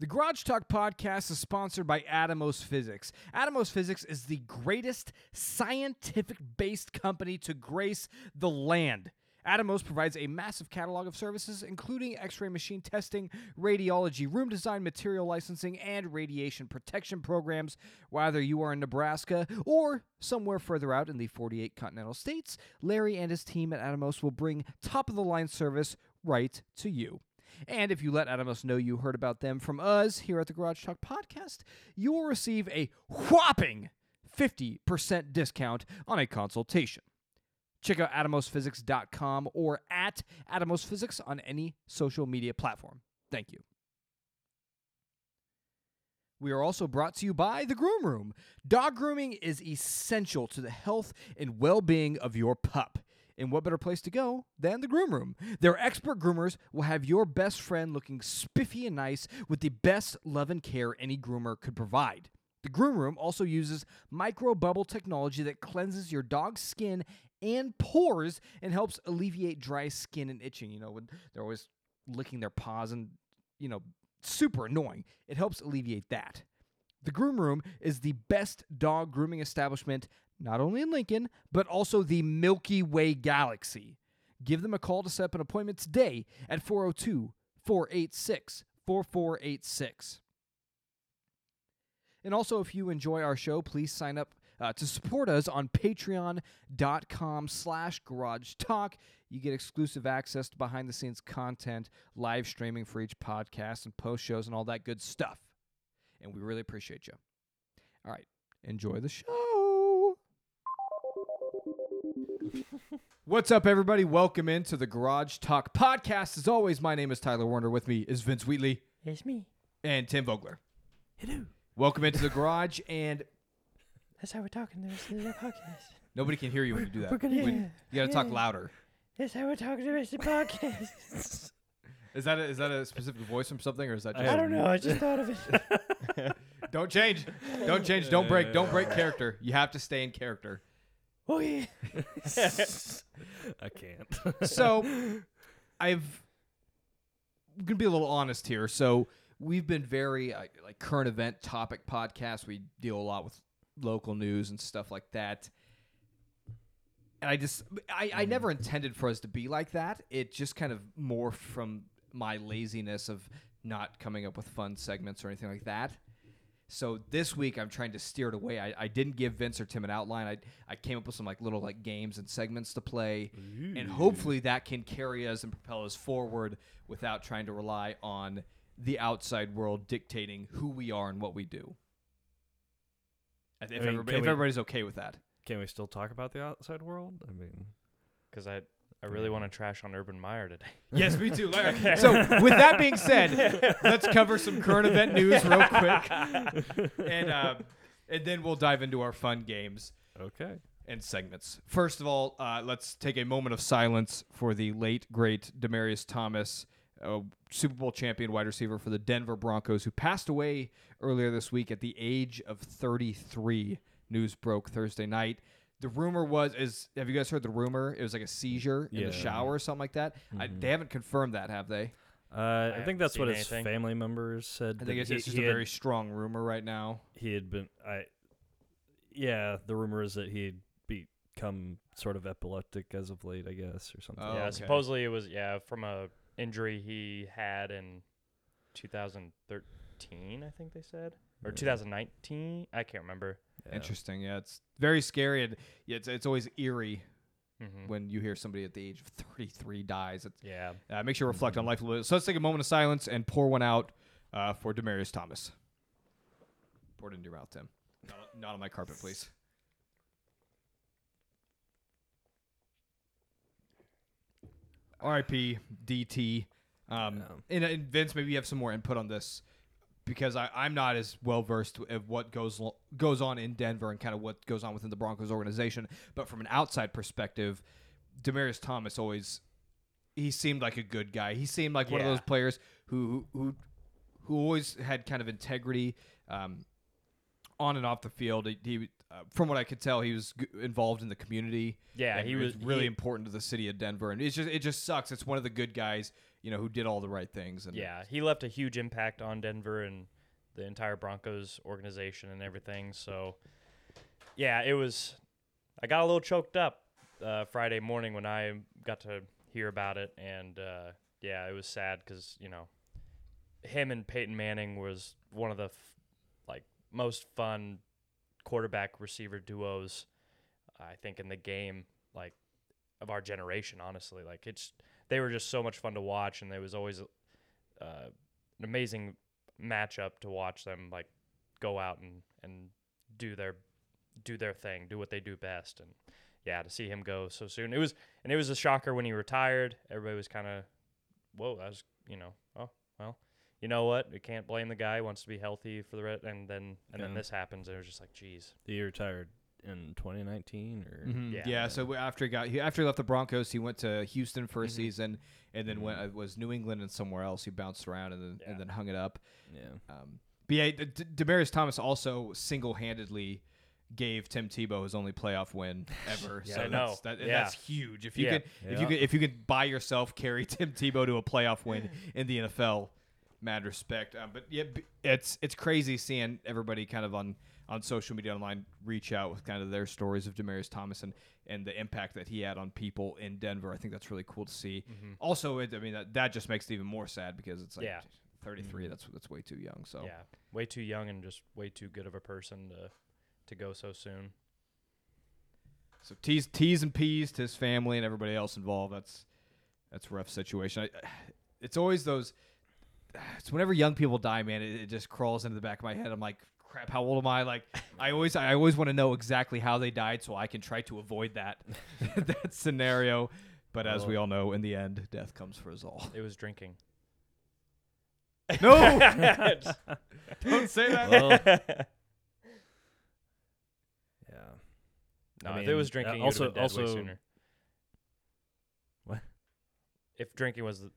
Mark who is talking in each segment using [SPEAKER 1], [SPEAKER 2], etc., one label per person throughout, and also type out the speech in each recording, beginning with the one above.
[SPEAKER 1] The Garage Talk podcast is sponsored by Atomos Physics. Atomos Physics is the greatest scientific based company to grace the land. Atomos provides a massive catalog of services, including x ray machine testing, radiology, room design, material licensing, and radiation protection programs. Whether you are in Nebraska or somewhere further out in the 48 continental states, Larry and his team at Atomos will bring top of the line service right to you. And if you let Atomos know you heard about them from us here at the Garage Talk podcast, you will receive a whopping 50% discount on a consultation. Check out atomosphysics.com or at atomosphysics on any social media platform. Thank you. We are also brought to you by The Groom Room. Dog grooming is essential to the health and well being of your pup. And what better place to go than The Groom Room? Their expert groomers will have your best friend looking spiffy and nice with the best love and care any groomer could provide. The Groom Room also uses micro bubble technology that cleanses your dog's skin and pores and helps alleviate dry skin and itching. You know, when they're always licking their paws and, you know, super annoying. It helps alleviate that. The Groom Room is the best dog grooming establishment, not only in Lincoln, but also the Milky Way galaxy. Give them a call to set up an appointment today at 402 486 4486. And also, if you enjoy our show, please sign up uh, to support us on patreon.com slash garage talk. You get exclusive access to behind the scenes content, live streaming for each podcast and post shows and all that good stuff. And we really appreciate you. All right, enjoy the show. What's up, everybody? Welcome into the Garage Talk podcast. As always, my name is Tyler Warner. With me is Vince Wheatley
[SPEAKER 2] It's me.
[SPEAKER 1] and Tim Vogler.
[SPEAKER 2] Hello.
[SPEAKER 1] Welcome into the garage, and
[SPEAKER 2] That's how we're talking the rest of the podcast.
[SPEAKER 1] Nobody can hear you when you do that.
[SPEAKER 2] we're gonna-
[SPEAKER 1] When-
[SPEAKER 2] yeah,
[SPEAKER 1] you got to talk
[SPEAKER 2] yeah.
[SPEAKER 1] louder.
[SPEAKER 2] That's how we're talking the rest of the podcast.
[SPEAKER 1] Is that a, is that a specific voice from something, or is that just
[SPEAKER 2] I don't know. I just thought of it.
[SPEAKER 1] Don't change, don't change, don't break, don't break character. You have to stay in character.
[SPEAKER 2] Oh yeah.
[SPEAKER 3] I can't.
[SPEAKER 1] So, I've I'm gonna be a little honest here. So we've been very uh, like current event topic podcast. We deal a lot with local news and stuff like that. And I just I, I never
[SPEAKER 3] Mm.
[SPEAKER 1] intended for us to be like that. It just kind of morphed from my laziness of not coming up with fun segments or anything like that. So this week I'm trying to steer it away. I, I didn't give Vince or Tim an outline. I, I came up with some like little like games and segments to play, and hopefully that can carry us and propel us forward without trying to rely on the outside world dictating who we are and what we do. If,
[SPEAKER 3] mean,
[SPEAKER 1] everybody,
[SPEAKER 3] can
[SPEAKER 1] if
[SPEAKER 3] we-
[SPEAKER 1] everybody's okay with that,
[SPEAKER 3] Can we still talk about the outside world? I mean,
[SPEAKER 4] because I I really want to trash on Urban Meyer today.
[SPEAKER 1] yes, me too. So with that being said, let's cover some current event news real quick, and uh, and then we'll dive into our fun games.
[SPEAKER 3] okay.
[SPEAKER 1] and segments. First of all, uh, let's take a moment of silence for the late great Demarius Thomas, uh, Super Bowl champion wide receiver for the Denver Broncos, who passed away earlier this week at the age of 33. News broke Thursday night. The rumor was is have you guys heard the rumor? It was like a seizure in
[SPEAKER 3] Yeah. Mm-hmm.
[SPEAKER 1] the shower or something like that. I, they haven't confirmed that, have they?
[SPEAKER 3] Uh, I,
[SPEAKER 4] haven't
[SPEAKER 3] think that's what
[SPEAKER 4] seen
[SPEAKER 3] his
[SPEAKER 4] anything.
[SPEAKER 3] family members said.
[SPEAKER 1] I
[SPEAKER 3] that
[SPEAKER 1] think it's,
[SPEAKER 3] he,
[SPEAKER 1] it's just
[SPEAKER 3] he
[SPEAKER 1] a
[SPEAKER 3] had-
[SPEAKER 1] very strong rumor right now.
[SPEAKER 3] he had been. I. Yeah, the rumor is that he'd become sort of epileptic as of late, I guess, or something.
[SPEAKER 1] Oh,
[SPEAKER 4] yeah,
[SPEAKER 1] okay.
[SPEAKER 4] supposedly it was yeah from a injury he had in 2013, I think they said, or
[SPEAKER 1] Mm-hmm.
[SPEAKER 4] 2019. I can't remember.
[SPEAKER 3] Yeah.
[SPEAKER 1] Interesting. Yeah, it's very scary and yeah, it's it's always eerie
[SPEAKER 4] hmm
[SPEAKER 1] when you hear somebody at the age of 33 dies. It's
[SPEAKER 4] Yeah,
[SPEAKER 1] Uh, makes you reflect on life a little bit. So let's take a moment of silence and pour one out uh, for Demarius Thomas. Pour it into your mouth, Tim. Not, on- not on my carpet, please. R.I.P. DT. Um, and, and Vince, maybe you have some more input on this because I, I'm not as well versed of what goes lo- goes on in Denver and kind of what goes on within the Broncos organization. But from an outside perspective, Demarius Thomas always he seemed like a good guy. He seemed like one of
[SPEAKER 4] Yeah.
[SPEAKER 1] those players who who who always had kind of integrity um, on and off the field. He, he uh, from what I could tell, he was g- involved in the community.
[SPEAKER 4] Yeah,
[SPEAKER 1] and
[SPEAKER 4] he was-
[SPEAKER 1] really
[SPEAKER 4] he-
[SPEAKER 1] important to the city of Denver, and it's just it just sucks. It's one of the good guys you know, who did all the right things. And
[SPEAKER 4] Yeah, he left a huge impact on Denver and the entire Broncos organization and everything. So, yeah, it was. I got a little choked up uh, Friday morning when I got to hear about it, and uh, yeah, it was sad because you know, him and Peyton Manning was one of the f- like most fun quarterback receiver duos I think in the game like of our generation. Honestly, like it's they were just so much fun to watch, and there was always uh, an amazing matchup to watch them like go out and and do their do their thing, do what they do best, and yeah, to see him go so soon, it was and it was a shocker when he retired. Everybody was kind of, whoa, that was you know, oh well, you know what, we can't blame the guy. He wants to be healthy for the rest, and then and then
[SPEAKER 3] Yeah.
[SPEAKER 4] this happens, and it was just like, geez,
[SPEAKER 3] He retired in 2019 or
[SPEAKER 1] Mhm.
[SPEAKER 4] Mm-hmm. Yeah.
[SPEAKER 1] yeah. So after he got he, after he left the Broncos, he went to Houston for a
[SPEAKER 4] Mm-hmm.
[SPEAKER 1] season, and then went uh, was New England and somewhere else. He bounced around and then
[SPEAKER 4] Yeah.
[SPEAKER 1] and then hung it up.
[SPEAKER 3] yeah.
[SPEAKER 1] Um, but yeah, D- D- Demarius Thomas also single handedly gave Tim Tebow his only playoff win ever.
[SPEAKER 4] Yeah,
[SPEAKER 1] so
[SPEAKER 4] I
[SPEAKER 1] that's,
[SPEAKER 4] know.
[SPEAKER 1] that-
[SPEAKER 4] Yeah.
[SPEAKER 1] that's huge. If you
[SPEAKER 4] Yeah.
[SPEAKER 1] could, if you
[SPEAKER 3] Yeah.
[SPEAKER 1] could, if you could by yourself carry Tim Tebow to a playoff win in the NFL, mad respect. Um, but yeah, b- it's it's crazy seeing everybody kind of on on social media online reach out with kind of their stories of Demarius Thomas and, and the impact that he had on people in Denver. I think that's really cool to see. Also, it, I mean that, that just makes it even more sad because it's like
[SPEAKER 4] Yeah. Mm-hmm.
[SPEAKER 1] 33. That's that's way too young. So
[SPEAKER 4] yeah, way too young and just way too good of a person to to go so soon.
[SPEAKER 1] So T's T's and P's to his family and everybody else involved. That's that's a rough situation. I, it's always those. It's whenever young people die, man. It, it just crawls into the back of my head. I'm like, crap. How old am I? Like, I always I always want to know exactly how they died so I can try to avoid that that scenario. But as we all know, in the end, death comes for us all.
[SPEAKER 4] It was drinking.
[SPEAKER 1] No,
[SPEAKER 4] Just-
[SPEAKER 1] Oh! don't say that.
[SPEAKER 3] Well, yeah.
[SPEAKER 4] no,
[SPEAKER 3] I
[SPEAKER 4] if it was
[SPEAKER 3] mean, uh,
[SPEAKER 4] drinking,
[SPEAKER 3] also-
[SPEAKER 4] also, dead
[SPEAKER 3] also-
[SPEAKER 4] way sooner.
[SPEAKER 3] What?
[SPEAKER 4] If drinking was the,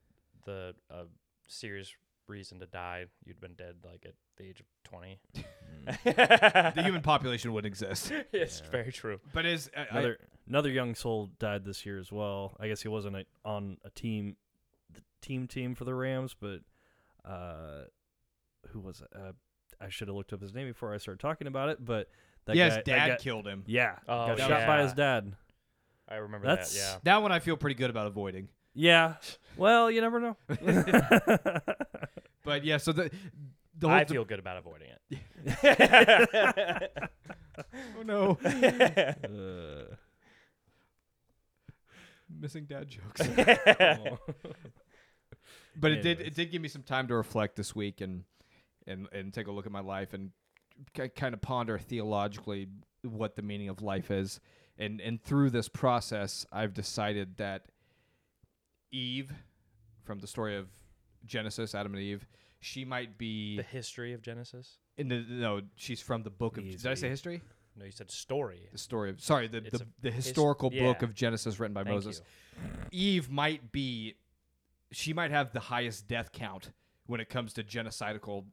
[SPEAKER 4] the uh, serious reason to die, you'd been dead like at the age of twenty.
[SPEAKER 3] Mm.
[SPEAKER 1] the human population wouldn't exist.
[SPEAKER 4] it's
[SPEAKER 3] Yeah.
[SPEAKER 4] very true.
[SPEAKER 1] But is I- I-
[SPEAKER 3] Another another young soul died this year as well. I guess he wasn't a, on a team, the team team for the Rams, but uh, who was it? Uh, I should have looked up his name before I started talking about it. But that
[SPEAKER 1] yeah, his
[SPEAKER 3] guy, that
[SPEAKER 1] dad
[SPEAKER 3] guy-
[SPEAKER 1] killed him.
[SPEAKER 3] yeah,
[SPEAKER 4] Oh,
[SPEAKER 3] got shot by
[SPEAKER 4] yeah.
[SPEAKER 3] his dad.
[SPEAKER 4] I remember
[SPEAKER 3] That's-
[SPEAKER 4] that. Yeah.
[SPEAKER 1] That one I feel pretty good about avoiding.
[SPEAKER 3] Yeah. Well, you never know. Oh,
[SPEAKER 1] But yeah, so the the whole
[SPEAKER 4] I
[SPEAKER 1] de-
[SPEAKER 4] feel good about avoiding it.
[SPEAKER 1] oh no.
[SPEAKER 3] Uh,
[SPEAKER 1] missing dad jokes.
[SPEAKER 3] oh.
[SPEAKER 1] but it did
[SPEAKER 3] Anyways.
[SPEAKER 1] it did give me some time to reflect this week and and and take a look at my life and ki kind of ponder theologically what the meaning of life is. And and through this process, I've decided that Eve from the story of Genesis, Adam and Eve, she might
[SPEAKER 4] the
[SPEAKER 1] be
[SPEAKER 4] history of Genesis.
[SPEAKER 1] in the no, she's from the book of Did I say
[SPEAKER 3] Easy.
[SPEAKER 1] history?
[SPEAKER 4] No, you said story.
[SPEAKER 1] The story of sorry, the
[SPEAKER 4] It's
[SPEAKER 1] the,
[SPEAKER 4] a
[SPEAKER 1] the
[SPEAKER 4] his-
[SPEAKER 1] historical book
[SPEAKER 4] yeah.
[SPEAKER 1] of Genesis written by
[SPEAKER 4] Thank
[SPEAKER 1] Moses. Eve might be she might have the highest death count when it comes to genocidal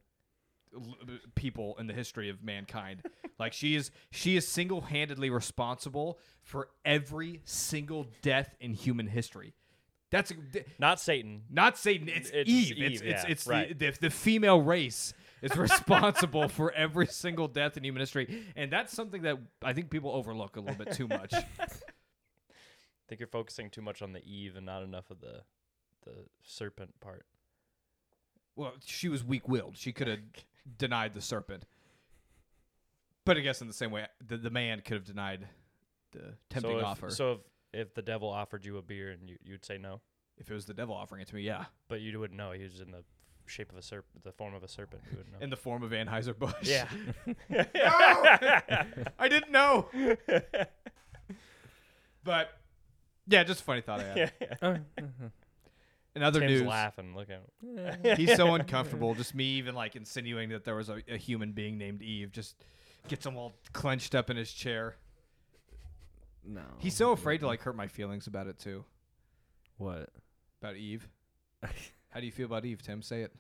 [SPEAKER 1] l- people in the history of mankind. like she is she is single-handedly responsible for every single death in human history. That's a, d-
[SPEAKER 4] you. Not Satan.
[SPEAKER 1] not Satan, it's,
[SPEAKER 4] It's
[SPEAKER 1] Eve.
[SPEAKER 4] Eve,
[SPEAKER 1] It's it's,
[SPEAKER 4] yeah,
[SPEAKER 1] it's
[SPEAKER 4] right.
[SPEAKER 1] the, the the female race is responsible for every single death in human history, and that's something that I think people overlook a little bit too much.
[SPEAKER 4] I think you're focusing too much on the Eve and not enough of the the serpent part.
[SPEAKER 1] Well, she was weak willed. She could have denied the serpent. But I guess in the same way, the, the man could have denied the tempting
[SPEAKER 4] so if,
[SPEAKER 1] offer.
[SPEAKER 4] So if if the devil offered you a beer and you you'd say no,
[SPEAKER 1] if it was the devil offering it to me, yeah.
[SPEAKER 4] but you wouldn't know he was in the shape of a serpent, the form of a serpent. You wouldn't know.
[SPEAKER 1] In the form of Anheuser-Busch.
[SPEAKER 4] yeah.
[SPEAKER 1] No! I didn't know. but yeah, just a funny thought I had. In other
[SPEAKER 4] Tim's
[SPEAKER 1] news,
[SPEAKER 4] laughing. Look at him.
[SPEAKER 1] he's so uncomfortable. Just me even like insinuating that there was a, a human being named Eve just gets him all clenched up in his chair.
[SPEAKER 3] no.
[SPEAKER 1] He's
[SPEAKER 4] Oh,
[SPEAKER 1] so afraid to like hurt my feelings about it too.
[SPEAKER 3] what?
[SPEAKER 1] About Eve. How do you feel about Eve, Tim? Say it.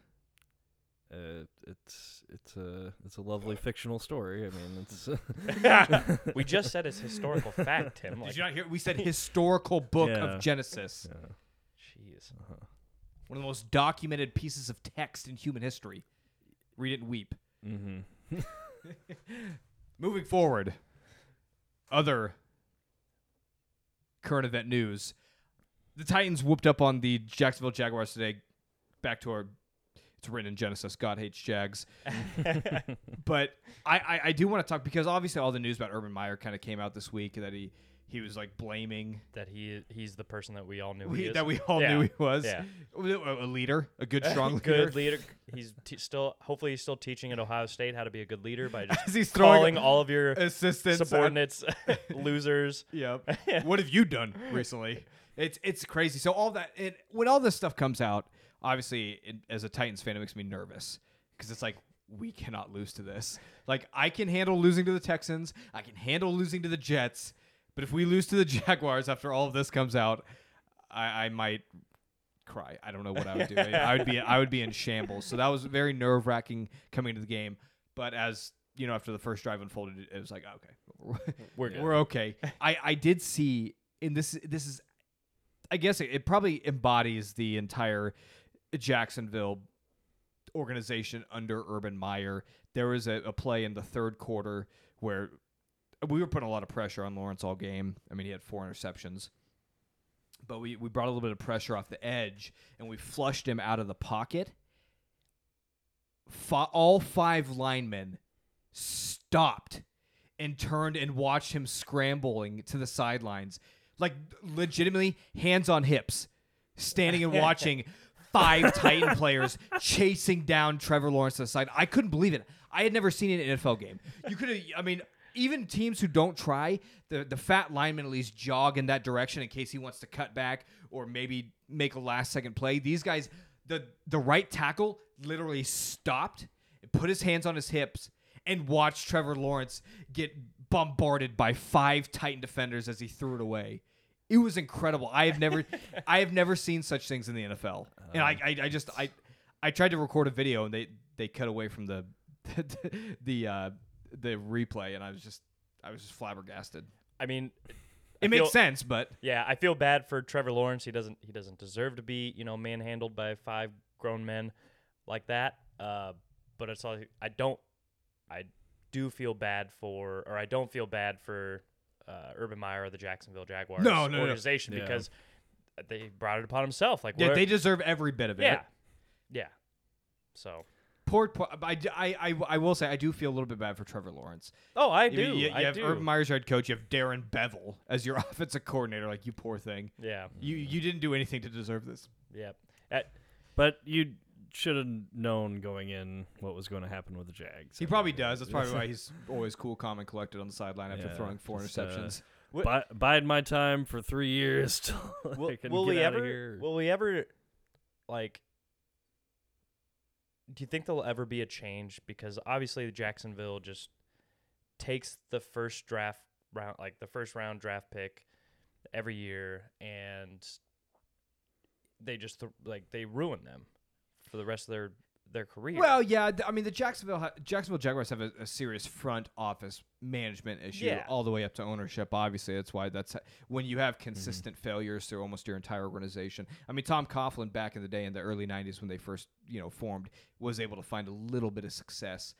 [SPEAKER 3] Uh, it's it's a it's a lovely fictional story. I mean, it's
[SPEAKER 4] We just said it's historical fact, Tim. Like,
[SPEAKER 1] not hear? We said historical book
[SPEAKER 3] Yeah. uh-huh.
[SPEAKER 1] of Genesis.
[SPEAKER 3] Yeah.
[SPEAKER 4] jeez.
[SPEAKER 1] One of the most documented pieces of text in human history. Read it and weep.
[SPEAKER 3] Mm-hmm.
[SPEAKER 1] Moving forward, other current event news. The Titans whooped up on the Jacksonville Jaguars today. Back to our, it's written in Genesis. God hates Jags, but I I, I do want to talk because obviously all the news about Urban Meyer kind of came out this week that he he was like blaming
[SPEAKER 4] that he he's the person that we all knew he
[SPEAKER 1] we,
[SPEAKER 4] is.
[SPEAKER 1] that we all
[SPEAKER 4] Yeah.
[SPEAKER 1] knew he was
[SPEAKER 4] Yeah.
[SPEAKER 1] a a leader, a good strong leader.
[SPEAKER 4] good leader. He's t- still hopefully he's still teaching at Ohio State how to be a good leader by just
[SPEAKER 1] As he's
[SPEAKER 4] calling
[SPEAKER 1] throwing
[SPEAKER 4] all of your
[SPEAKER 1] assistants, at-
[SPEAKER 4] subordinates losers.
[SPEAKER 1] Yep. what have you done recently? It's it's crazy. So all that it, when all this stuff comes out, obviously it, as a Titans fan, it makes me nervous because it's like we cannot lose to this. Like I can handle losing to the Texans, I can handle losing to the Jets, but if we lose to the Jaguars after all of this comes out, I, I might cry. I don't know what I would do. I would be I would be in shambles. So that was very nerve wracking coming into the game. But as you know, after the first drive unfolded, it- it was like okay,
[SPEAKER 4] We're good.
[SPEAKER 1] we're okay. I I did see, and this this is, I guess it, it probably embodies the entire Jacksonville organization under Urban Meyer. There was a, a play in the third quarter where we were putting a lot of pressure on Lawrence all game. I mean, he had four interceptions. But we, we brought a little bit of pressure off the edge and we flushed him out of the pocket. Fi all five linemen stopped and turned and watched him scrambling to the sidelines, like legitimately hands on hips, standing and watching five Titan players chasing down Trevor Lawrence to the side. I couldn't believe it. I had never seen it in an NFL game. You could have, I mean, even teams who don't try, the, the fat linemen at least jog in that direction in case he wants to cut back or maybe make a last second play. These guys, the, the right tackle literally stopped, put his hands on his hips, and watched Trevor Lawrence get bombarded by five Titan defenders as he threw it away. It was incredible. I have never, I have never seen such things in the NFL. And
[SPEAKER 4] Uh,
[SPEAKER 1] I, I, I just, I, I tried to record a video and they, they cut away from the, the, uh, the replay, and I was just, I was just flabbergasted.
[SPEAKER 4] I mean,
[SPEAKER 1] It
[SPEAKER 4] I
[SPEAKER 1] makes
[SPEAKER 4] feel-
[SPEAKER 1] sense, but
[SPEAKER 4] yeah, I feel bad for Trevor Lawrence. He doesn't he doesn't deserve to be you know manhandled by five grown men like that. Uh, but it's all I don't I do feel bad for or I don't feel bad for uh, Urban Meyer or the Jacksonville Jaguars
[SPEAKER 1] No, no, no.
[SPEAKER 4] organization
[SPEAKER 3] Yeah.
[SPEAKER 4] because they brought it upon himself. Like
[SPEAKER 1] yeah,
[SPEAKER 4] what-
[SPEAKER 1] they deserve every bit of it.
[SPEAKER 4] yeah, yeah. So
[SPEAKER 1] Poor, poor I, I, I, I will say I do feel a little bit bad for Trevor Lawrence.
[SPEAKER 4] oh, I
[SPEAKER 1] You-
[SPEAKER 4] do.
[SPEAKER 1] You, you
[SPEAKER 4] I
[SPEAKER 1] have
[SPEAKER 4] do.
[SPEAKER 1] Urban Meyer's head coach. You have Darren Bevel as your offensive coordinator. Like you, poor thing.
[SPEAKER 4] yeah,
[SPEAKER 1] You you didn't do anything to deserve this.
[SPEAKER 4] yeah. At,
[SPEAKER 3] But you should have known going in what was going to happen with the Jags.
[SPEAKER 1] He probably does. That's probably why he's always cool, calm, and collected on the sideline after
[SPEAKER 3] Yeah,
[SPEAKER 1] throwing four
[SPEAKER 3] just, uh,
[SPEAKER 1] interceptions.
[SPEAKER 4] Wi-
[SPEAKER 3] Buy, bide my time for three years till I
[SPEAKER 4] will,
[SPEAKER 3] can
[SPEAKER 4] will
[SPEAKER 3] get
[SPEAKER 4] we
[SPEAKER 3] out
[SPEAKER 4] ever
[SPEAKER 3] of here.
[SPEAKER 4] will we ever like do you think there'll ever be a change because obviously jacksonville just takes the first draft round like the first round draft pick every year and they just th- like they ruin them for the rest of their their career
[SPEAKER 1] Well, yeah. th- I mean, the Jacksonville ha- Jacksonville Jaguars have a, a serious front office management issue,
[SPEAKER 4] Yeah. Mm-hmm.
[SPEAKER 1] all the way up to ownership. Obviously, that's why that's when you have consistent failures through almost your entire organization. I mean, Tom Coughlin back in the day in the early '90s when they first you know formed was able to find a little bit of success,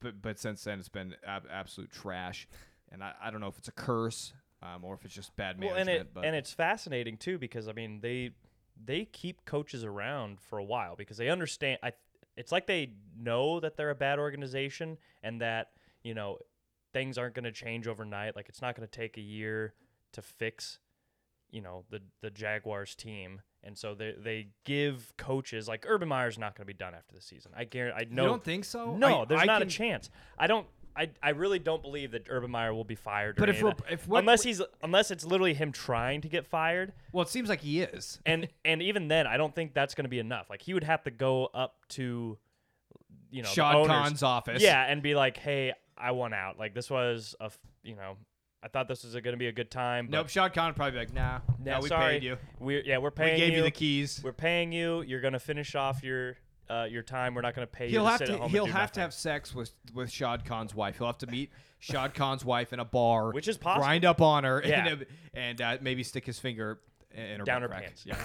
[SPEAKER 1] but but since then it's been ab- absolute trash. And I, I don't know if it's a curse um, or if it's just bad
[SPEAKER 4] Well,
[SPEAKER 1] management.
[SPEAKER 4] and it
[SPEAKER 1] but
[SPEAKER 4] and it's fascinating too because I mean they they keep coaches around for a while because they understand. I it's like they know that they're a bad organization and that you know things aren't going to change overnight. Like it's not going to take a year to fix you know the the Jaguars team. And so they, they give coaches like Urban Meyer's not going to be done after the season. I guarantee. I know.
[SPEAKER 1] you don't think so?
[SPEAKER 4] no,
[SPEAKER 1] I-
[SPEAKER 4] there's
[SPEAKER 1] I
[SPEAKER 4] not
[SPEAKER 1] can-
[SPEAKER 4] a chance. I don't. I, I really don't believe that Urban Meyer will be fired. or
[SPEAKER 1] But if
[SPEAKER 4] any of
[SPEAKER 1] we're-
[SPEAKER 4] that.
[SPEAKER 1] if what-
[SPEAKER 4] unless he's unless it's literally him trying to get fired,
[SPEAKER 1] Well, it seems like he is.
[SPEAKER 4] and and even then, I don't think that's going to be enough. Like he would have to go up to, you know, the
[SPEAKER 1] Sean
[SPEAKER 4] owners-
[SPEAKER 1] Khan's office.
[SPEAKER 4] yeah, and be like, hey, I won out. Like this was a, f- you know, I thought this was going to be a good time. But
[SPEAKER 1] Nope, Sean Khan would probably be like, nah,
[SPEAKER 4] nah,
[SPEAKER 1] nah, we
[SPEAKER 4] sorry,
[SPEAKER 1] paid you.
[SPEAKER 4] We're yeah, we're
[SPEAKER 1] We
[SPEAKER 4] paying
[SPEAKER 1] gave
[SPEAKER 4] you.
[SPEAKER 1] you the keys.
[SPEAKER 4] We're paying you. You're going to finish off your uh, your time. We're not going to pay
[SPEAKER 1] He'll
[SPEAKER 4] you.
[SPEAKER 1] have
[SPEAKER 4] sit at
[SPEAKER 1] to
[SPEAKER 4] home
[SPEAKER 1] he'll
[SPEAKER 4] and do
[SPEAKER 1] have to
[SPEAKER 4] nothing.
[SPEAKER 1] have sex with with Shad Khan's wife. He'll have to meet Shad Khan's wife in a bar,
[SPEAKER 4] Which is possible.
[SPEAKER 1] Grind up on her,
[SPEAKER 4] Yeah.
[SPEAKER 1] and, and uh, maybe stick uh, his finger in her
[SPEAKER 4] down her
[SPEAKER 1] butt crack.
[SPEAKER 4] pants.
[SPEAKER 1] Yeah.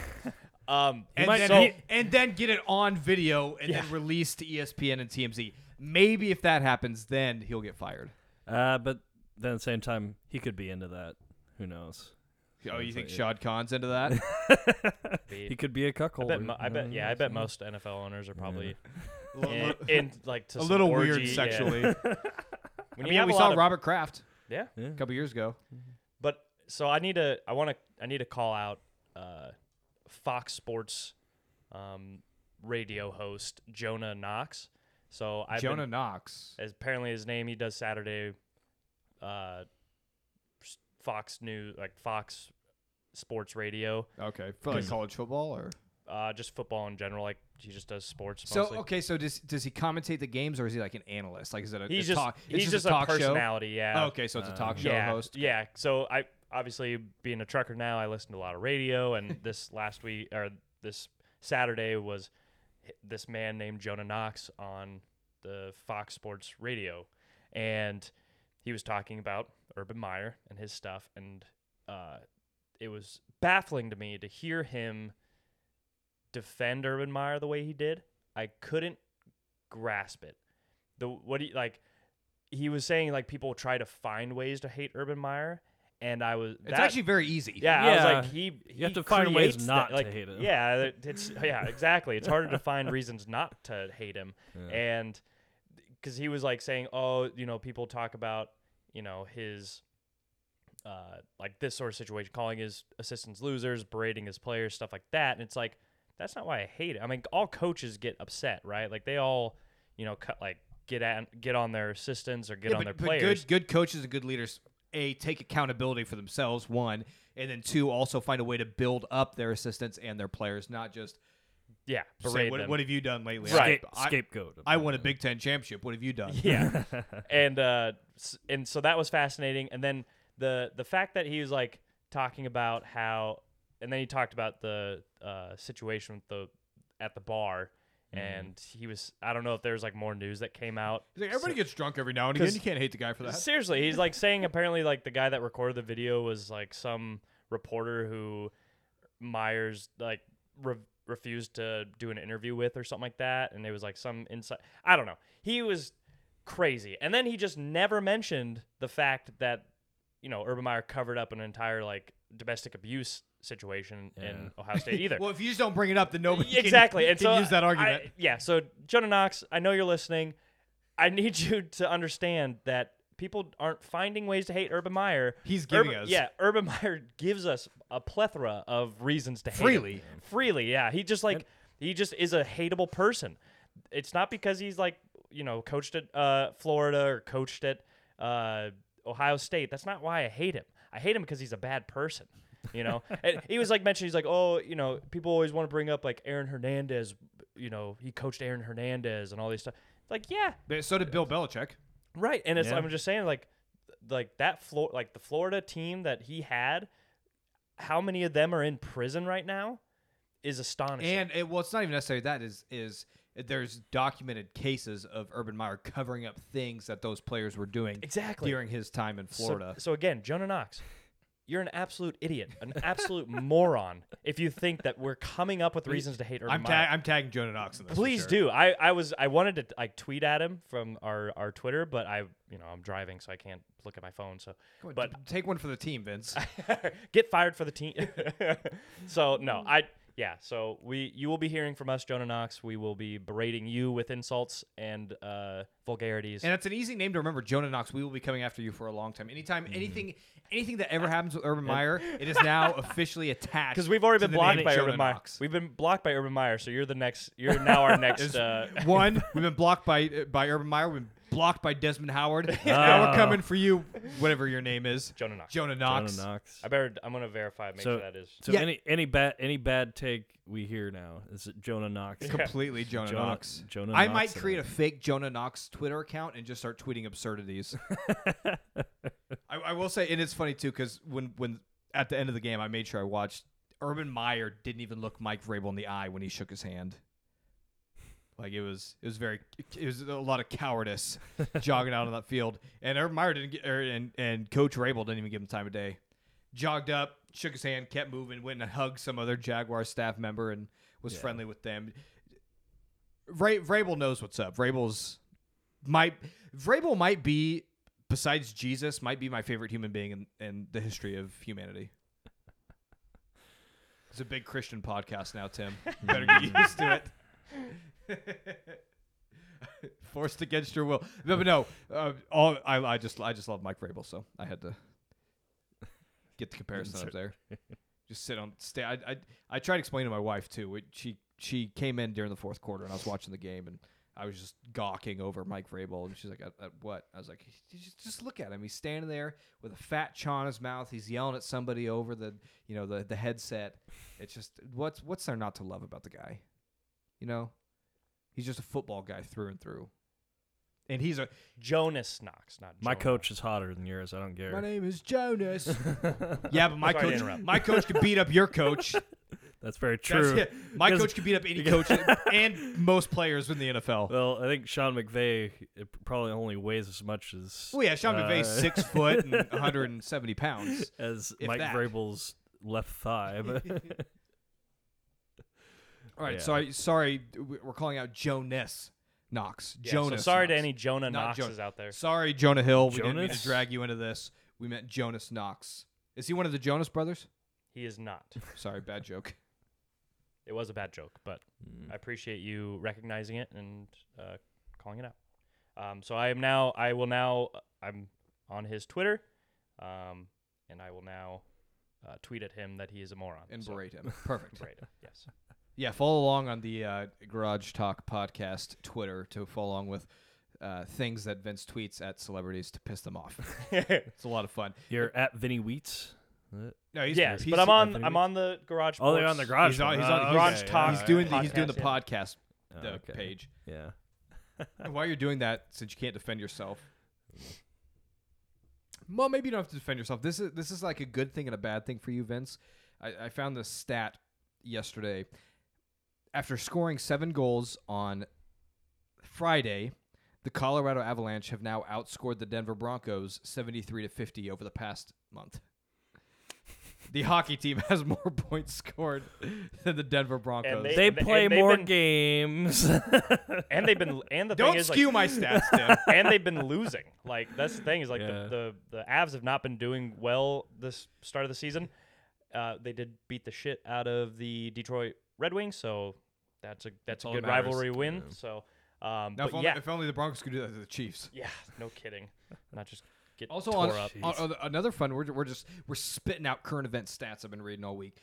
[SPEAKER 4] Um,
[SPEAKER 1] and,
[SPEAKER 3] might-
[SPEAKER 1] then,
[SPEAKER 3] so-
[SPEAKER 1] he- and then get it on video and then
[SPEAKER 4] Yeah.
[SPEAKER 1] released to E ESPN and TMZ. Maybe if that happens, then he'll get fired.
[SPEAKER 3] Uh, but then at the same time, he could be into that. Who knows?
[SPEAKER 1] Oh, you think
[SPEAKER 3] That's
[SPEAKER 1] Shad Khan's into that?
[SPEAKER 4] be-
[SPEAKER 3] He could be a
[SPEAKER 4] I
[SPEAKER 3] cuckold.
[SPEAKER 4] bet, mo- I bet, yeah, I bet most NFL owners are probably in, in like to
[SPEAKER 1] a
[SPEAKER 4] some
[SPEAKER 1] little
[SPEAKER 4] orgy,
[SPEAKER 1] weird
[SPEAKER 4] yeah.
[SPEAKER 1] sexually.
[SPEAKER 4] When
[SPEAKER 1] I
[SPEAKER 4] you
[SPEAKER 1] mean,
[SPEAKER 4] have
[SPEAKER 1] we
[SPEAKER 4] a
[SPEAKER 1] saw
[SPEAKER 4] lot of-
[SPEAKER 1] Robert Kraft
[SPEAKER 4] Yeah,
[SPEAKER 1] a couple years ago.
[SPEAKER 4] but so I need to, I want to, I need to call out uh, Fox Sports um, radio host Jonah Knox. So I
[SPEAKER 1] Jonah Knox.
[SPEAKER 4] as apparently his name he does Saturday uh s- Fox News like Fox Sports Radio
[SPEAKER 1] Okay, for like college football or
[SPEAKER 4] uh just football in general like he just does sports
[SPEAKER 1] so.
[SPEAKER 4] mostly.
[SPEAKER 1] Okay, so does does he commentate the games or is he like an analyst? Like is it a
[SPEAKER 4] he's
[SPEAKER 1] a
[SPEAKER 4] just
[SPEAKER 1] talk, it's
[SPEAKER 4] he's just,
[SPEAKER 1] a
[SPEAKER 4] a,
[SPEAKER 1] talk show?
[SPEAKER 4] personality yeah
[SPEAKER 1] Oh, okay, so it's a talk show
[SPEAKER 4] yeah
[SPEAKER 1] host.
[SPEAKER 4] yeah so I obviously being a trucker now I listen to a lot of radio and this last week or this Saturday was h- this man named Jonah Knox on the Fox Sports Radio and he was talking about Urban Meyer and his stuff, and uh, it was baffling to me to hear him defend Urban Meyer the way he did. I couldn't grasp it. The what he like, he was saying like people try to find ways to hate Urban Meyer, and I was
[SPEAKER 1] It's
[SPEAKER 4] that-
[SPEAKER 1] actually very easy.
[SPEAKER 4] yeah, I was
[SPEAKER 3] Yeah,
[SPEAKER 4] like he.
[SPEAKER 3] you have
[SPEAKER 4] he
[SPEAKER 3] to find ways
[SPEAKER 4] creates
[SPEAKER 3] not
[SPEAKER 4] that,
[SPEAKER 3] to
[SPEAKER 4] like,
[SPEAKER 3] hate him.
[SPEAKER 4] Yeah, it- it's yeah exactly. It's harder to find reasons not to hate him, and because he was like saying, oh, you know, people talk about you know his uh, like this sort of situation, calling his assistants losers, berating his players, stuff like that. And it's like, that's not why I hate it. I mean, all coaches get upset, right? Like they all, you know, cut like get at get on their assistants or get on
[SPEAKER 1] but,
[SPEAKER 4] their
[SPEAKER 1] but
[SPEAKER 4] players.
[SPEAKER 1] good good coaches and good leaders a take accountability for themselves one, and then two also find a way to build up their assistants and their players, not just
[SPEAKER 4] yeah,
[SPEAKER 1] say
[SPEAKER 4] berate
[SPEAKER 1] what,
[SPEAKER 4] them.
[SPEAKER 1] what have you done lately?
[SPEAKER 4] Right.
[SPEAKER 1] I, I,
[SPEAKER 3] Scapegoat.
[SPEAKER 1] I won a Big Ten championship. What have you done?
[SPEAKER 4] yeah and uh s- and so that was fascinating and then the the fact that he was like talking about how and then he talked about the uh situation with the at the bar
[SPEAKER 1] Mm-hmm.
[SPEAKER 4] and he was i don't know if there was like more news that came out
[SPEAKER 1] He's like, everybody gets drunk every now and again.
[SPEAKER 4] 'Cause-
[SPEAKER 1] You can't hate the guy for that.
[SPEAKER 4] Seriously, he's like saying apparently like the guy that recorded the video was like some reporter who Myers like re- refused to do an interview with or something like that, and it was like some inside. I don't know. He was crazy, and then he just never mentioned the fact that you know Urban Meyer covered up an entire like domestic abuse situation in Ohio State either.
[SPEAKER 1] Well, if you just don't bring it up, then nobody can-
[SPEAKER 4] exactly.
[SPEAKER 1] can,
[SPEAKER 4] and so
[SPEAKER 1] use that
[SPEAKER 4] I-
[SPEAKER 1] argument.
[SPEAKER 4] yeah. So Jonah Knox, I know you're listening. I need you to understand that people aren't finding ways to hate Urban Meyer.
[SPEAKER 1] He's giving
[SPEAKER 4] Urban-
[SPEAKER 1] us.
[SPEAKER 4] Yeah, Urban Meyer gives us a plethora of reasons to hate him.
[SPEAKER 1] Freely.
[SPEAKER 4] Freely, yeah. He just like he just is a hateable person. It's not because he's like you know coached at uh, Florida or coached at uh, Ohio State. That's not why I hate him. I hate him because he's a bad person. You know, and he was like mentioning he's like, oh, you know, people always want to bring up like Aaron Hernandez. You know, he coached Aaron Hernandez and all these stuff. Like, yeah,
[SPEAKER 1] But So did Bill Belichick.
[SPEAKER 4] Right, and it's
[SPEAKER 3] Yeah.
[SPEAKER 4] I'm just saying like like that Flo- like the Florida team that he had, how many of them are in prison right now, is astonishing.
[SPEAKER 1] And it, well, it's not even necessarily that is is there's documented cases of Urban Meyer covering up things that those players were doing
[SPEAKER 4] Exactly.
[SPEAKER 1] during his time in
[SPEAKER 4] So-
[SPEAKER 1] Florida.
[SPEAKER 4] So, again, Jonah Knox, you're an absolute idiot, an absolute moron if you think that we're coming up with reasons to hate Urban
[SPEAKER 1] I'm,
[SPEAKER 4] Meyer.
[SPEAKER 1] tag I'm tagging Jonah Knox in this. for
[SPEAKER 4] Please
[SPEAKER 1] sure.
[SPEAKER 4] do. I, I was I wanted to like tweet at him from our, our Twitter, but I you know I'm driving so I can't look at my phone. So
[SPEAKER 1] Come on,
[SPEAKER 4] but
[SPEAKER 1] t- take one for the team, Vince.
[SPEAKER 4] get fired for the team. so no, I yeah. So we you will be hearing from us, Jonah Knox. We will be berating you with insults and uh, vulgarities.
[SPEAKER 1] And it's an easy name to remember, Jonah Knox. We will be coming after you for a long time. Anytime,
[SPEAKER 4] Mm.
[SPEAKER 1] anything, anything that ever happens with Urban Meyer, it is now officially attached.
[SPEAKER 4] because we've already
[SPEAKER 1] to the
[SPEAKER 4] been
[SPEAKER 1] name
[SPEAKER 4] blocked by
[SPEAKER 1] Jonah
[SPEAKER 4] Urban Meyer.
[SPEAKER 1] Knox.
[SPEAKER 4] We've been blocked by Urban Meyer, so you're the next. You're now our next. Uh,
[SPEAKER 1] One, we've been blocked by by Urban Meyer. We've been blocked by Desmond Howard. Now we're coming for you, whatever your name is,
[SPEAKER 4] Jonah Knox.
[SPEAKER 1] Jonah
[SPEAKER 3] Knox.
[SPEAKER 1] Knox.
[SPEAKER 3] Knox.
[SPEAKER 4] I better. I'm gonna verify. Make
[SPEAKER 3] So-
[SPEAKER 4] sure that is.
[SPEAKER 3] So
[SPEAKER 1] Yeah.
[SPEAKER 3] any any bad any bad take we hear now is that Jonah Knox.
[SPEAKER 1] Completely Jonah,
[SPEAKER 3] Jonah-
[SPEAKER 1] Knox.
[SPEAKER 3] Jonah
[SPEAKER 1] I
[SPEAKER 3] Knox
[SPEAKER 1] might
[SPEAKER 3] and
[SPEAKER 1] create
[SPEAKER 3] I-
[SPEAKER 1] a fake Jonah Knox Twitter account and just start tweeting absurdities. I, I will say, and it's funny too, because when when at the end of the game, I made sure I watched. Urban Meyer didn't even look Mike Vrabel in the eye when he shook his hand. Like it was, it was very, it was a lot of cowardice jogging out on er, that field. And Urban Meyer didn't, get, or, and and Coach Rabel didn't even give him time of day. Jogged up, shook his hand, kept moving, went and hugged some other Jaguar staff member, and was
[SPEAKER 3] Yeah.
[SPEAKER 1] friendly with them. Ra- Vrabel knows what's up. Vrabel's might Vrabel might be besides Jesus might be my favorite human being in, in the history of humanity. It's a big Christian podcast now, Tim. You better get used to it. Forced against your will. No, but no. Uh, all I, I just I just love Mike Vrabel, so I had to get the comparison up there. Just sit on stay. I, I I tried explaining to my wife too. It, she she came in during the fourth quarter, and I was watching the game, and I was just gawking over Mike Vrabel, and she's like, at, at what? I was like, "J- just, just look at him. He's standing there with a fat chaw in his mouth. He's yelling at somebody over the you know the the headset. It's just what's what's there not to love about the guy? You know, he's just a football guy through and through. And he's a
[SPEAKER 4] Jonas Knox, not
[SPEAKER 3] My
[SPEAKER 4] Jonah.
[SPEAKER 3] coach is hotter than yours. I don't care.
[SPEAKER 1] name is Jonas. yeah, but my
[SPEAKER 4] Sorry to
[SPEAKER 1] coach,
[SPEAKER 4] interrupt.
[SPEAKER 1] my coach could beat up your coach.
[SPEAKER 3] That's very
[SPEAKER 1] That's
[SPEAKER 3] true.
[SPEAKER 1] it. My
[SPEAKER 3] Because-
[SPEAKER 1] coach could beat up any
[SPEAKER 3] because-
[SPEAKER 1] coach and most players in the NFL.
[SPEAKER 3] Well, I think Sean McVay it probably only weighs as much as
[SPEAKER 1] Well, Oh, yeah, Sean McVay's
[SPEAKER 3] uh,
[SPEAKER 1] six foot and 170 pounds.
[SPEAKER 3] as
[SPEAKER 1] if
[SPEAKER 3] Mike
[SPEAKER 1] that.
[SPEAKER 3] Vrabel's left thigh. Mm. but-
[SPEAKER 1] All right,
[SPEAKER 3] Yeah.
[SPEAKER 1] sorry, sorry, we- we're calling out Jonas Knox.
[SPEAKER 4] Yeah, so
[SPEAKER 1] Jonas.
[SPEAKER 4] sorry to
[SPEAKER 1] Knox.
[SPEAKER 4] any Jonah
[SPEAKER 1] Not
[SPEAKER 4] Knoxes
[SPEAKER 1] Jonas.
[SPEAKER 4] out there.
[SPEAKER 1] Sorry, Jonah Hill. We didn't mean to
[SPEAKER 3] Jonas?
[SPEAKER 1] drag you into this. We meant Jonas Knox. Is he one of the Jonas brothers?
[SPEAKER 4] He is not.
[SPEAKER 1] Sorry, bad joke.
[SPEAKER 4] It was a bad joke, but
[SPEAKER 3] Mm.
[SPEAKER 4] I appreciate you recognizing it and uh, calling it out. Um, so I am now. I will now. I'm on his Twitter, um, and I will now uh, tweet at him that he is a moron.
[SPEAKER 1] And
[SPEAKER 4] so,
[SPEAKER 1] berate him. Perfect.
[SPEAKER 4] berate him, Yes.
[SPEAKER 1] Yeah, follow along on the uh, Garage Talk podcast Twitter to follow along with uh, things that Vince tweets at celebrities to piss them off. it's a lot of fun.
[SPEAKER 3] You're at Vinny Wheats. Uh,
[SPEAKER 1] No, he's
[SPEAKER 4] yes,
[SPEAKER 1] he's-
[SPEAKER 4] but I'm on.
[SPEAKER 3] Anthony
[SPEAKER 4] I'm
[SPEAKER 3] Weeks.
[SPEAKER 4] on the garage.
[SPEAKER 3] Oh, they're
[SPEAKER 4] Sports.
[SPEAKER 3] on the garage.
[SPEAKER 1] He's on,
[SPEAKER 3] one.
[SPEAKER 1] he's on
[SPEAKER 3] Oh,
[SPEAKER 4] Garage
[SPEAKER 3] okay,
[SPEAKER 4] Talk.
[SPEAKER 1] He's
[SPEAKER 3] yeah,
[SPEAKER 1] doing the,
[SPEAKER 3] yeah,
[SPEAKER 1] he's doing the
[SPEAKER 4] yeah.
[SPEAKER 1] podcast
[SPEAKER 3] yeah.
[SPEAKER 1] the
[SPEAKER 3] Oh, okay.
[SPEAKER 1] page.
[SPEAKER 3] Yeah.
[SPEAKER 1] And while you're doing that, since you can't defend yourself, well, maybe you don't have to defend yourself. This is this is like a good thing and a bad thing for you, Vince. I, I found this stat yesterday. After scoring seven goals on Friday, the Colorado Avalanche have now outscored the Denver Broncos seventy-three to fifty over the past month. The hockey team has more points scored than the Denver Broncos.
[SPEAKER 4] They-
[SPEAKER 3] They
[SPEAKER 4] and
[SPEAKER 3] play
[SPEAKER 4] they've
[SPEAKER 3] more
[SPEAKER 4] been-
[SPEAKER 3] games.
[SPEAKER 4] And they've been. And the
[SPEAKER 1] don't
[SPEAKER 4] thing is,
[SPEAKER 1] skew
[SPEAKER 4] like,
[SPEAKER 1] my stats, Tim.
[SPEAKER 4] and they've been losing. Like that's the thing is like
[SPEAKER 3] Yeah.
[SPEAKER 4] the, the the Avs have not been doing well this start of the season. Uh, they did beat the shit out of the Detroit Red Wings, so that's a
[SPEAKER 1] That's
[SPEAKER 4] that's, a
[SPEAKER 1] all
[SPEAKER 4] good
[SPEAKER 1] that matters.
[SPEAKER 4] rivalry win. So, um,
[SPEAKER 1] Now, if,
[SPEAKER 4] but
[SPEAKER 1] only,
[SPEAKER 4] yeah,
[SPEAKER 1] if only the Broncos could do that to the Chiefs.
[SPEAKER 4] yeah, no kidding. Not just get
[SPEAKER 1] Also
[SPEAKER 4] tore
[SPEAKER 1] on,
[SPEAKER 4] up.
[SPEAKER 1] on- on another fun, we're, we're just we're spitting out current event stats I've been reading all week.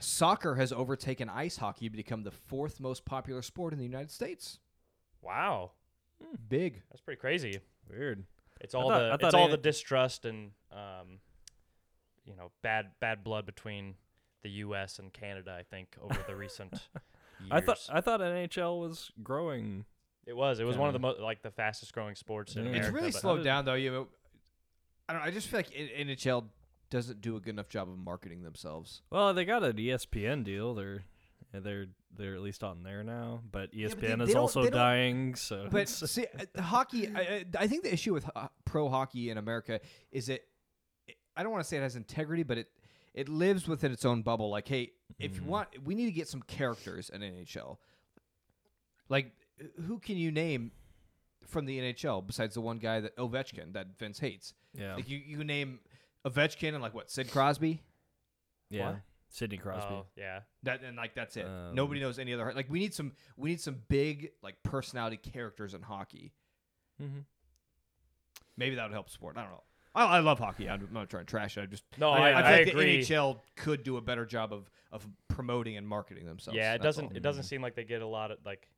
[SPEAKER 1] Soccer has overtaken ice hockey to become the fourth most popular sport in the United States.
[SPEAKER 4] Wow,
[SPEAKER 1] Big.
[SPEAKER 4] that's pretty crazy.
[SPEAKER 3] Weird.
[SPEAKER 4] It's all
[SPEAKER 3] thought- I
[SPEAKER 4] the it's
[SPEAKER 3] thought
[SPEAKER 4] all
[SPEAKER 3] it-
[SPEAKER 4] the distrust and um, you know bad bad blood between the U.S. and Canada. I think over the recent. Years.
[SPEAKER 3] I thought I thought NHL was growing.
[SPEAKER 4] It was. It was one of the
[SPEAKER 3] Kinda.
[SPEAKER 4] mo- like the fastest growing sports in
[SPEAKER 3] Yeah.
[SPEAKER 4] America.
[SPEAKER 1] it's really
[SPEAKER 4] but-
[SPEAKER 1] slowed down though. You, know, I don't. know, I just feel like N- NHL doesn't do a good enough job of marketing themselves.
[SPEAKER 3] Well, they got an E ESPN deal. They're they're they're at least on there now, but E ESPN
[SPEAKER 1] but they- they
[SPEAKER 3] is
[SPEAKER 1] don't- they
[SPEAKER 3] also
[SPEAKER 1] don't-
[SPEAKER 3] dying. So
[SPEAKER 1] But
[SPEAKER 3] it's-
[SPEAKER 1] see, uh, hockey. I, I- I think the issue with uh, pro hockey in America is it. I don't want to say it has integrity, but it it lives within its own bubble. Like, hey, if you
[SPEAKER 3] Mm.
[SPEAKER 1] want, we need to get some characters in NHL. Like, who can you name from the NHL besides the one guy that Ovechkin that Vince hates?
[SPEAKER 3] yeah,
[SPEAKER 1] Like, you you name Ovechkin and like what Sid Crosby.
[SPEAKER 3] yeah,
[SPEAKER 4] What?
[SPEAKER 3] Sidney Crosby.
[SPEAKER 4] Oh, yeah.
[SPEAKER 1] That and like that's it. Nobody
[SPEAKER 3] Um.
[SPEAKER 1] knows any other. Like we need some we need some big like personality characters in hockey.
[SPEAKER 3] Mm-hmm.
[SPEAKER 1] Maybe that would help support. I don't know. I, I love hockey. I'm not trying to trash it. I just
[SPEAKER 4] No,
[SPEAKER 1] I, I
[SPEAKER 4] I, I,
[SPEAKER 1] feel like
[SPEAKER 4] agree.
[SPEAKER 1] the NHL could do a better job of of promoting and marketing themselves.
[SPEAKER 4] yeah, it
[SPEAKER 1] That's
[SPEAKER 4] doesn't.
[SPEAKER 1] all. Mm-hmm.
[SPEAKER 4] It doesn't seem like they get a lot of like.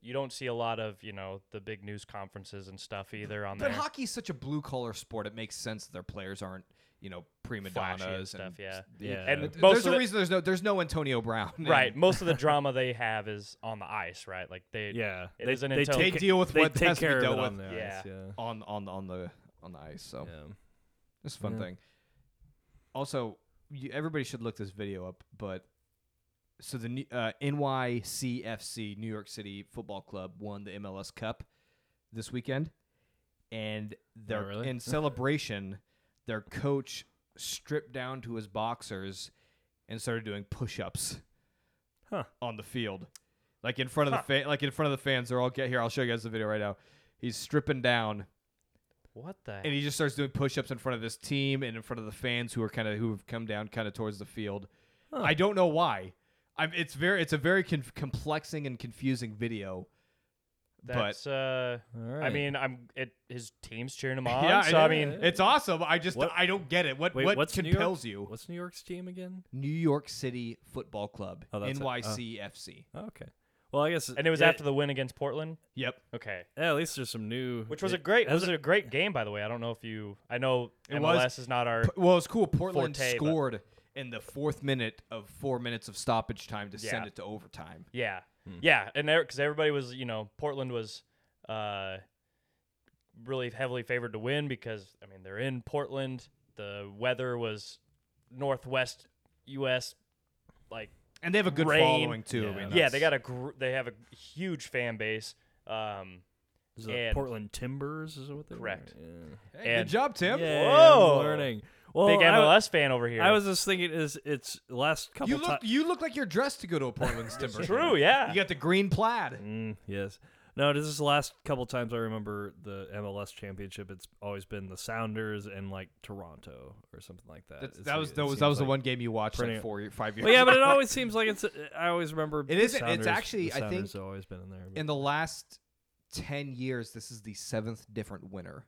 [SPEAKER 4] You don't see a lot of you know the big news conferences and stuff either on
[SPEAKER 1] But
[SPEAKER 4] there.
[SPEAKER 1] hockey's such a blue collar sport. It makes sense that their players aren't you know prima
[SPEAKER 4] Flashy and
[SPEAKER 1] donnas
[SPEAKER 4] stuff, yeah.
[SPEAKER 3] Yeah.
[SPEAKER 4] and
[SPEAKER 1] Th-
[SPEAKER 4] most
[SPEAKER 1] there's a
[SPEAKER 4] of the,
[SPEAKER 1] reason there's no there's no Antonio Brown. and
[SPEAKER 4] right, most of the drama they have is on the ice, right? Like they
[SPEAKER 3] Yeah,
[SPEAKER 4] It isn't until-
[SPEAKER 1] They
[SPEAKER 3] take,
[SPEAKER 1] deal with
[SPEAKER 3] they
[SPEAKER 1] what
[SPEAKER 3] take
[SPEAKER 1] has to
[SPEAKER 3] care
[SPEAKER 1] be
[SPEAKER 3] of
[SPEAKER 1] dealt
[SPEAKER 3] it
[SPEAKER 1] with
[SPEAKER 3] on the ice, yeah.
[SPEAKER 1] on on on the on the ice. So
[SPEAKER 3] yeah.
[SPEAKER 1] it's a fun
[SPEAKER 3] Yeah.
[SPEAKER 1] thing. Also, you, everybody should look this video up. But so the New- uh, NYCFC New York City Football Club won the MLS Cup this weekend, and they're
[SPEAKER 3] Oh, really?
[SPEAKER 1] in celebration. Their coach stripped down to his boxers and started doing push-ups
[SPEAKER 3] Huh.
[SPEAKER 1] on the field, like in front of the fa- like in front of the fans. They're all get here. I'll show you guys the video right now. He's stripping down
[SPEAKER 4] What the?
[SPEAKER 1] and he just starts doing push-ups in front of this team and in front of the fans who are kind of who have come down kind of towards the field. I don't know why. I'm, it's very it's a very conf- complexing and confusing video.
[SPEAKER 4] That's uh.
[SPEAKER 3] All right.
[SPEAKER 4] I mean, I'm it. His team's cheering him on.
[SPEAKER 1] yeah,
[SPEAKER 4] so I mean,
[SPEAKER 1] it's awesome. I just
[SPEAKER 3] What-
[SPEAKER 1] I don't get it. What
[SPEAKER 3] Wait,
[SPEAKER 1] what
[SPEAKER 3] what's New York-
[SPEAKER 1] compels you?
[SPEAKER 3] what's New York's team again?
[SPEAKER 1] New York City Football Club,
[SPEAKER 3] Oh, that's it. Oh.
[SPEAKER 1] NYCFC.
[SPEAKER 3] Oh, okay. Well, I guess.
[SPEAKER 4] and it was
[SPEAKER 3] yeah,
[SPEAKER 4] after the win against Portland.
[SPEAKER 1] Yep.
[SPEAKER 4] Okay,
[SPEAKER 3] yeah, at least there's some new.
[SPEAKER 4] which was
[SPEAKER 3] it-
[SPEAKER 4] a great.
[SPEAKER 3] has
[SPEAKER 4] was a great game, by the way. I don't know if you. I know
[SPEAKER 1] It was.
[SPEAKER 4] MLS is not our.
[SPEAKER 1] P- Well, it's cool. Portland
[SPEAKER 4] Forte, but-
[SPEAKER 1] scored in the fourth minute of four minutes of stoppage time to send
[SPEAKER 4] Yeah.
[SPEAKER 1] it to overtime.
[SPEAKER 4] Yeah, yeah, and because everybody was, you know, Portland was uh, really heavily favored to win because I mean they're in Portland. The weather was northwest U.S. Like
[SPEAKER 1] And they have a good
[SPEAKER 4] Rain.
[SPEAKER 1] following too. I
[SPEAKER 3] Yeah.
[SPEAKER 1] mean,
[SPEAKER 3] Yeah,
[SPEAKER 4] yeah, they
[SPEAKER 1] that's-
[SPEAKER 4] got a gr- they have a huge fan base. Um,
[SPEAKER 3] Is it
[SPEAKER 4] And-
[SPEAKER 3] Portland Timbers? Is what they were?
[SPEAKER 4] Correct.
[SPEAKER 3] Yeah.
[SPEAKER 1] Hey, good
[SPEAKER 4] and-
[SPEAKER 1] job, Tim.
[SPEAKER 3] Yay, I'm
[SPEAKER 4] Whoa.
[SPEAKER 3] learning. Well,
[SPEAKER 4] big
[SPEAKER 3] I w-
[SPEAKER 4] MLS fan over here.
[SPEAKER 3] I was just thinking, is it's the last couple.
[SPEAKER 1] You look
[SPEAKER 3] ti-
[SPEAKER 1] you look like you're dressed to go to a Portland Timber.
[SPEAKER 4] true. Yeah,
[SPEAKER 1] You got the green plaid.
[SPEAKER 3] Mm, yes. No, this is the last couple times I remember the MLS championship. It's always been the Sounders and like Toronto or something like that.
[SPEAKER 1] That's,
[SPEAKER 3] It's
[SPEAKER 1] that
[SPEAKER 3] like-
[SPEAKER 1] was
[SPEAKER 3] it
[SPEAKER 1] that was
[SPEAKER 3] seems
[SPEAKER 1] that was the
[SPEAKER 3] like-
[SPEAKER 1] one game you watched
[SPEAKER 3] pretty-
[SPEAKER 1] like four year- five years.
[SPEAKER 3] Well, yeah,
[SPEAKER 1] ago.
[SPEAKER 3] but it always seems like it's. I always remember.
[SPEAKER 1] It
[SPEAKER 3] the
[SPEAKER 1] isn't. It's
[SPEAKER 3] Sounders-
[SPEAKER 1] actually,
[SPEAKER 3] the
[SPEAKER 1] I
[SPEAKER 3] Sounders
[SPEAKER 1] think,
[SPEAKER 3] have always been in there. but-
[SPEAKER 1] in the last ten years, this is the seventh different winner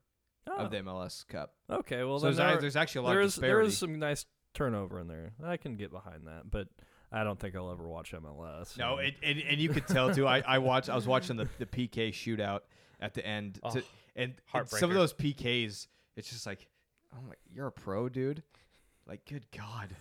[SPEAKER 3] Oh,
[SPEAKER 1] of the MLS Cup.
[SPEAKER 3] Okay, well,
[SPEAKER 1] so
[SPEAKER 3] then
[SPEAKER 1] there's,
[SPEAKER 3] there,
[SPEAKER 1] a-
[SPEAKER 3] are-
[SPEAKER 1] there's actually a lot
[SPEAKER 3] there
[SPEAKER 1] of
[SPEAKER 3] is
[SPEAKER 1] disparity.
[SPEAKER 3] there is some nice turnover in there. I can get behind that, but I don't think I'll ever watch MLS.
[SPEAKER 1] No,
[SPEAKER 3] and-
[SPEAKER 1] it, and and you could tell too. I, I watched. I was watching the, the PK shootout at the end, to-
[SPEAKER 4] Oh,
[SPEAKER 1] and, and some
[SPEAKER 4] heartbreaker.
[SPEAKER 1] of those PKs, it's just like, I'm like, you're a pro, dude. Like, good God.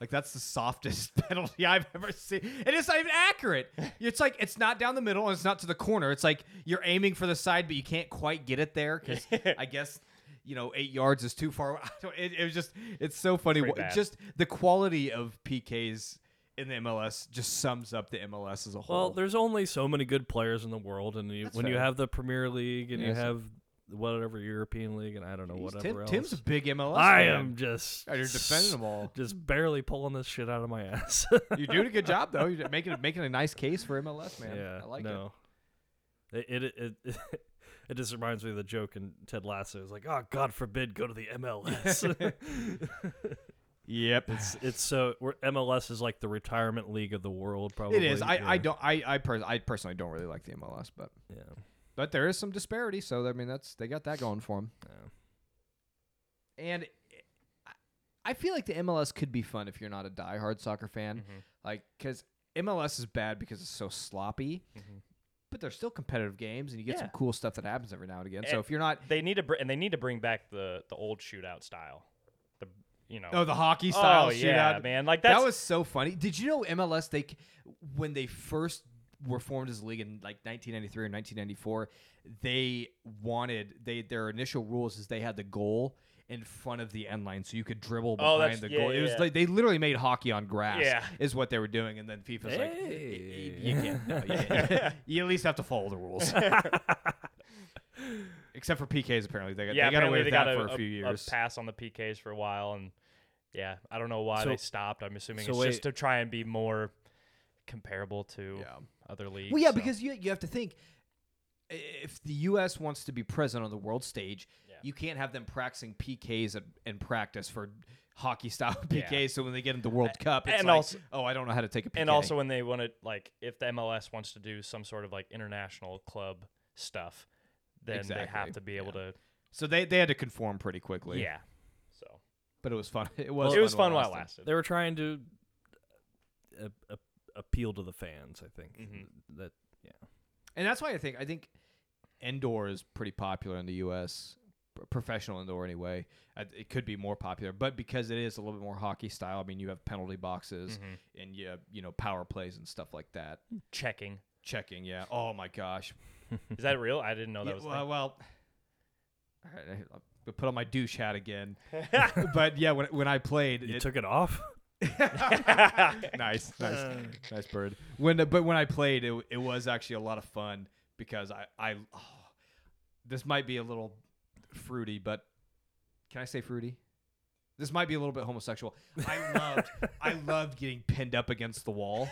[SPEAKER 1] Like that's the softest penalty I've ever seen, and it's not even accurate. It's like it's not down the middle, and it's not to the corner. It's like you're aiming for the side, but you can't quite get it there because I guess you know eight yards is too far. I don't- It, it was just it's so funny.
[SPEAKER 4] Pretty
[SPEAKER 1] Wha-
[SPEAKER 4] bad.
[SPEAKER 1] Just the quality of PKs in the MLS just sums up the MLS as a whole.
[SPEAKER 3] Well, there's only so many good players in the world, and you,
[SPEAKER 1] That's
[SPEAKER 3] when you
[SPEAKER 1] fair.
[SPEAKER 3] have the Premier League and you
[SPEAKER 1] Yes.
[SPEAKER 3] have whatever European League and I don't know
[SPEAKER 1] He's-
[SPEAKER 3] whatever
[SPEAKER 1] Tim-
[SPEAKER 3] else.
[SPEAKER 1] Tim's a big MLS.
[SPEAKER 3] I
[SPEAKER 1] fan.
[SPEAKER 3] am just
[SPEAKER 1] God, you're defending them all.
[SPEAKER 3] Just barely pulling this shit out of my ass.
[SPEAKER 1] You're doing a good job though. You're making making a nice case for MLS, man.
[SPEAKER 3] yeah,
[SPEAKER 1] I like it.
[SPEAKER 3] no. it. It it it, it just reminds me of the joke in Ted Lasso. It's like, oh God forbid, go to the MLS.
[SPEAKER 1] Yep,
[SPEAKER 3] it's it's so we're, MLS is like the retirement league of the world. Probably
[SPEAKER 1] it is. I, I
[SPEAKER 3] yeah,
[SPEAKER 1] don't I I, pers- I personally don't really like the MLS, but
[SPEAKER 3] Yeah.
[SPEAKER 1] but there is some disparity. So I mean, that's they got that going for them.
[SPEAKER 3] Yeah.
[SPEAKER 1] And I- I feel like the MLS could be fun if you're not a diehard soccer fan,
[SPEAKER 4] Mhm.
[SPEAKER 1] like because MLS is bad because it's so sloppy.
[SPEAKER 4] Mhm.
[SPEAKER 1] But they're still competitive games, and you get some
[SPEAKER 4] Yeah. Eh.
[SPEAKER 1] cool stuff that happens every now and again. So
[SPEAKER 4] And-
[SPEAKER 1] if you're not
[SPEAKER 4] they need to br- and they need to bring back the the old shootout style. The you know.
[SPEAKER 1] Oh, the hockey style
[SPEAKER 4] oh,
[SPEAKER 1] shootout.
[SPEAKER 4] yeah, man. Like that's
[SPEAKER 1] That was so funny. Did you know MLS? They c- when they first were formed as a league in like 1993 or 1994, they wanted they their initial rules is they had the goal in front of the end line, so you could dribble
[SPEAKER 4] Oh,
[SPEAKER 1] behind
[SPEAKER 4] that's-
[SPEAKER 1] the
[SPEAKER 4] yeah,
[SPEAKER 1] goal.
[SPEAKER 4] yeah,
[SPEAKER 1] it was
[SPEAKER 4] yeah.
[SPEAKER 1] like they literally made hockey on grass.
[SPEAKER 4] Yeah.
[SPEAKER 1] is what they were doing, and then FIFA's like, "Y- y- you
[SPEAKER 3] Hey.
[SPEAKER 1] can't. No, you, can't. you at least have to follow the rules. Except for PKs, apparently they got,
[SPEAKER 4] yeah,
[SPEAKER 1] they got away
[SPEAKER 4] apparently
[SPEAKER 1] with
[SPEAKER 4] they
[SPEAKER 1] that
[SPEAKER 4] got
[SPEAKER 1] for a, few years.
[SPEAKER 4] pass on the PKs for a while, and yeah, I don't know why
[SPEAKER 3] So-
[SPEAKER 4] they stopped. I'm assuming
[SPEAKER 3] so
[SPEAKER 4] it's
[SPEAKER 3] wait-
[SPEAKER 4] just to try and be more comparable to
[SPEAKER 1] yeah.
[SPEAKER 4] other leagues.
[SPEAKER 1] Well, yeah,
[SPEAKER 4] so-
[SPEAKER 1] because you you have to think i- if the U.S. wants to be present on the world stage,
[SPEAKER 4] Yeah.
[SPEAKER 1] you can't have them practicing PKs and, and practice for hockey style
[SPEAKER 4] Yeah.
[SPEAKER 1] PKs. So when they get into the World
[SPEAKER 4] A-
[SPEAKER 1] Cup, it's
[SPEAKER 4] and
[SPEAKER 1] like,
[SPEAKER 4] also-
[SPEAKER 1] oh, I don't know how to take a PK.
[SPEAKER 4] and also when they want to like if the MLS wants to do some sort of like international club stuff, then they
[SPEAKER 1] Exactly,
[SPEAKER 4] have to be able
[SPEAKER 1] so they, they had to conform pretty
[SPEAKER 4] to
[SPEAKER 1] quickly.
[SPEAKER 4] yeah. So
[SPEAKER 1] but it was fun. It was
[SPEAKER 4] it was fun while it
[SPEAKER 1] lasted.
[SPEAKER 4] lasted.
[SPEAKER 3] They were trying to uh, a- a- appeal to the fans. I think
[SPEAKER 4] Mhm.
[SPEAKER 3] that
[SPEAKER 1] and that's why I think I think indoor is pretty popular in the U.S. p- Professional indoor, anyway, Uh, it could be more popular, but because it is a little bit more hockey style, I mean, you have penalty boxes
[SPEAKER 4] Mhm.
[SPEAKER 1] and you have, you know power plays and stuff like that.
[SPEAKER 4] Checking
[SPEAKER 1] Checking, yeah. Oh my gosh.
[SPEAKER 4] is that real? I didn't know
[SPEAKER 1] Yeah,
[SPEAKER 4] Oh, that was. a
[SPEAKER 1] well,
[SPEAKER 4] thing.
[SPEAKER 1] well, all right, I- I'll put on my douche hat again. but yeah, when when I played,
[SPEAKER 3] you
[SPEAKER 1] it,
[SPEAKER 3] took it off.
[SPEAKER 1] nice, nice, nice bird. When but when I played, it it was actually a lot of fun because I I oh, this might be a little fruity, but can I say fruity? This might be a little bit homosexual. I loved, I loved getting pinned up against the wall,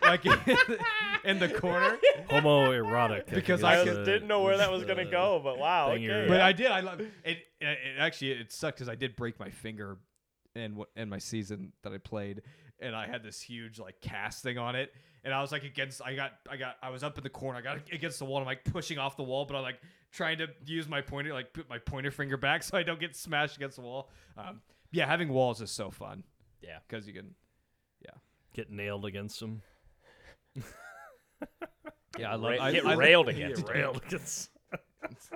[SPEAKER 1] like in the, in the corner.
[SPEAKER 3] Homoerotic. uh, think
[SPEAKER 1] Because
[SPEAKER 3] is
[SPEAKER 1] I
[SPEAKER 4] I
[SPEAKER 1] could-
[SPEAKER 3] the-
[SPEAKER 4] didn't know where
[SPEAKER 3] is
[SPEAKER 4] that was gonna
[SPEAKER 3] the-
[SPEAKER 4] go, but wow.
[SPEAKER 3] thing you're-
[SPEAKER 4] Okay.
[SPEAKER 1] But I did. I love it. It, it actually it sucked because I did break my finger in wh- in my season that I played, and I had this huge like cast thing on it, and I was like against. I got I got I was up in the corner. I got against the wall. and I'm like pushing off the wall, but I'm like trying to use my pointer, like put my pointer finger back so I don't get smashed against the wall. Um, yeah, having walls is so fun
[SPEAKER 4] yeah.
[SPEAKER 1] because you can.
[SPEAKER 3] Get nailed against them.
[SPEAKER 1] Yeah, I love.
[SPEAKER 4] Ra-
[SPEAKER 1] I,
[SPEAKER 4] get
[SPEAKER 1] I-
[SPEAKER 4] railed against.
[SPEAKER 3] Railed against.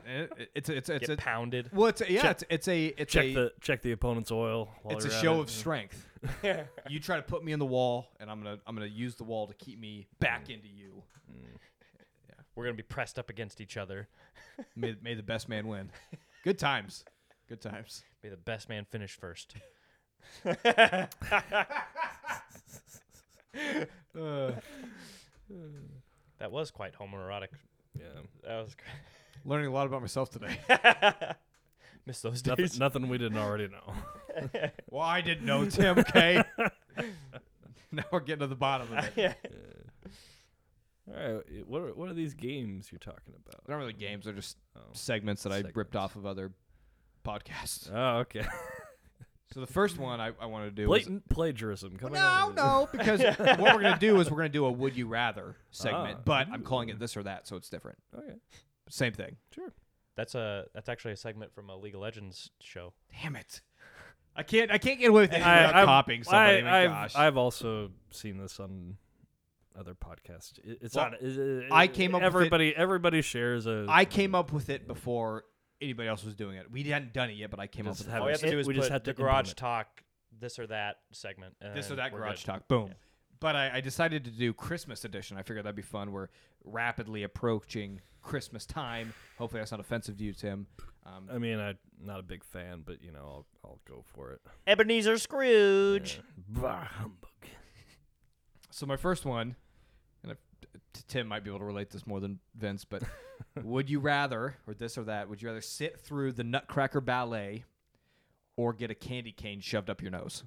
[SPEAKER 1] it- eh, It's a, it's a, it's
[SPEAKER 4] Get
[SPEAKER 1] a,
[SPEAKER 4] pounded.
[SPEAKER 1] well, it's a, yeah,
[SPEAKER 3] Check-
[SPEAKER 1] it's it's a it's
[SPEAKER 3] Check
[SPEAKER 1] a
[SPEAKER 3] the check the opponent's oil. While
[SPEAKER 1] it's a
[SPEAKER 3] you're at
[SPEAKER 1] show
[SPEAKER 3] it.
[SPEAKER 1] of strength. you try to put me in the wall, and I'm gonna I'm gonna use the wall to keep me back into you.
[SPEAKER 4] We're gonna be pressed up against each other.
[SPEAKER 1] May, may the best man win. Good times, good times.
[SPEAKER 4] May the best man finish first. That was quite homoerotic.
[SPEAKER 3] Yeah.
[SPEAKER 4] That was
[SPEAKER 1] learning a lot about myself today.
[SPEAKER 4] miss those
[SPEAKER 3] Nothing,
[SPEAKER 4] days.
[SPEAKER 3] nothing we didn't already know.
[SPEAKER 1] well, I didn't know Tim. Okay. now we're getting to the bottom of it.
[SPEAKER 4] yeah.
[SPEAKER 3] All right. What are, what are these games you're talking about?
[SPEAKER 1] They're not really games. They're just
[SPEAKER 3] Oh.
[SPEAKER 1] segments that I ripped
[SPEAKER 3] Segments.
[SPEAKER 1] off of other podcasts.
[SPEAKER 3] Oh, okay.
[SPEAKER 1] So the first one I, I wanted to do. Was,
[SPEAKER 3] Blatant plagiarism coming
[SPEAKER 1] no,
[SPEAKER 3] out.
[SPEAKER 1] no, because what we're gonna do is we're gonna do a "Would you rather" segment,
[SPEAKER 3] Ah,
[SPEAKER 1] but I'm calling
[SPEAKER 3] ooh.
[SPEAKER 1] it this or that, so it's different.
[SPEAKER 3] no. Okay.
[SPEAKER 1] Same thing.
[SPEAKER 3] Sure.
[SPEAKER 4] That's a that's actually a segment from a League of Legends show.
[SPEAKER 1] Damn it. I can't I can't get away with anything
[SPEAKER 3] I-
[SPEAKER 1] without
[SPEAKER 3] I've-
[SPEAKER 1] copying somebody. my
[SPEAKER 3] I've,
[SPEAKER 1] gosh.
[SPEAKER 3] I've also seen this on other podcasts. It- It's
[SPEAKER 1] Well,
[SPEAKER 3] not. it- it-
[SPEAKER 1] I came up with it-
[SPEAKER 3] Everybody, everybody shares a.
[SPEAKER 1] I came up with it before anybody else was doing it. We hadn't done it yet, but I came up
[SPEAKER 3] Just
[SPEAKER 1] with
[SPEAKER 3] have
[SPEAKER 4] All we have
[SPEAKER 1] it.
[SPEAKER 4] to
[SPEAKER 3] it-
[SPEAKER 4] do is
[SPEAKER 3] we
[SPEAKER 4] put
[SPEAKER 3] just have
[SPEAKER 4] the
[SPEAKER 3] to
[SPEAKER 4] garage
[SPEAKER 3] implement.
[SPEAKER 4] talk this or that segment. And
[SPEAKER 1] This or
[SPEAKER 4] then
[SPEAKER 1] that
[SPEAKER 4] we're
[SPEAKER 1] garage
[SPEAKER 4] good.
[SPEAKER 1] talk. Boom. But I, I decided to do Christmas edition. I figured that'd be fun. We're rapidly approaching Christmas time. Hopefully that's not offensive to you, Tim. Um,
[SPEAKER 3] I mean, I'm not a big fan, but you know, I'll I'll go for it.
[SPEAKER 4] Ebenezer Scrooge.
[SPEAKER 3] Bah, humbug.
[SPEAKER 1] so my first one, and I, t- Tim might be able to relate this more than Vince, but would you rather, or this or that, would you rather sit through the Nutcracker Ballet or get a candy cane shoved up your nose?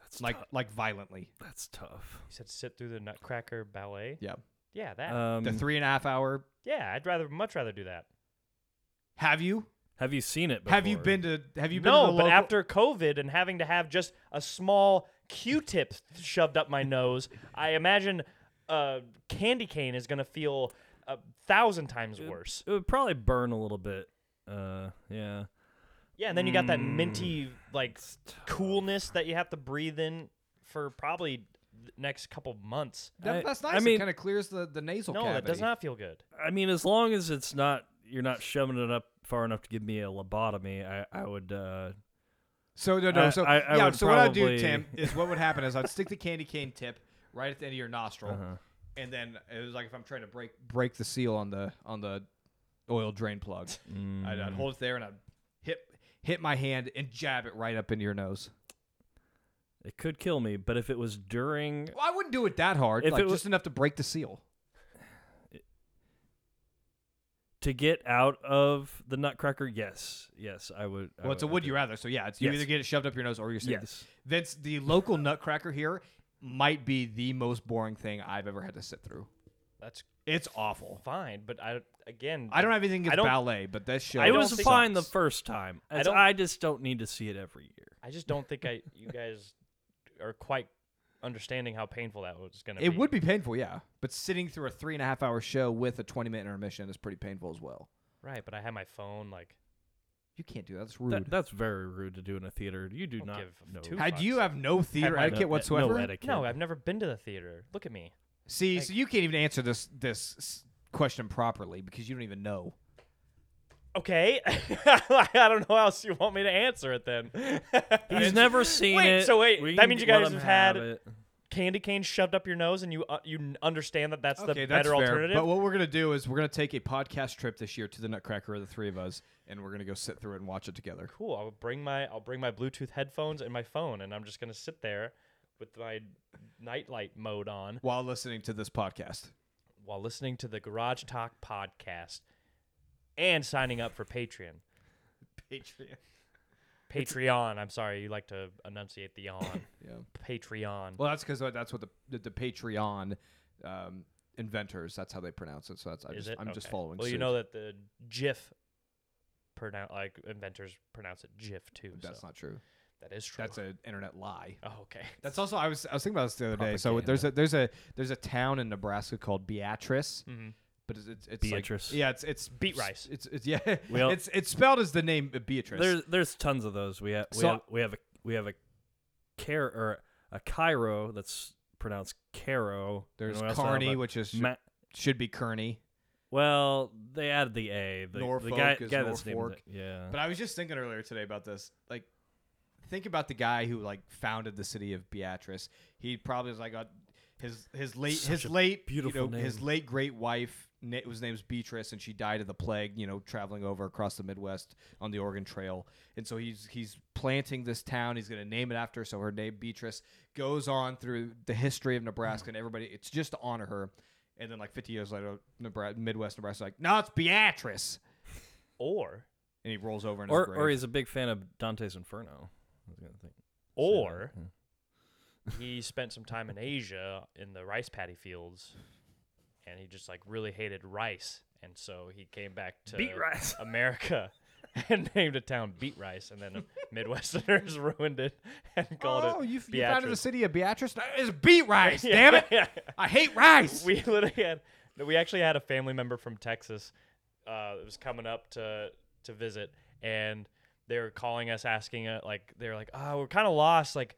[SPEAKER 3] That's
[SPEAKER 1] like
[SPEAKER 3] tou-
[SPEAKER 1] like violently.
[SPEAKER 3] that's tough.
[SPEAKER 4] You said sit through the Nutcracker ballet.
[SPEAKER 1] Yeah, Mm-hmm.
[SPEAKER 4] Yeah, that.
[SPEAKER 3] Um,
[SPEAKER 1] the three and a half hour.
[SPEAKER 4] yeah, I'd rather much rather do that.
[SPEAKER 1] Have you
[SPEAKER 3] have you seen it? Before?
[SPEAKER 1] have you been to have you been
[SPEAKER 4] no,
[SPEAKER 1] to the
[SPEAKER 4] but
[SPEAKER 1] local-
[SPEAKER 4] after COVID and having to have just a small Q-tip shoved up my nose, I imagine a candy cane is gonna feel a thousand times worse.
[SPEAKER 3] It would probably burn a little bit. Uh, yeah.
[SPEAKER 4] Yeah, and then you got that minty
[SPEAKER 1] Mm.
[SPEAKER 4] like coolness that you have to breathe in for probably the next couple of months.
[SPEAKER 1] That-
[SPEAKER 3] I-
[SPEAKER 1] that's
[SPEAKER 3] I
[SPEAKER 1] nice. it
[SPEAKER 3] mean-
[SPEAKER 1] kind of clears the the nasal
[SPEAKER 4] No,
[SPEAKER 1] cavity.
[SPEAKER 4] that does not feel good.
[SPEAKER 3] I mean, as long as it's not you're not shoving it up far enough to give me a lobotomy, I I would. Uh,
[SPEAKER 1] So no, no.
[SPEAKER 3] I-
[SPEAKER 1] So
[SPEAKER 3] I- I
[SPEAKER 1] yeah.
[SPEAKER 3] would
[SPEAKER 1] so what I'd do,
[SPEAKER 3] probably-
[SPEAKER 1] Tim, is what would happen is I'd stick the candy cane tip right at the end of your nostril,
[SPEAKER 3] Uh-huh.
[SPEAKER 1] and then it was like if I'm trying to break break the seal on the on the oil drain plug, I'd,
[SPEAKER 3] Mm. Mm-hmm.
[SPEAKER 1] I'd hold it there and I'd hit hit my hand and jab it right up into your nose.
[SPEAKER 3] it could kill me, but if it was during
[SPEAKER 1] Well, I wouldn't do it that hard.
[SPEAKER 3] If
[SPEAKER 1] like
[SPEAKER 3] it wa- Oh,
[SPEAKER 1] just enough to break the seal.
[SPEAKER 3] to get out of the Nutcracker, yes, yes, I would. I
[SPEAKER 1] Well, it's a
[SPEAKER 3] I
[SPEAKER 1] would you
[SPEAKER 3] do.
[SPEAKER 1] rather. So yeah, it's you
[SPEAKER 3] Yes.
[SPEAKER 1] either get it shoved up your nose or you're saying
[SPEAKER 3] Yes.
[SPEAKER 1] That's the local Nutcracker here might be the most boring thing I've ever had to sit through.
[SPEAKER 4] That's
[SPEAKER 1] It's awful.
[SPEAKER 4] fine, but I again,
[SPEAKER 1] I don't have anything
[SPEAKER 4] I
[SPEAKER 1] against
[SPEAKER 4] don't-
[SPEAKER 1] ballet, but that show
[SPEAKER 4] I
[SPEAKER 3] It
[SPEAKER 4] don't
[SPEAKER 3] was
[SPEAKER 4] think-
[SPEAKER 3] fine the
[SPEAKER 1] sucks.
[SPEAKER 3] first time. It's- I,
[SPEAKER 4] don't-
[SPEAKER 3] just don't need to see it every year.
[SPEAKER 4] I just don't think I you guys are quite understanding how painful that was going to be.
[SPEAKER 1] It would be painful, yeah. But sitting through a three and a half hour show with a twenty minute intermission is pretty painful as well.
[SPEAKER 4] right, but I had my phone like
[SPEAKER 1] You can't do that. That's rude.
[SPEAKER 3] That, that's very rude to do in a theater. You do
[SPEAKER 4] Don't
[SPEAKER 3] not
[SPEAKER 4] give
[SPEAKER 3] know.
[SPEAKER 4] two
[SPEAKER 1] How do you have no theater
[SPEAKER 4] Have I-
[SPEAKER 1] etiquette
[SPEAKER 3] no,
[SPEAKER 1] whatsoever?
[SPEAKER 3] No etiquette.
[SPEAKER 4] No, I've never been to the theater. Look at me.
[SPEAKER 1] See,
[SPEAKER 4] like-
[SPEAKER 1] so you can't even answer this this s- question properly because you don't even know.
[SPEAKER 4] Okay, I don't know how else you want me to answer it then.
[SPEAKER 3] He's never seen
[SPEAKER 4] Wait,
[SPEAKER 3] it.
[SPEAKER 4] so wait,
[SPEAKER 3] We
[SPEAKER 4] that
[SPEAKER 3] can
[SPEAKER 4] means you
[SPEAKER 3] let
[SPEAKER 4] guys
[SPEAKER 3] him
[SPEAKER 4] have had-
[SPEAKER 3] it.
[SPEAKER 4] Candy cane shoved up your nose, and you uh, you n- understand that that's
[SPEAKER 1] Okay,
[SPEAKER 4] the
[SPEAKER 1] that's
[SPEAKER 4] better
[SPEAKER 1] fair.
[SPEAKER 4] alternative.
[SPEAKER 1] But what we're gonna do is we're gonna take a podcast trip this year to the Nutcracker, the three of us, and we're gonna go sit through it and watch it together.
[SPEAKER 4] cool. I'll bring my I'll bring my Bluetooth headphones and my phone, and I'm just gonna sit there with my nightlight mode on
[SPEAKER 1] while listening to this podcast.
[SPEAKER 4] while listening to the Garage Talk podcast and signing up for Patreon.
[SPEAKER 1] Patreon.
[SPEAKER 4] Patreon. I'm sorry, you like to enunciate the on.
[SPEAKER 1] Yeah.
[SPEAKER 4] Patreon.
[SPEAKER 1] Well, that's because that's what the the, the Patreon um, inventors. That's how they pronounce it. So that's I
[SPEAKER 4] is
[SPEAKER 1] just,
[SPEAKER 4] it?
[SPEAKER 1] I'm just
[SPEAKER 4] Okay.
[SPEAKER 1] following.
[SPEAKER 4] Well, you
[SPEAKER 1] suit.
[SPEAKER 4] know that the GIF, pronoun- like inventors pronounce it GIF too.
[SPEAKER 1] that's
[SPEAKER 4] so
[SPEAKER 1] not true.
[SPEAKER 4] that is true.
[SPEAKER 1] That's an internet lie.
[SPEAKER 4] oh, okay.
[SPEAKER 1] That's also I was I was thinking about this the other day. So there's a there's a there's a town in Nebraska called Beatrice,
[SPEAKER 4] Mhm.
[SPEAKER 1] but it's it's, it's
[SPEAKER 3] Beatrice.
[SPEAKER 1] Like, yeah, it's it's
[SPEAKER 4] Beat rice.
[SPEAKER 1] It's it's yeah.
[SPEAKER 3] Well-
[SPEAKER 1] it's it's spelled as the name of Beatrice.
[SPEAKER 3] There's there's tons of those. We have we
[SPEAKER 1] So-
[SPEAKER 3] have we have a we have a care or a Cairo that's pronounced Caro.
[SPEAKER 1] there's
[SPEAKER 3] And we also have
[SPEAKER 1] Carney,
[SPEAKER 3] a
[SPEAKER 1] which is
[SPEAKER 3] Ma-
[SPEAKER 1] should be Kearney.
[SPEAKER 3] well, they added the A. The, the guy,
[SPEAKER 1] Norfolk is
[SPEAKER 3] guy that's named
[SPEAKER 1] Norfolk.
[SPEAKER 3] it- Yeah.
[SPEAKER 1] But I was just thinking earlier today about this. Like, think about the guy who like founded the city of Beatrice. He probably was like a, his his late
[SPEAKER 3] Such
[SPEAKER 1] his
[SPEAKER 3] a
[SPEAKER 1] late
[SPEAKER 3] beautiful
[SPEAKER 1] you know, his
[SPEAKER 3] name.
[SPEAKER 1] late great wife na- was named Beatrice, and she died of the plague. You know, traveling over across the Midwest on the Oregon Trail, and so he's he's planting this town. He's going to name it after. her, So her name Beatrice goes on through the history of Nebraska, and everybody it's just to honor her. And then like 50 years later, Nebraska, Midwest Nebraska, like no, it's Beatrice,
[SPEAKER 4] Or
[SPEAKER 1] and he rolls over in his
[SPEAKER 3] or
[SPEAKER 1] grave.
[SPEAKER 3] or he's a big fan of Dante's Inferno. I was gonna think.
[SPEAKER 4] or
[SPEAKER 3] Yeah.
[SPEAKER 4] he spent some time in Asia in the rice paddy fields, and he just like really hated rice, and so he came back to
[SPEAKER 3] rice.
[SPEAKER 4] America and named a town Beat Rice, and then Midwesterners ruined it and called
[SPEAKER 1] oh,
[SPEAKER 4] it
[SPEAKER 1] you, you
[SPEAKER 4] Beatrice.
[SPEAKER 1] founded the city of Beatrice? No, It's beet rice,
[SPEAKER 4] Yeah,
[SPEAKER 1] damn it!
[SPEAKER 4] yeah.
[SPEAKER 1] I hate rice.
[SPEAKER 4] We literally had no, we actually had a family member from Texas uh, that was coming up to to visit, and they were calling us asking uh, like they were like, oh, we're kind of lost, like.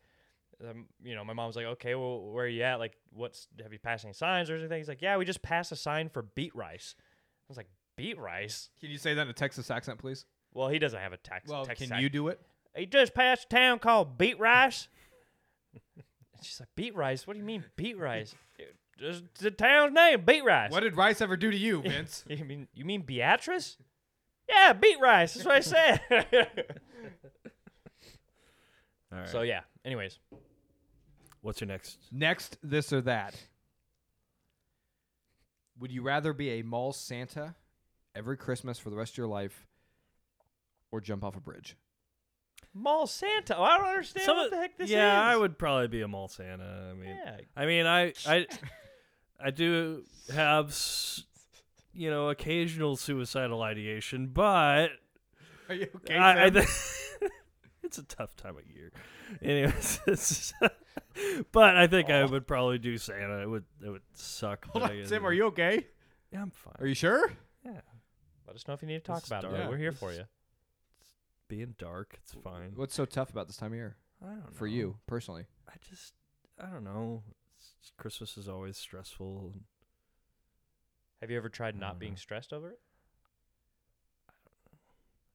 [SPEAKER 4] Um, you know, my mom's like, okay, well, where are you at? Like, what's have you passed any signs or anything? He's like, yeah, we just passed a sign for beet rice. I was like, beet rice?
[SPEAKER 1] can you say that in a Texas accent, please?
[SPEAKER 4] Well, he doesn't have a tax.
[SPEAKER 1] Well,
[SPEAKER 4] Texas
[SPEAKER 1] can
[SPEAKER 4] accent.
[SPEAKER 1] you do it?
[SPEAKER 4] He just passed a town called Beat Rice. And she's like, Beat Rice? What do you mean, Beat Rice? It- It's the town's name, Beat Rice.
[SPEAKER 1] What did rice ever do to you, Vince?
[SPEAKER 4] You mean you mean Beatrice? Yeah, Beat Rice. That's what I said.
[SPEAKER 3] All right.
[SPEAKER 4] so yeah. Anyways,
[SPEAKER 3] what's your next?
[SPEAKER 1] Next, this or that. Would you rather be a mall Santa every Christmas for the rest of your life, or jump off a bridge?
[SPEAKER 4] Mall Santa. Oh, I don't understand
[SPEAKER 3] Some
[SPEAKER 4] what
[SPEAKER 3] of-
[SPEAKER 4] the heck this is.
[SPEAKER 3] yeah, I would probably be a mall Santa. I mean,
[SPEAKER 4] Yeah.
[SPEAKER 3] I mean, I I I do have s- you know occasional suicidal ideation, but
[SPEAKER 1] Are you okay?
[SPEAKER 3] I, I thi- it's a tough time of year. Anyways, it's- but I think I would probably do Santa. It would it would suck.
[SPEAKER 1] Hold
[SPEAKER 3] but
[SPEAKER 1] on,
[SPEAKER 3] I-
[SPEAKER 1] Tim. Are you okay?
[SPEAKER 3] Yeah, I'm fine.
[SPEAKER 1] Are you sure?
[SPEAKER 3] yeah,
[SPEAKER 4] Let us know if you need to talk
[SPEAKER 3] This is
[SPEAKER 4] about it.
[SPEAKER 3] dark.
[SPEAKER 4] We're here
[SPEAKER 3] This
[SPEAKER 4] for
[SPEAKER 3] is-
[SPEAKER 4] you.
[SPEAKER 3] being dark, it's fine.
[SPEAKER 1] What's so tough about this time of year
[SPEAKER 3] I don't
[SPEAKER 1] for
[SPEAKER 3] know.
[SPEAKER 1] you personally?
[SPEAKER 3] I just I don't know. It's just- Christmas is always stressful. and
[SPEAKER 4] Have you ever tried
[SPEAKER 3] I
[SPEAKER 4] not
[SPEAKER 3] don't
[SPEAKER 4] being
[SPEAKER 3] know.
[SPEAKER 4] stressed over it?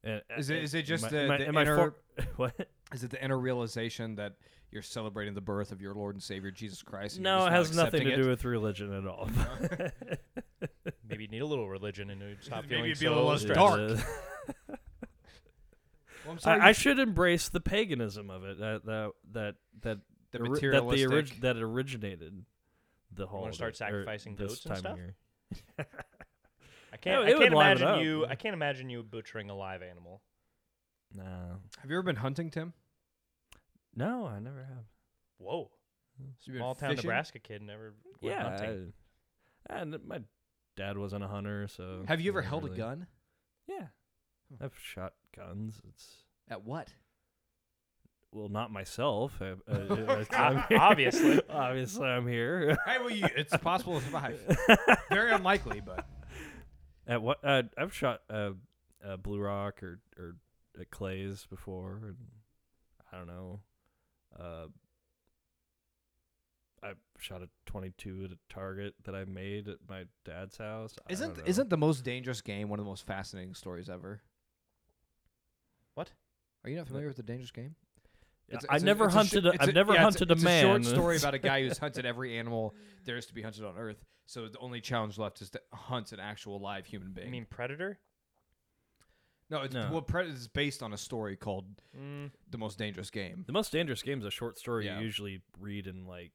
[SPEAKER 3] and- uh,
[SPEAKER 1] Is it- is it
[SPEAKER 3] am
[SPEAKER 1] just
[SPEAKER 3] I-
[SPEAKER 1] the-
[SPEAKER 3] am I-
[SPEAKER 1] the
[SPEAKER 3] am I for- what?
[SPEAKER 1] Is it the inner realization that you're celebrating the birth of your Lord and Savior Jesus Christ? and you're
[SPEAKER 3] No,
[SPEAKER 1] just not
[SPEAKER 3] it has nothing
[SPEAKER 1] accepting
[SPEAKER 3] to
[SPEAKER 1] it?
[SPEAKER 3] do with religion at all.
[SPEAKER 4] Maybe you need a little religion and you'd stop
[SPEAKER 1] Maybe
[SPEAKER 4] feeling
[SPEAKER 1] it'd be a
[SPEAKER 4] so
[SPEAKER 1] little less
[SPEAKER 4] stressed.
[SPEAKER 1] dark.
[SPEAKER 3] Uh,
[SPEAKER 1] Well, I'm sorry,
[SPEAKER 3] I, I
[SPEAKER 1] you-
[SPEAKER 3] should embrace the paganism of it. That that that that
[SPEAKER 1] the
[SPEAKER 3] ori- that the
[SPEAKER 1] materialistic.
[SPEAKER 3] orig- that originated the whole.
[SPEAKER 4] start sacrificing goats and stuff? I
[SPEAKER 3] No,
[SPEAKER 4] can't.
[SPEAKER 3] it
[SPEAKER 4] I
[SPEAKER 3] would liven it
[SPEAKER 4] can't imagine
[SPEAKER 3] up.
[SPEAKER 4] you. I can't imagine you butchering a live animal.
[SPEAKER 3] No,
[SPEAKER 1] Have you ever been hunting, Tim?
[SPEAKER 3] no, I never have.
[SPEAKER 4] Whoa.
[SPEAKER 1] You've been
[SPEAKER 4] Small town
[SPEAKER 1] fishing?
[SPEAKER 4] Nebraska kid never went
[SPEAKER 3] yeah,
[SPEAKER 4] hunting.
[SPEAKER 3] I- and my dad wasn't a hunter, so
[SPEAKER 1] Have you ever
[SPEAKER 3] never
[SPEAKER 1] held a
[SPEAKER 3] really-
[SPEAKER 1] gun?
[SPEAKER 3] Yeah,
[SPEAKER 1] Hmm.
[SPEAKER 3] I've shot guns. It's
[SPEAKER 1] At what?
[SPEAKER 3] well, not myself. uh, I, I,
[SPEAKER 4] Ob-
[SPEAKER 3] I, I'm
[SPEAKER 4] obviously.
[SPEAKER 3] obviously, I'm here.
[SPEAKER 1] Hey, well, you, it's possible to survive. Very unlikely, but
[SPEAKER 3] At what uh, I've shot uh, uh, Blue Rock or or uh, Clays before, and I don't know. Uh, I shot a twenty two at a target that I made at my dad's house. I
[SPEAKER 1] isn't
[SPEAKER 3] don't know.
[SPEAKER 1] isn't the most dangerous game one of the most fascinating stories ever?
[SPEAKER 4] What?
[SPEAKER 1] Are you not familiar with the dangerous game? It's-
[SPEAKER 3] I
[SPEAKER 1] it's a-
[SPEAKER 3] never
[SPEAKER 1] it's a
[SPEAKER 3] hunted.
[SPEAKER 1] shor-
[SPEAKER 3] A,
[SPEAKER 1] it's
[SPEAKER 3] I've never
[SPEAKER 1] yeah, it's
[SPEAKER 3] hunted
[SPEAKER 1] it's
[SPEAKER 3] a man.
[SPEAKER 1] short story about a guy who's hunted every animal there is to be hunted on Earth. So the only challenge left is to hunt an actual live human being.
[SPEAKER 4] You mean predator?
[SPEAKER 1] no, it's,
[SPEAKER 3] No.
[SPEAKER 1] well, Predator is based on a story called
[SPEAKER 4] Mm,
[SPEAKER 1] "The Most Dangerous Game."
[SPEAKER 3] The most dangerous game is a short story
[SPEAKER 1] Yeah.
[SPEAKER 3] you usually read in like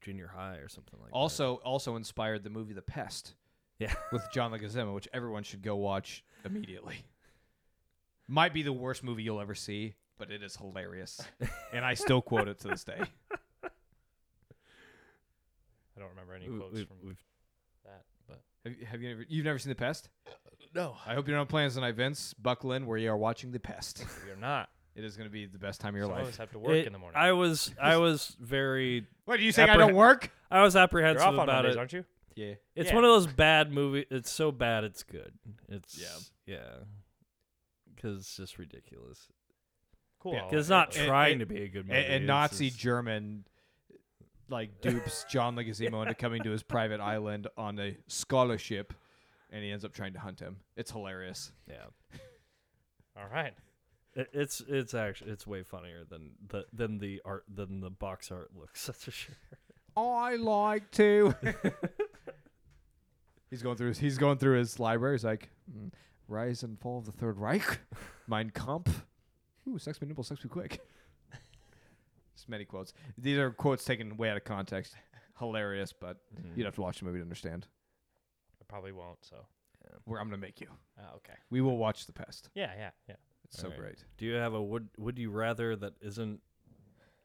[SPEAKER 3] junior high or something like. that.
[SPEAKER 1] Also, also inspired the movie "The Pest."
[SPEAKER 3] Yeah.
[SPEAKER 1] with John Leguizamo, which everyone should go watch immediately. Might be the worst movie you'll ever see, but it is hilarious, and I still quote it to this day.
[SPEAKER 4] I don't remember any
[SPEAKER 3] We-
[SPEAKER 4] quotes
[SPEAKER 3] we-
[SPEAKER 4] from
[SPEAKER 3] we've-
[SPEAKER 4] that, but
[SPEAKER 1] Have you, have you ever? You've never seen The Pest?
[SPEAKER 4] no,
[SPEAKER 1] I hope you don't have plans tonight, Vince. Buckle in, where you are watching The Pest.
[SPEAKER 4] you're not.
[SPEAKER 1] It is going to be the best time of your
[SPEAKER 4] Some of us
[SPEAKER 1] life.
[SPEAKER 4] have to work
[SPEAKER 3] It-
[SPEAKER 4] in the morning.
[SPEAKER 3] I was I was very
[SPEAKER 1] What are you saying? I
[SPEAKER 3] Appreh-
[SPEAKER 1] don't work?
[SPEAKER 3] I was
[SPEAKER 4] you're
[SPEAKER 3] apprehensive
[SPEAKER 4] off on
[SPEAKER 3] about
[SPEAKER 4] Mondays,
[SPEAKER 3] it.
[SPEAKER 4] aren't you?
[SPEAKER 1] Yeah.
[SPEAKER 3] It's
[SPEAKER 4] Yeah.
[SPEAKER 3] one of those bad movie. It's so bad, it's good. It's
[SPEAKER 1] Yeah.
[SPEAKER 3] yeah, because it's just ridiculous.
[SPEAKER 4] Cool.
[SPEAKER 1] Yeah.
[SPEAKER 4] I'll
[SPEAKER 3] 'Cause it's
[SPEAKER 4] let you
[SPEAKER 3] not
[SPEAKER 4] know.
[SPEAKER 1] And-
[SPEAKER 3] trying
[SPEAKER 1] and-
[SPEAKER 3] to be a good
[SPEAKER 1] A-
[SPEAKER 3] movie.
[SPEAKER 1] And,
[SPEAKER 3] it's
[SPEAKER 1] Nazi
[SPEAKER 3] just-
[SPEAKER 1] German, like dupes John Leguizamo into coming to his private island on a scholarship, and he ends up trying to hunt him. It's hilarious.
[SPEAKER 3] yeah,
[SPEAKER 4] All right.
[SPEAKER 3] It- it's it's actually it's way funnier than the than the art than the box art looks. That's for sure.
[SPEAKER 1] I like to. he's going through. His, he's going through his library. He's like, "Mm, "Rise and Fall of the Third Reich," "Mein Kampf," "Ooh, Sex Me Nimble, Sex Me Quick." Just many quotes. These are quotes taken way out of context. Hilarious, but
[SPEAKER 3] Mm-hmm.
[SPEAKER 1] you'd have to watch the movie to understand.
[SPEAKER 4] I probably won't. So.
[SPEAKER 1] Where I'm gonna make you.
[SPEAKER 3] Oh,
[SPEAKER 4] Ah, okay.
[SPEAKER 1] We will watch The Pest.
[SPEAKER 4] Yeah, yeah, yeah.
[SPEAKER 1] It's so
[SPEAKER 3] Alright.
[SPEAKER 1] great.
[SPEAKER 3] Do you have a would would you rather that isn't?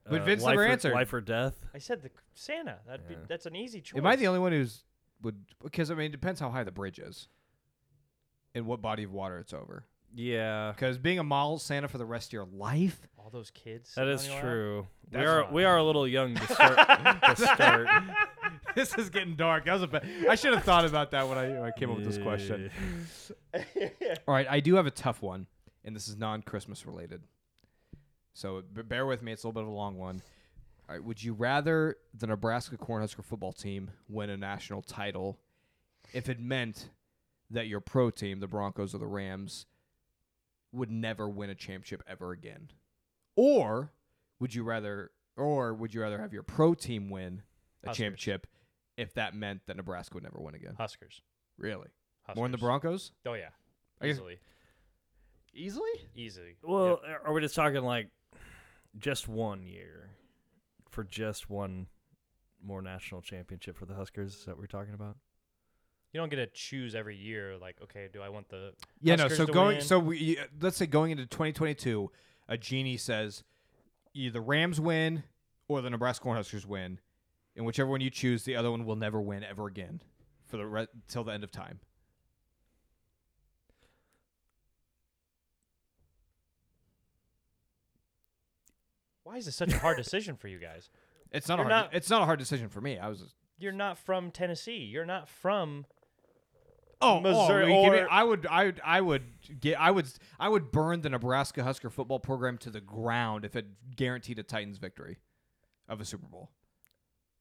[SPEAKER 1] But
[SPEAKER 3] uh,
[SPEAKER 1] Vince
[SPEAKER 3] life
[SPEAKER 1] never
[SPEAKER 3] or,
[SPEAKER 1] answered.
[SPEAKER 3] Life or death?
[SPEAKER 4] I said the Santa. That'd be
[SPEAKER 3] Yeah.
[SPEAKER 4] that's an easy choice.
[SPEAKER 1] Am I the only one who's would? Because I mean, it depends how high the bridge is, and what body of water it's over.
[SPEAKER 3] Yeah,
[SPEAKER 1] Because being a model Santa for the rest of your life.
[SPEAKER 4] All those kids.
[SPEAKER 3] that
[SPEAKER 4] sitting
[SPEAKER 3] is
[SPEAKER 4] on your lap?
[SPEAKER 3] true. We
[SPEAKER 1] That's
[SPEAKER 3] are
[SPEAKER 1] not-
[SPEAKER 3] we are a little young to start. to start.
[SPEAKER 1] this is getting dark. That was a bad, I should have thought about that when I, when I came up with this question. All right, I do have a tough one, and this is non-Christmas related. So b- bear with me; it's a little bit of a long one. All right, would you rather the Nebraska Cornhusker football team win a national title if it meant that your pro team, the Broncos or the Rams, would never win a championship ever again, or would you rather, or would you rather have your pro team win a
[SPEAKER 4] Huskers.
[SPEAKER 1] championship if that meant that Nebraska would never win again?
[SPEAKER 4] Huskers.
[SPEAKER 1] Really,
[SPEAKER 4] Huskers.
[SPEAKER 1] more than the Broncos?
[SPEAKER 4] Oh yeah.
[SPEAKER 1] I guess-
[SPEAKER 4] Easily.
[SPEAKER 1] Easily.
[SPEAKER 4] Easily.
[SPEAKER 3] Well, are we just talking like just one year for just one more national championship for the Huskers? Is that what we're talking about?
[SPEAKER 4] you don't get to choose every year. Like, okay, do I want the
[SPEAKER 1] Yeah,
[SPEAKER 4] Huskers
[SPEAKER 1] no. So
[SPEAKER 4] to
[SPEAKER 1] going,
[SPEAKER 4] win?
[SPEAKER 1] so we uh, let's say going into 2022, a genie says either the Rams win or the Nebraska Cornhuskers win, and whichever one you choose, the other one will never win ever again for the re- till the end of time.
[SPEAKER 4] Why is this such a hard decision for you guys?
[SPEAKER 1] It's not
[SPEAKER 4] You're
[SPEAKER 1] a hard.
[SPEAKER 4] not-
[SPEAKER 1] it's not a hard decision for me. I was.
[SPEAKER 4] You're not from Tennessee. You're not from.
[SPEAKER 1] Oh,
[SPEAKER 4] Missouri
[SPEAKER 1] well, you give me-
[SPEAKER 4] or-
[SPEAKER 1] I would, I would, I would get, I would, I would burn the Nebraska Husker football program to the ground if it guaranteed a Titans victory of a Super Bowl.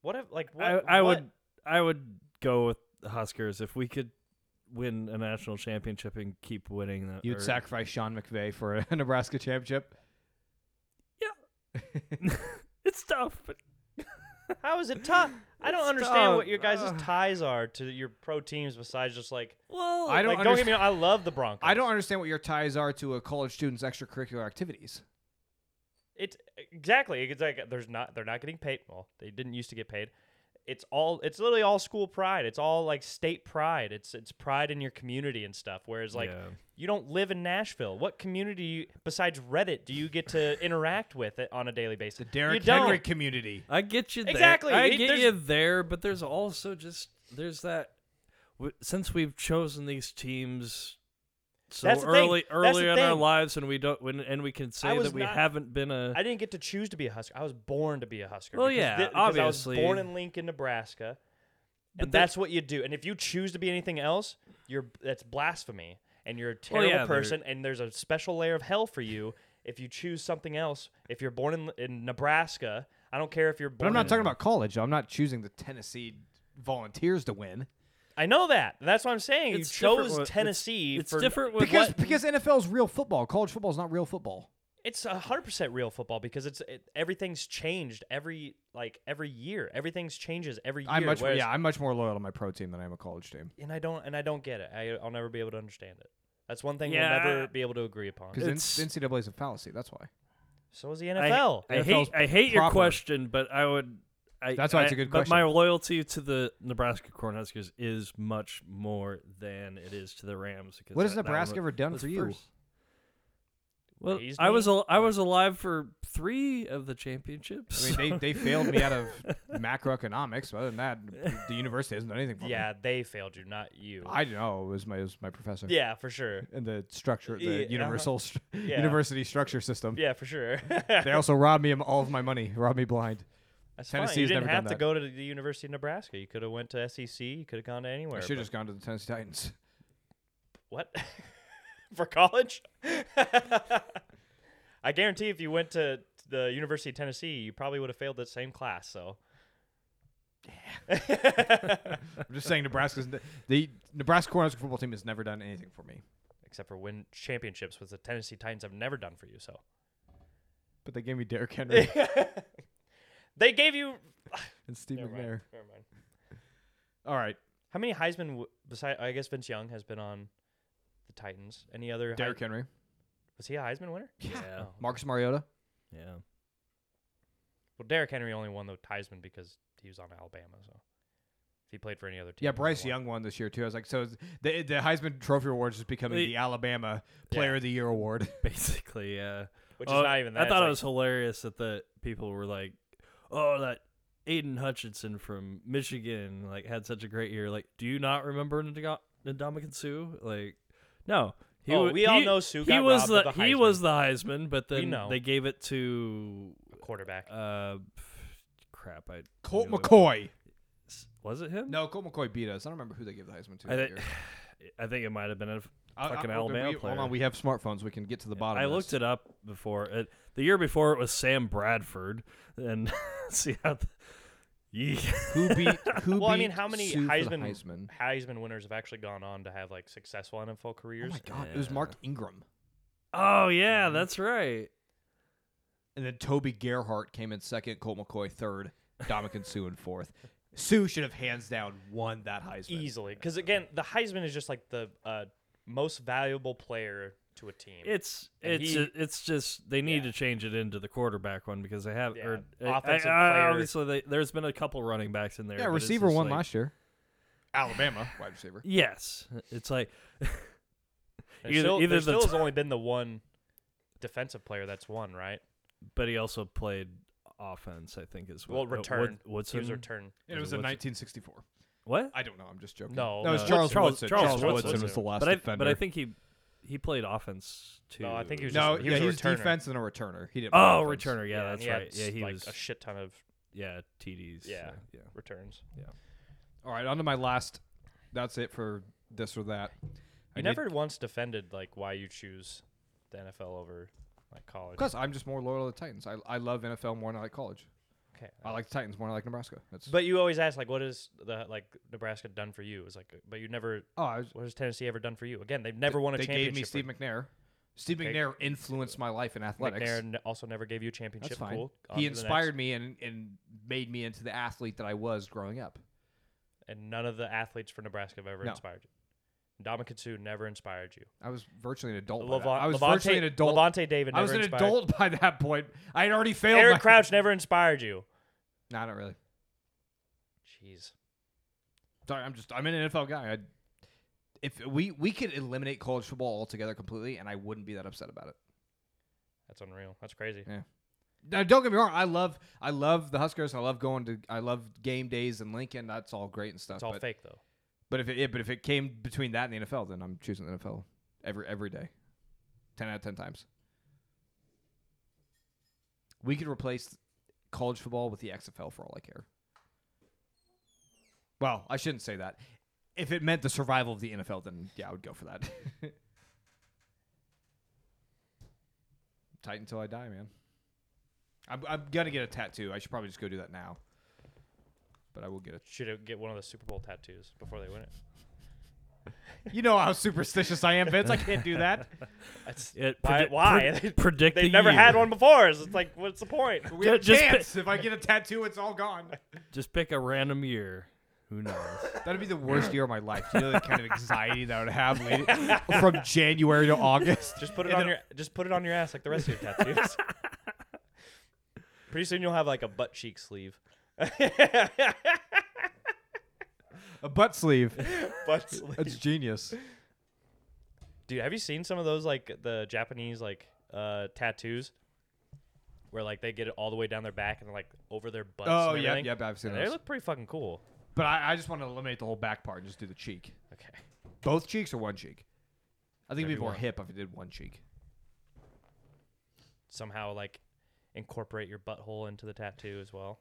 [SPEAKER 4] What if like what,
[SPEAKER 3] I, I
[SPEAKER 4] what-
[SPEAKER 3] would I would go with the Huskers if we could win a national championship and keep winning. That
[SPEAKER 1] You'd
[SPEAKER 3] or-
[SPEAKER 1] sacrifice Sean McVay for a Nebraska championship.
[SPEAKER 3] It's tough, but
[SPEAKER 4] How is it tough? I don't
[SPEAKER 3] It's
[SPEAKER 4] understand what
[SPEAKER 3] tough.
[SPEAKER 4] your guys'
[SPEAKER 3] Ugh.
[SPEAKER 4] ties are to your pro teams besides just like.
[SPEAKER 3] well,
[SPEAKER 1] I don't
[SPEAKER 4] like, don't get
[SPEAKER 1] understand-
[SPEAKER 4] me wrong. I love the Broncos.
[SPEAKER 1] I don't understand what your ties are to a college student's extracurricular activities.
[SPEAKER 4] It's exactly. It's like there's not. They're not getting paid. Well, they didn't used to get paid. It's all. It's literally all school pride. It's all like state pride. It's it's pride in your community and stuff. Whereas like
[SPEAKER 3] Yeah.
[SPEAKER 4] you don't live in Nashville. What community you, besides Reddit do you get to interact with it on a daily basis? you don't.
[SPEAKER 1] community.
[SPEAKER 3] I get you there.
[SPEAKER 4] Exactly.
[SPEAKER 3] I
[SPEAKER 4] It-
[SPEAKER 3] get
[SPEAKER 4] there's-
[SPEAKER 3] you there, but there's also just there's that w- since we've chosen these teams so
[SPEAKER 4] That's the thing.
[SPEAKER 3] early
[SPEAKER 4] That's
[SPEAKER 3] early
[SPEAKER 4] the
[SPEAKER 3] in our
[SPEAKER 4] thing.
[SPEAKER 3] lives and we don't when and we can say
[SPEAKER 4] was
[SPEAKER 3] that we
[SPEAKER 4] not-
[SPEAKER 3] haven't been a
[SPEAKER 4] I didn't get to choose to be a Husker. I was born to be a Husker.
[SPEAKER 3] Well,
[SPEAKER 4] because
[SPEAKER 3] yeah,
[SPEAKER 4] thi- because
[SPEAKER 3] obviously.
[SPEAKER 4] I was born in Lincoln, Nebraska,
[SPEAKER 3] But
[SPEAKER 4] and
[SPEAKER 3] that-
[SPEAKER 4] that's what you do. And if you choose to be anything else, you're that's blasphemy, and you're a terrible
[SPEAKER 3] yeah, they're-
[SPEAKER 4] person. And there's a special layer of hell for you if you choose something else. If you're born in, in Nebraska, I don't care if you're.
[SPEAKER 1] But
[SPEAKER 4] born
[SPEAKER 1] I'm not
[SPEAKER 4] in-
[SPEAKER 1] talking about college. I'm not choosing the Tennessee Volunteers to win
[SPEAKER 4] I know that. That's what I'm saying.
[SPEAKER 3] It's
[SPEAKER 4] you
[SPEAKER 3] different
[SPEAKER 4] chose
[SPEAKER 3] with- it's-
[SPEAKER 4] Tennessee.
[SPEAKER 3] it's
[SPEAKER 4] for,
[SPEAKER 3] different with
[SPEAKER 1] because
[SPEAKER 3] what-
[SPEAKER 1] because NFL is real football. College football is not real football.
[SPEAKER 4] It's hundred percent real football because it's it, everything's changed every like every year. Everything's changes every year.
[SPEAKER 1] I'm much more,
[SPEAKER 4] whereas-
[SPEAKER 1] yeah. I'm much more loyal to my pro team than I am a college team.
[SPEAKER 4] and I don't and I don't get it. I, I'll never be able to understand it. That's one thing
[SPEAKER 3] Yeah,
[SPEAKER 4] we'll never
[SPEAKER 3] I-
[SPEAKER 4] be able to agree upon.
[SPEAKER 1] Because
[SPEAKER 3] It's-
[SPEAKER 1] NCAA is a fallacy. That's why.
[SPEAKER 4] So is the
[SPEAKER 3] I-
[SPEAKER 4] NFL.
[SPEAKER 3] I,
[SPEAKER 1] NFL's
[SPEAKER 3] hate I hate your
[SPEAKER 1] proper.
[SPEAKER 3] question, but I would. I,
[SPEAKER 1] That's why it's
[SPEAKER 3] I-
[SPEAKER 1] a good
[SPEAKER 3] But my
[SPEAKER 1] question.
[SPEAKER 3] loyalty to the Nebraska Cornhuskers is much more than it is to the Rams. Because
[SPEAKER 1] What has
[SPEAKER 3] that- that one
[SPEAKER 1] Nebraska
[SPEAKER 3] wa-
[SPEAKER 1] ever done
[SPEAKER 3] was
[SPEAKER 1] for you?
[SPEAKER 3] first. Well,
[SPEAKER 4] Raised
[SPEAKER 3] I was
[SPEAKER 4] me?
[SPEAKER 3] al- I was alive for three of the championships.
[SPEAKER 1] I mean, they, they failed me out of macroeconomics. But other than that, the university hasn't done anything for
[SPEAKER 4] Yeah, they failed you, not you.
[SPEAKER 1] me. I don't know. It was my, it was my professor.
[SPEAKER 4] yeah, for sure.
[SPEAKER 1] And the structure, the
[SPEAKER 4] Yeah, uh-huh.
[SPEAKER 1] universal stru-
[SPEAKER 4] Yeah.
[SPEAKER 1] university structure system.
[SPEAKER 4] Yeah, for sure.
[SPEAKER 1] They also robbed me of all of my money, robbed me blind.
[SPEAKER 4] That's fine.
[SPEAKER 1] Tennessee's
[SPEAKER 4] You didn't
[SPEAKER 1] never done
[SPEAKER 4] have to
[SPEAKER 1] that.
[SPEAKER 4] go to the University of Nebraska. You could have went to SEC. You could have gone to anywhere.
[SPEAKER 1] I should
[SPEAKER 4] but-
[SPEAKER 1] have just gone to the Tennessee Titans.
[SPEAKER 4] what for college? I guarantee if you went to the University of Tennessee, you probably would have failed that same class. So
[SPEAKER 1] I'm just saying, Nebraska's ne- the Nebraska Cornhusker football team has never done anything for me,
[SPEAKER 4] except for win championships, which the Tennessee Titans have never done for you. So
[SPEAKER 1] but they gave me Derrick Henry
[SPEAKER 4] they gave you.
[SPEAKER 1] and Steve
[SPEAKER 4] Never mind,
[SPEAKER 1] McNair.
[SPEAKER 4] never mind.
[SPEAKER 1] All right,
[SPEAKER 4] How many Heisman? W- beside, I guess Vince Young has been on the Titans. Any other? Hei-
[SPEAKER 1] Derrick Henry,
[SPEAKER 4] was he a Heisman winner?
[SPEAKER 3] yeah,
[SPEAKER 4] Oh.
[SPEAKER 1] Marcus Mariota.
[SPEAKER 3] yeah.
[SPEAKER 4] Well, Derrick Henry only won the Heisman because he was on Alabama. So if he played for any other team,
[SPEAKER 1] Yeah,
[SPEAKER 4] he would've
[SPEAKER 1] Bryce
[SPEAKER 4] won.
[SPEAKER 1] Young won this year too. I was like, so it's- the the Heisman Trophy Awards is becoming
[SPEAKER 3] Wait.
[SPEAKER 1] the Alabama
[SPEAKER 4] Yeah.
[SPEAKER 1] Player of the Year award.
[SPEAKER 3] Basically, yeah.
[SPEAKER 4] which
[SPEAKER 3] Oh,
[SPEAKER 4] is not even that.
[SPEAKER 3] I thought it was
[SPEAKER 4] it's
[SPEAKER 3] hilarious that the people were like, "Oh, that Aiden Hutchinson from Michigan like had such a great year." Like, do you not remember Ndamukong Sue? Like, no. He
[SPEAKER 4] Oh,
[SPEAKER 3] wa-
[SPEAKER 4] we all
[SPEAKER 3] he-
[SPEAKER 4] know Sue
[SPEAKER 3] He
[SPEAKER 4] got
[SPEAKER 3] was
[SPEAKER 4] robbed
[SPEAKER 3] the,
[SPEAKER 4] of the
[SPEAKER 3] he
[SPEAKER 4] Heisman.
[SPEAKER 3] was the Heisman, but then
[SPEAKER 4] know.
[SPEAKER 3] they gave it to
[SPEAKER 4] like quarterback.
[SPEAKER 3] uh, crap. I
[SPEAKER 1] Colt
[SPEAKER 3] knew it.
[SPEAKER 1] McCoy.
[SPEAKER 3] was it him?
[SPEAKER 1] No, Colt McCoy beat us. I don't remember who they gave the Heisman to.
[SPEAKER 3] I,
[SPEAKER 1] that
[SPEAKER 3] thi-
[SPEAKER 1] year.
[SPEAKER 3] I think it might have been. A,
[SPEAKER 1] I- I-
[SPEAKER 3] fucking
[SPEAKER 1] we-
[SPEAKER 3] Alabama
[SPEAKER 1] we- Hold
[SPEAKER 3] player.
[SPEAKER 1] on, we have smartphones. We can get to the bottom.
[SPEAKER 3] I
[SPEAKER 1] of
[SPEAKER 3] looked
[SPEAKER 1] this.
[SPEAKER 3] it up before. It, the year before it was Sam Bradford, and see how. The, yeah.
[SPEAKER 1] who beat who.
[SPEAKER 4] Well,
[SPEAKER 1] beat
[SPEAKER 4] I mean, how many
[SPEAKER 1] Sue for the
[SPEAKER 4] Heisman-
[SPEAKER 1] Heisman?
[SPEAKER 4] Heisman winners have actually gone on to have like successful NFL
[SPEAKER 1] Oh
[SPEAKER 4] careers.
[SPEAKER 1] my God! It was
[SPEAKER 3] Yeah.
[SPEAKER 1] Mark Ingram,
[SPEAKER 3] Oh
[SPEAKER 4] Mm-hmm.
[SPEAKER 3] yeah, that's right.
[SPEAKER 1] and then Toby Gerhart came in second. Colt McCoy third. Dominican Sue in fourth. Sue should have hands down won that Heisman.
[SPEAKER 4] Easily, because again, the Heisman is just like the uh, most valuable player to a team.
[SPEAKER 3] It's
[SPEAKER 4] And
[SPEAKER 3] it's
[SPEAKER 4] he-
[SPEAKER 3] ju- it's just they need to
[SPEAKER 4] Yeah.
[SPEAKER 3] change it into the quarterback one because they have
[SPEAKER 4] Yeah,
[SPEAKER 3] or I-
[SPEAKER 4] offensive
[SPEAKER 3] I- I-
[SPEAKER 4] player.
[SPEAKER 3] obviously they, there's been a couple running backs in there.
[SPEAKER 1] Yeah,
[SPEAKER 3] but it's
[SPEAKER 1] receiver
[SPEAKER 3] just
[SPEAKER 1] won
[SPEAKER 3] like-
[SPEAKER 1] last year. Alabama wide receiver.
[SPEAKER 3] Yes, it's like
[SPEAKER 4] There's
[SPEAKER 3] either-
[SPEAKER 4] still,
[SPEAKER 3] either
[SPEAKER 4] there
[SPEAKER 3] the
[SPEAKER 4] still
[SPEAKER 3] t-
[SPEAKER 4] has only been the one defensive player that's won, right?
[SPEAKER 3] but he also played offense. I think uh, as well.
[SPEAKER 4] Well, return.
[SPEAKER 3] Woodson.
[SPEAKER 4] He was return.
[SPEAKER 1] It was in
[SPEAKER 3] Woodson.
[SPEAKER 1] 1964.
[SPEAKER 3] What?
[SPEAKER 1] I don't know. I'm just joking.
[SPEAKER 4] No,
[SPEAKER 1] that was
[SPEAKER 4] no,
[SPEAKER 1] Charles
[SPEAKER 4] Charles-
[SPEAKER 1] Woodson.
[SPEAKER 3] Charles
[SPEAKER 4] Woodson.
[SPEAKER 1] was the last
[SPEAKER 3] But I
[SPEAKER 1] defender.
[SPEAKER 3] but I think he he played offense too.
[SPEAKER 4] No, I think he was
[SPEAKER 1] no,
[SPEAKER 4] just-
[SPEAKER 1] yeah,
[SPEAKER 4] was a
[SPEAKER 1] he was
[SPEAKER 4] returner.
[SPEAKER 1] defense and a returner. He didn't. play
[SPEAKER 3] Oh,
[SPEAKER 1] offense.
[SPEAKER 3] returner. Yeah,
[SPEAKER 4] and
[SPEAKER 3] that's
[SPEAKER 4] he had
[SPEAKER 3] right. Yeah, he
[SPEAKER 4] like
[SPEAKER 3] was.
[SPEAKER 4] a shit ton of
[SPEAKER 3] yeah, TDs. so,
[SPEAKER 4] Yeah.
[SPEAKER 3] yeah.
[SPEAKER 4] returns.
[SPEAKER 1] All right, on to my last. That's it for this or that.
[SPEAKER 4] You
[SPEAKER 1] I
[SPEAKER 4] never once defended like why you choose the NFL over like college.
[SPEAKER 1] Because I'm just more loyal to the Titans. I, I love NFL more than I like college.
[SPEAKER 4] Okay.
[SPEAKER 1] I like the Titans more than I like Nebraska. That's
[SPEAKER 4] But you always ask like, what is the like Nebraska done for you? It's like, but you never.
[SPEAKER 1] oh, I was,
[SPEAKER 4] What has Tennessee ever done for you? Again, they've never won a
[SPEAKER 1] they
[SPEAKER 4] championship.
[SPEAKER 1] gave me Steve
[SPEAKER 4] or-
[SPEAKER 1] McNair. Steve
[SPEAKER 4] Okay.
[SPEAKER 1] McNair influenced my life in athletics.
[SPEAKER 4] McNair n- also never gave you a
[SPEAKER 1] That's
[SPEAKER 4] championship.
[SPEAKER 1] fine.
[SPEAKER 4] Cool. On
[SPEAKER 1] He
[SPEAKER 4] to the next.
[SPEAKER 1] inspired me and and made me into the athlete that I was growing up.
[SPEAKER 4] and none of the athletes for Nebraska have ever
[SPEAKER 1] No.
[SPEAKER 4] inspired you. Dominicatsu never inspired you.
[SPEAKER 1] I was virtually an adult. by that.
[SPEAKER 4] Levon-
[SPEAKER 1] Oh I was
[SPEAKER 4] Levante,
[SPEAKER 1] virtually an adult.
[SPEAKER 4] Levante David. Never
[SPEAKER 1] I was an
[SPEAKER 4] inspired.
[SPEAKER 1] adult by that point. I had already failed.
[SPEAKER 4] Eric
[SPEAKER 1] my-
[SPEAKER 4] Crouch never inspired you.
[SPEAKER 1] No, not really.
[SPEAKER 4] Jeez.
[SPEAKER 1] Sorry, I'm just I'm an NFL guy. I, if we we could eliminate college football altogether completely, and I wouldn't be that upset about it.
[SPEAKER 4] That's unreal. That's crazy.
[SPEAKER 1] Now, don't get me wrong. I love I love the Huskers. I love going to I love game days in Lincoln. That's all great and stuff.
[SPEAKER 4] It's all
[SPEAKER 1] but,
[SPEAKER 4] fake though.
[SPEAKER 1] But if it, yeah, but if it came between that and the NFL, then I'm choosing the NFL every every day, ten out of ten times. We could replace college football with the XFL for all I care. Well, I shouldn't say that. If it meant the survival of the NFL, then yeah, I would go for that. Tight until I die, man. I'm, I'm gonna get a tattoo. I should probably just go do that now. But I will get a
[SPEAKER 4] Should have get one of the Super Bowl tattoos before they win it.
[SPEAKER 1] You know how superstitious I am, Vince. I can't do that.
[SPEAKER 4] That's
[SPEAKER 3] It
[SPEAKER 4] Why-
[SPEAKER 3] predi-
[SPEAKER 4] why?
[SPEAKER 3] pred- predict
[SPEAKER 4] They've
[SPEAKER 1] E.
[SPEAKER 3] the
[SPEAKER 4] never had
[SPEAKER 3] year.
[SPEAKER 4] one before. So it's like, what's the point?
[SPEAKER 1] We have a
[SPEAKER 3] Just pi-
[SPEAKER 1] chance. If I get a tattoo, it's all gone.
[SPEAKER 3] Just pick a random year. Who knows?
[SPEAKER 1] That'd be the worst year of my life. You know the kind of anxiety that I would have leading- from January to August.
[SPEAKER 4] Just put it on your just put it on your ass like the rest of your tattoos. Pretty soon you'll have like a butt cheek sleeve.
[SPEAKER 1] A butt sleeve.
[SPEAKER 4] butt sleeve.
[SPEAKER 1] That's genius.
[SPEAKER 4] Dude, have you seen some of those like the Japanese like uh, tattoos where like they get it all the way down their back and like over their butts.
[SPEAKER 1] Oh,
[SPEAKER 4] and
[SPEAKER 1] yep,
[SPEAKER 4] everything.
[SPEAKER 1] yep, I've seen
[SPEAKER 4] And
[SPEAKER 1] those.
[SPEAKER 4] They look pretty fucking cool.
[SPEAKER 1] But I, I just want to eliminate the whole back part and just do the cheek.
[SPEAKER 4] Okay.
[SPEAKER 1] Both cheeks or one cheek? I think it'd
[SPEAKER 4] Maybe
[SPEAKER 1] be more
[SPEAKER 4] one.
[SPEAKER 1] hip if it did one cheek.
[SPEAKER 4] Somehow like incorporate your butthole into the tattoo as well.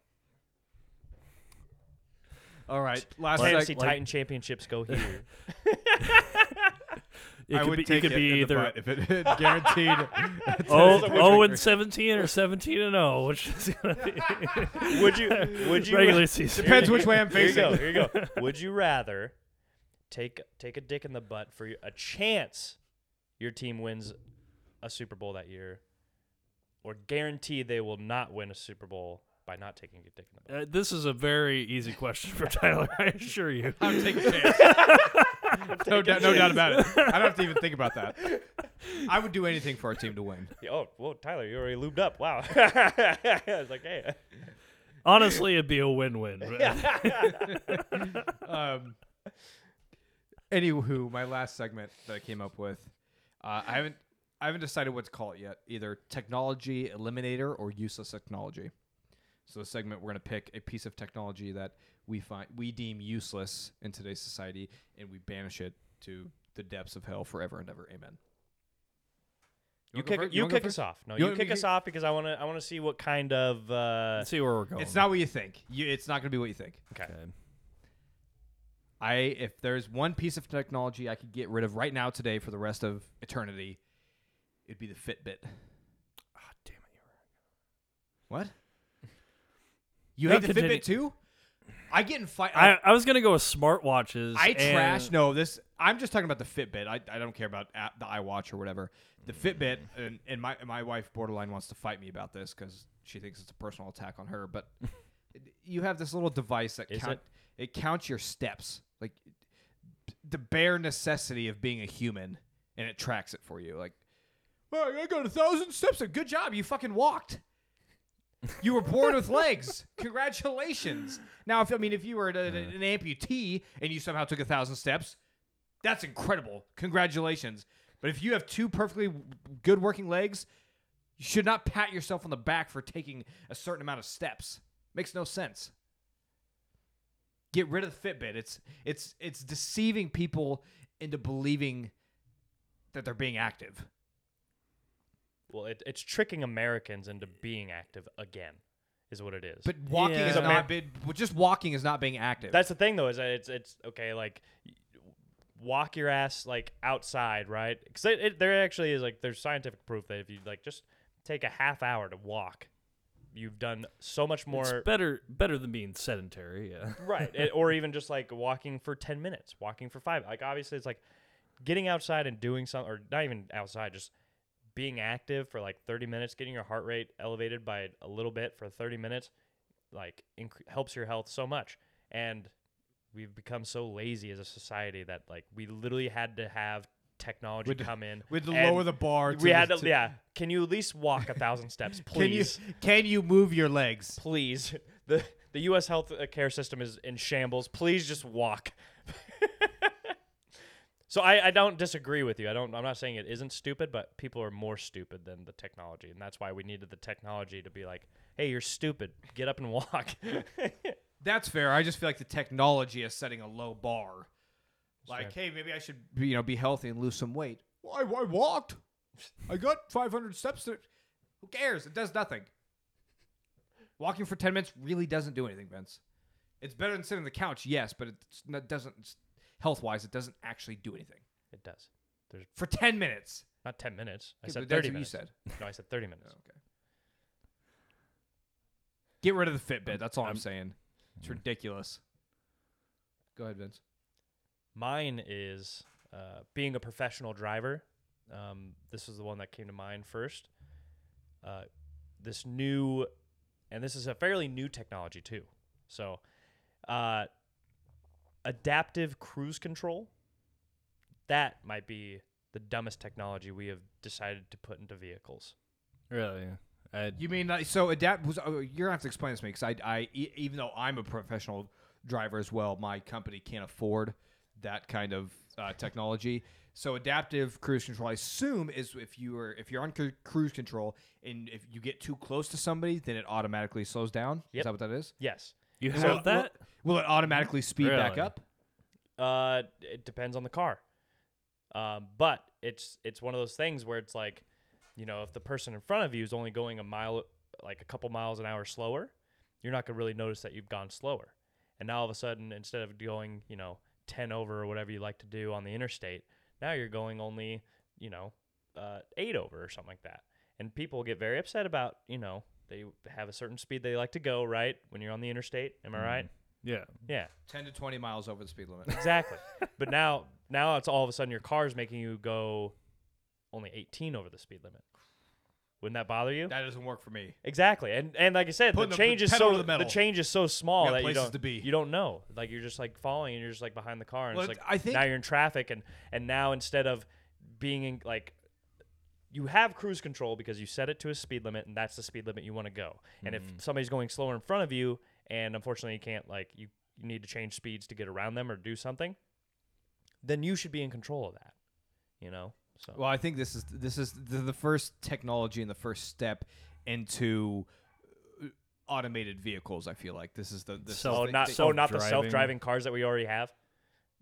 [SPEAKER 1] All right, last
[SPEAKER 4] Tennessee
[SPEAKER 3] like-
[SPEAKER 4] Titan championships go here.
[SPEAKER 3] It could be, it could be either
[SPEAKER 1] if it guaranteed.
[SPEAKER 3] oh,
[SPEAKER 4] That's a
[SPEAKER 3] oh
[SPEAKER 1] winner.
[SPEAKER 3] and 17 or 17 and 0, which is going to be
[SPEAKER 4] would you? Would you?
[SPEAKER 3] regular season.
[SPEAKER 1] Depends which way I'm
[SPEAKER 4] Here you
[SPEAKER 1] facing.
[SPEAKER 4] go. Here you go. Would you rather take take a dick in the butt for a chance your team wins a Super Bowl that year, or guarantee they will not win a Super Bowl by not taking a dick in the butt?
[SPEAKER 3] Uh, this is a very easy question for Tyler, I assure you.
[SPEAKER 1] I'm taking a chance. no, doubt, no doubt about it. I don't have to even think about that. I would do anything for our team to win.
[SPEAKER 4] Yeah, Oh, whoa, Tyler, you already lubed up. Wow. I was like, hey.
[SPEAKER 3] Honestly, it'd be a win-win. but-
[SPEAKER 1] Um, anywho, my last segment that I came up with, uh, I haven't, I haven't decided what to call it yet. Either technology eliminator or useless technology. So the segment we're going to pick a piece of technology that we find we deem useless in today's society, and we banish it to the depths of hell forever and ever. Amen.
[SPEAKER 4] You
[SPEAKER 1] wanna go
[SPEAKER 4] kick,
[SPEAKER 1] first?
[SPEAKER 4] you
[SPEAKER 1] wanna go
[SPEAKER 4] kick
[SPEAKER 1] first?
[SPEAKER 4] us off. No,
[SPEAKER 1] You
[SPEAKER 4] you,
[SPEAKER 1] want me
[SPEAKER 4] kick
[SPEAKER 1] to
[SPEAKER 4] us
[SPEAKER 1] kick-
[SPEAKER 4] off because I want to I want to see what kind of uh,
[SPEAKER 3] Let's see where we're going.
[SPEAKER 1] It's not what you think. You, it's not going to be what you think.
[SPEAKER 4] okay.
[SPEAKER 3] Okay.
[SPEAKER 1] I if there's one piece of technology I could get rid of right now today for the rest of eternity, it'd be the Fitbit.
[SPEAKER 3] Ah, damn it, you're right.
[SPEAKER 1] What? You
[SPEAKER 3] No,
[SPEAKER 1] hate the
[SPEAKER 3] continue.
[SPEAKER 1] Fitbit too? I get in fight. I,
[SPEAKER 3] I, I was gonna go with smartwatches.
[SPEAKER 1] I
[SPEAKER 3] and-
[SPEAKER 1] trash. No, this. I'm just talking about the Fitbit. I, I don't care about app, the iWatch or whatever. The Fitbit and, and my my wife borderline wants to fight me about this because she thinks it's a personal attack on her. But you have this little device that
[SPEAKER 4] Is
[SPEAKER 1] count, it? counts your steps, like the bare necessity of being a human, and it tracks it for you. Like, well, I got a thousand steps. and Good job, you fucking walked. You were born with legs. Congratulations. Now, if I mean, if you were an, an- an amputee and you somehow took a thousand steps, that's incredible. Congratulations. But if you have two perfectly w- good working legs, you should not pat yourself on the back for taking a certain amount of steps. Makes no sense. Get rid of the Fitbit. It's it's it's deceiving people into believing that they're being active.
[SPEAKER 4] Well, it, it's tricking Americans into being active again, is what it is.
[SPEAKER 1] But walking
[SPEAKER 3] Yeah.
[SPEAKER 1] is not been, just walking is not being active.
[SPEAKER 4] That's the thing though, is that it's it's okay. Like, y- walk your ass like outside, right? Because it, it, there actually is like there's scientific proof that if you like just take a half hour to walk, you've done so much
[SPEAKER 3] It's
[SPEAKER 4] more.
[SPEAKER 3] better better than being sedentary. Yeah.
[SPEAKER 4] right, it, or even just like walking for ten minutes, walking for five. Like obviously, it's like getting outside and doing something, or not even outside, just being active for like 30 minutes, getting your heart rate elevated by a little bit for 30 minutes, like incre- helps your health so much. And we've become so lazy as a society that like we literally had to have technology
[SPEAKER 1] We'd-
[SPEAKER 4] come in.
[SPEAKER 1] With
[SPEAKER 4] and
[SPEAKER 1] lower the bar.
[SPEAKER 4] we had to, yeah. Can you at least walk a thousand steps,
[SPEAKER 1] Can you
[SPEAKER 4] please?
[SPEAKER 1] can you move your legs?
[SPEAKER 4] please. The the U.S. health uh, care system is in shambles. Please just walk. so I, I don't disagree with you. I don't. I'm not saying it isn't stupid, but people are more stupid than the technology, and that's why we needed the technology to be like, hey, you're stupid. Get up and walk.
[SPEAKER 1] That's fair. I just feel like the technology is setting a low bar. Like, hey, maybe I should you know be healthy and lose some weight. Well, I, I walked. I got 500 steps. To, who cares? It does nothing. Walking for 10 minutes really doesn't do anything, Vince. It's better than sitting on the couch, yes, but it's- it doesn't health wise. It doesn't actually do anything
[SPEAKER 4] it does.
[SPEAKER 1] for 10 minutes.
[SPEAKER 4] Not 10 minutes. I
[SPEAKER 1] Yeah,
[SPEAKER 4] said
[SPEAKER 1] but that's
[SPEAKER 4] 30
[SPEAKER 1] what
[SPEAKER 4] minutes.
[SPEAKER 1] You said. Oh,
[SPEAKER 4] No, I said 30 minutes.
[SPEAKER 1] Okay. Get rid of the Fitbit. That's all I'm,
[SPEAKER 3] I'm-
[SPEAKER 1] saying.
[SPEAKER 4] Mm-hmm.
[SPEAKER 1] It's ridiculous. Go ahead, Vince.
[SPEAKER 4] Mine is uh, being a professional driver. Um, this is the one that came to mind first. Uh, this new, and this is a fairly new technology too. So, uh, adaptive cruise control. That might be the dumbest technology we have decided to put into vehicles.
[SPEAKER 3] Really. I,
[SPEAKER 1] You mean like, so adapt? Was, oh, you're gonna have to explain this to me because I, I e- even though I'm a professional driver as well, my company can't afford that kind of uh, technology. So adaptive cruise control, I assume, is if you are if you're on cru- cruise control and if you get too close to somebody, then it automatically slows down. Is
[SPEAKER 4] Yep.
[SPEAKER 1] that what that is?
[SPEAKER 4] Yes.
[SPEAKER 3] You
[SPEAKER 1] So
[SPEAKER 3] have
[SPEAKER 1] will-
[SPEAKER 3] that?
[SPEAKER 1] Will it automatically speed back
[SPEAKER 3] Really?
[SPEAKER 1] up?
[SPEAKER 4] Uh, it depends on the car. Um, but it's it's one of those things where it's like, you know, if the person in front of you is only going a mile, like a couple miles an hour slower, you're not gonna really notice that you've gone slower. And now all of a sudden, instead of going, you know, ten over or whatever you like to do on the interstate, now you're going only, you know, uh, eight over or something like that. And people get very upset about, you know, they have a certain speed they like to go, right? When you're on the interstate, am I right?
[SPEAKER 3] Yeah.
[SPEAKER 4] Yeah.
[SPEAKER 1] Ten to twenty miles over the speed limit.
[SPEAKER 4] Exactly. but now now it's all of a sudden your car's making you go only 18 over the speed limit. Wouldn't that bother you?
[SPEAKER 1] that doesn't work for me.
[SPEAKER 4] exactly. And and like I said,
[SPEAKER 1] Putting
[SPEAKER 4] the
[SPEAKER 1] the
[SPEAKER 4] change is
[SPEAKER 1] pedal
[SPEAKER 4] so
[SPEAKER 1] to the
[SPEAKER 4] the,
[SPEAKER 1] metal.
[SPEAKER 4] change is so small
[SPEAKER 1] We got
[SPEAKER 4] that you
[SPEAKER 1] places
[SPEAKER 4] don't
[SPEAKER 1] to be.
[SPEAKER 4] you don't know. Like you're just like falling and you're just like behind the car and
[SPEAKER 1] Well,
[SPEAKER 4] it's like
[SPEAKER 1] I think-
[SPEAKER 4] now you're in traffic and and now instead of being in like you have cruise control because you set it to a speed limit and that's the speed limit you want to go. And if
[SPEAKER 1] Mm-hmm.
[SPEAKER 4] somebody's going slower in front of you and unfortunately you can't like you, you need to change speeds to get around them or do something, then you should be in control of that. You know? So
[SPEAKER 1] Well, I think this is this is the, the first technology and the first step into uh, automated vehicles. I feel like this is the this is
[SPEAKER 3] So
[SPEAKER 4] Oh,
[SPEAKER 1] the-
[SPEAKER 4] not
[SPEAKER 1] the-
[SPEAKER 4] oh, not the
[SPEAKER 3] self-driving.
[SPEAKER 4] self-driving cars that we already have.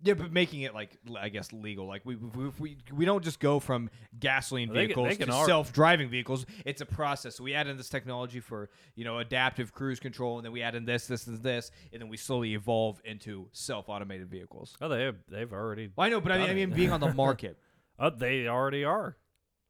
[SPEAKER 1] yeah, but making it like l- I guess legal. Like we we, we, we don't just go from gasoline
[SPEAKER 3] They can-
[SPEAKER 1] vehicles
[SPEAKER 3] they can
[SPEAKER 1] to
[SPEAKER 3] al-
[SPEAKER 1] self-driving vehicles. It's a process. So we add in this technology for you know adaptive cruise control, and then we add in this this and this, and then we slowly evolve into self-automated vehicles.
[SPEAKER 3] Oh, they have, they've already.
[SPEAKER 1] Well, I know, but I mean,
[SPEAKER 3] Got
[SPEAKER 1] I
[SPEAKER 3] it.
[SPEAKER 1] mean being on the market.
[SPEAKER 3] Oh, they already are.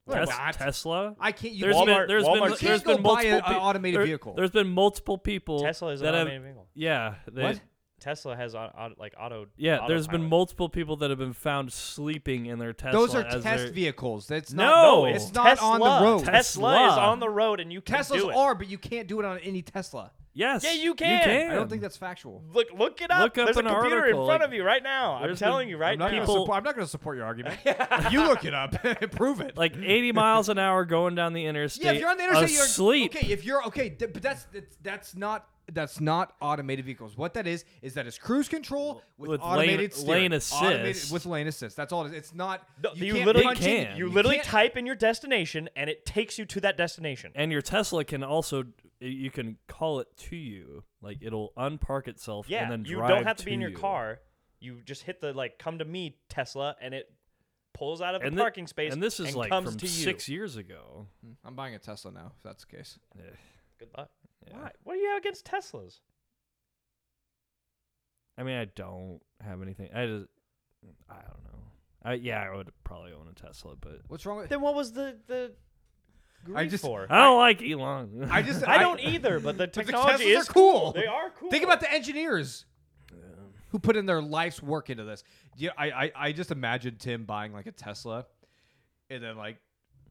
[SPEAKER 1] No,
[SPEAKER 3] Tes-
[SPEAKER 1] we're not.
[SPEAKER 3] Tesla.
[SPEAKER 1] I can't. You
[SPEAKER 3] There's
[SPEAKER 1] Walmart-
[SPEAKER 3] been there's
[SPEAKER 4] Walmart-
[SPEAKER 3] been there's
[SPEAKER 1] Can't
[SPEAKER 3] been
[SPEAKER 1] go buy a-
[SPEAKER 3] multiple
[SPEAKER 1] a automated
[SPEAKER 3] there-
[SPEAKER 1] vehicle.
[SPEAKER 3] There's been multiple people.
[SPEAKER 4] Tesla is an
[SPEAKER 3] that have-
[SPEAKER 4] automated vehicle.
[SPEAKER 3] Yeah. They,
[SPEAKER 1] What?
[SPEAKER 4] Tesla has au- au- like auto.
[SPEAKER 3] Yeah, there's been
[SPEAKER 4] autopilot.
[SPEAKER 3] multiple people that have been found sleeping in their Tesla.
[SPEAKER 1] Those are
[SPEAKER 3] as
[SPEAKER 1] test
[SPEAKER 3] their-
[SPEAKER 1] vehicles. That's
[SPEAKER 3] No,
[SPEAKER 1] not.
[SPEAKER 3] No,
[SPEAKER 1] it's not on the road.
[SPEAKER 4] Tesla, is
[SPEAKER 3] Tesla.
[SPEAKER 4] on the road, and you can do
[SPEAKER 1] Teslas
[SPEAKER 4] it.
[SPEAKER 1] are, but you can't do it on any Tesla.
[SPEAKER 3] Yes.
[SPEAKER 4] Yeah, you
[SPEAKER 3] You
[SPEAKER 4] can.
[SPEAKER 3] can.
[SPEAKER 1] I don't think that's factual.
[SPEAKER 4] Look, look it up.
[SPEAKER 3] Look up
[SPEAKER 4] there's
[SPEAKER 3] an
[SPEAKER 4] a computer
[SPEAKER 3] article,
[SPEAKER 4] in front
[SPEAKER 3] like,
[SPEAKER 4] of you right now. I'm
[SPEAKER 3] there's been-
[SPEAKER 4] telling you right
[SPEAKER 1] I'm not,
[SPEAKER 4] now.
[SPEAKER 1] gonna
[SPEAKER 3] People-
[SPEAKER 1] support, I'm not gonna support your argument. you look it up. Prove it.
[SPEAKER 3] like 80 miles an hour going down the interstate.
[SPEAKER 1] yeah, if you're on the interstate, you're
[SPEAKER 3] asleep.
[SPEAKER 1] Okay, if you're okay, th- but that's that's, that's not. That's not automated vehicles. What that is is that is cruise control with,
[SPEAKER 3] With lane-
[SPEAKER 1] automated steering,
[SPEAKER 3] lane assist.
[SPEAKER 1] automated- with lane assist. That's all. It is. It's not.
[SPEAKER 4] No,
[SPEAKER 1] you,
[SPEAKER 4] you,
[SPEAKER 1] can't
[SPEAKER 4] literally
[SPEAKER 1] punch in-
[SPEAKER 3] can.
[SPEAKER 4] You
[SPEAKER 1] you
[SPEAKER 4] literally
[SPEAKER 1] can't-
[SPEAKER 4] type in your destination, and it takes you to that destination.
[SPEAKER 3] And your Tesla can also you can call it to you. Like it'll unpark itself
[SPEAKER 4] yeah,
[SPEAKER 3] and then
[SPEAKER 4] you
[SPEAKER 3] drive
[SPEAKER 4] don't have to be in your
[SPEAKER 3] you.
[SPEAKER 4] car. You just hit the like "Come to me, Tesla," and it pulls out of
[SPEAKER 3] And
[SPEAKER 4] the
[SPEAKER 3] thi-
[SPEAKER 4] parking space.
[SPEAKER 3] And this is like
[SPEAKER 4] comes
[SPEAKER 3] from
[SPEAKER 4] to you.
[SPEAKER 3] six years ago.
[SPEAKER 1] I'm buying a Tesla now. If that's the case,
[SPEAKER 4] Good luck.
[SPEAKER 3] Yeah.
[SPEAKER 4] Why? What do you have against Teslas?
[SPEAKER 3] I mean, I don't have anything. I just I don't know. I yeah, I would probably own a Tesla, but
[SPEAKER 1] what's wrong with?
[SPEAKER 4] Then what was the the grief
[SPEAKER 1] just-
[SPEAKER 4] for?
[SPEAKER 3] I don't like Elon.
[SPEAKER 1] I just.
[SPEAKER 4] I don't either, but the
[SPEAKER 1] But the
[SPEAKER 4] technology
[SPEAKER 1] Teslas
[SPEAKER 4] is
[SPEAKER 1] are cool.
[SPEAKER 4] They are cool.
[SPEAKER 1] Think about the engineers who put in their life's work into this. Yeah, I, I, I just imagine Tim buying like a Tesla and then like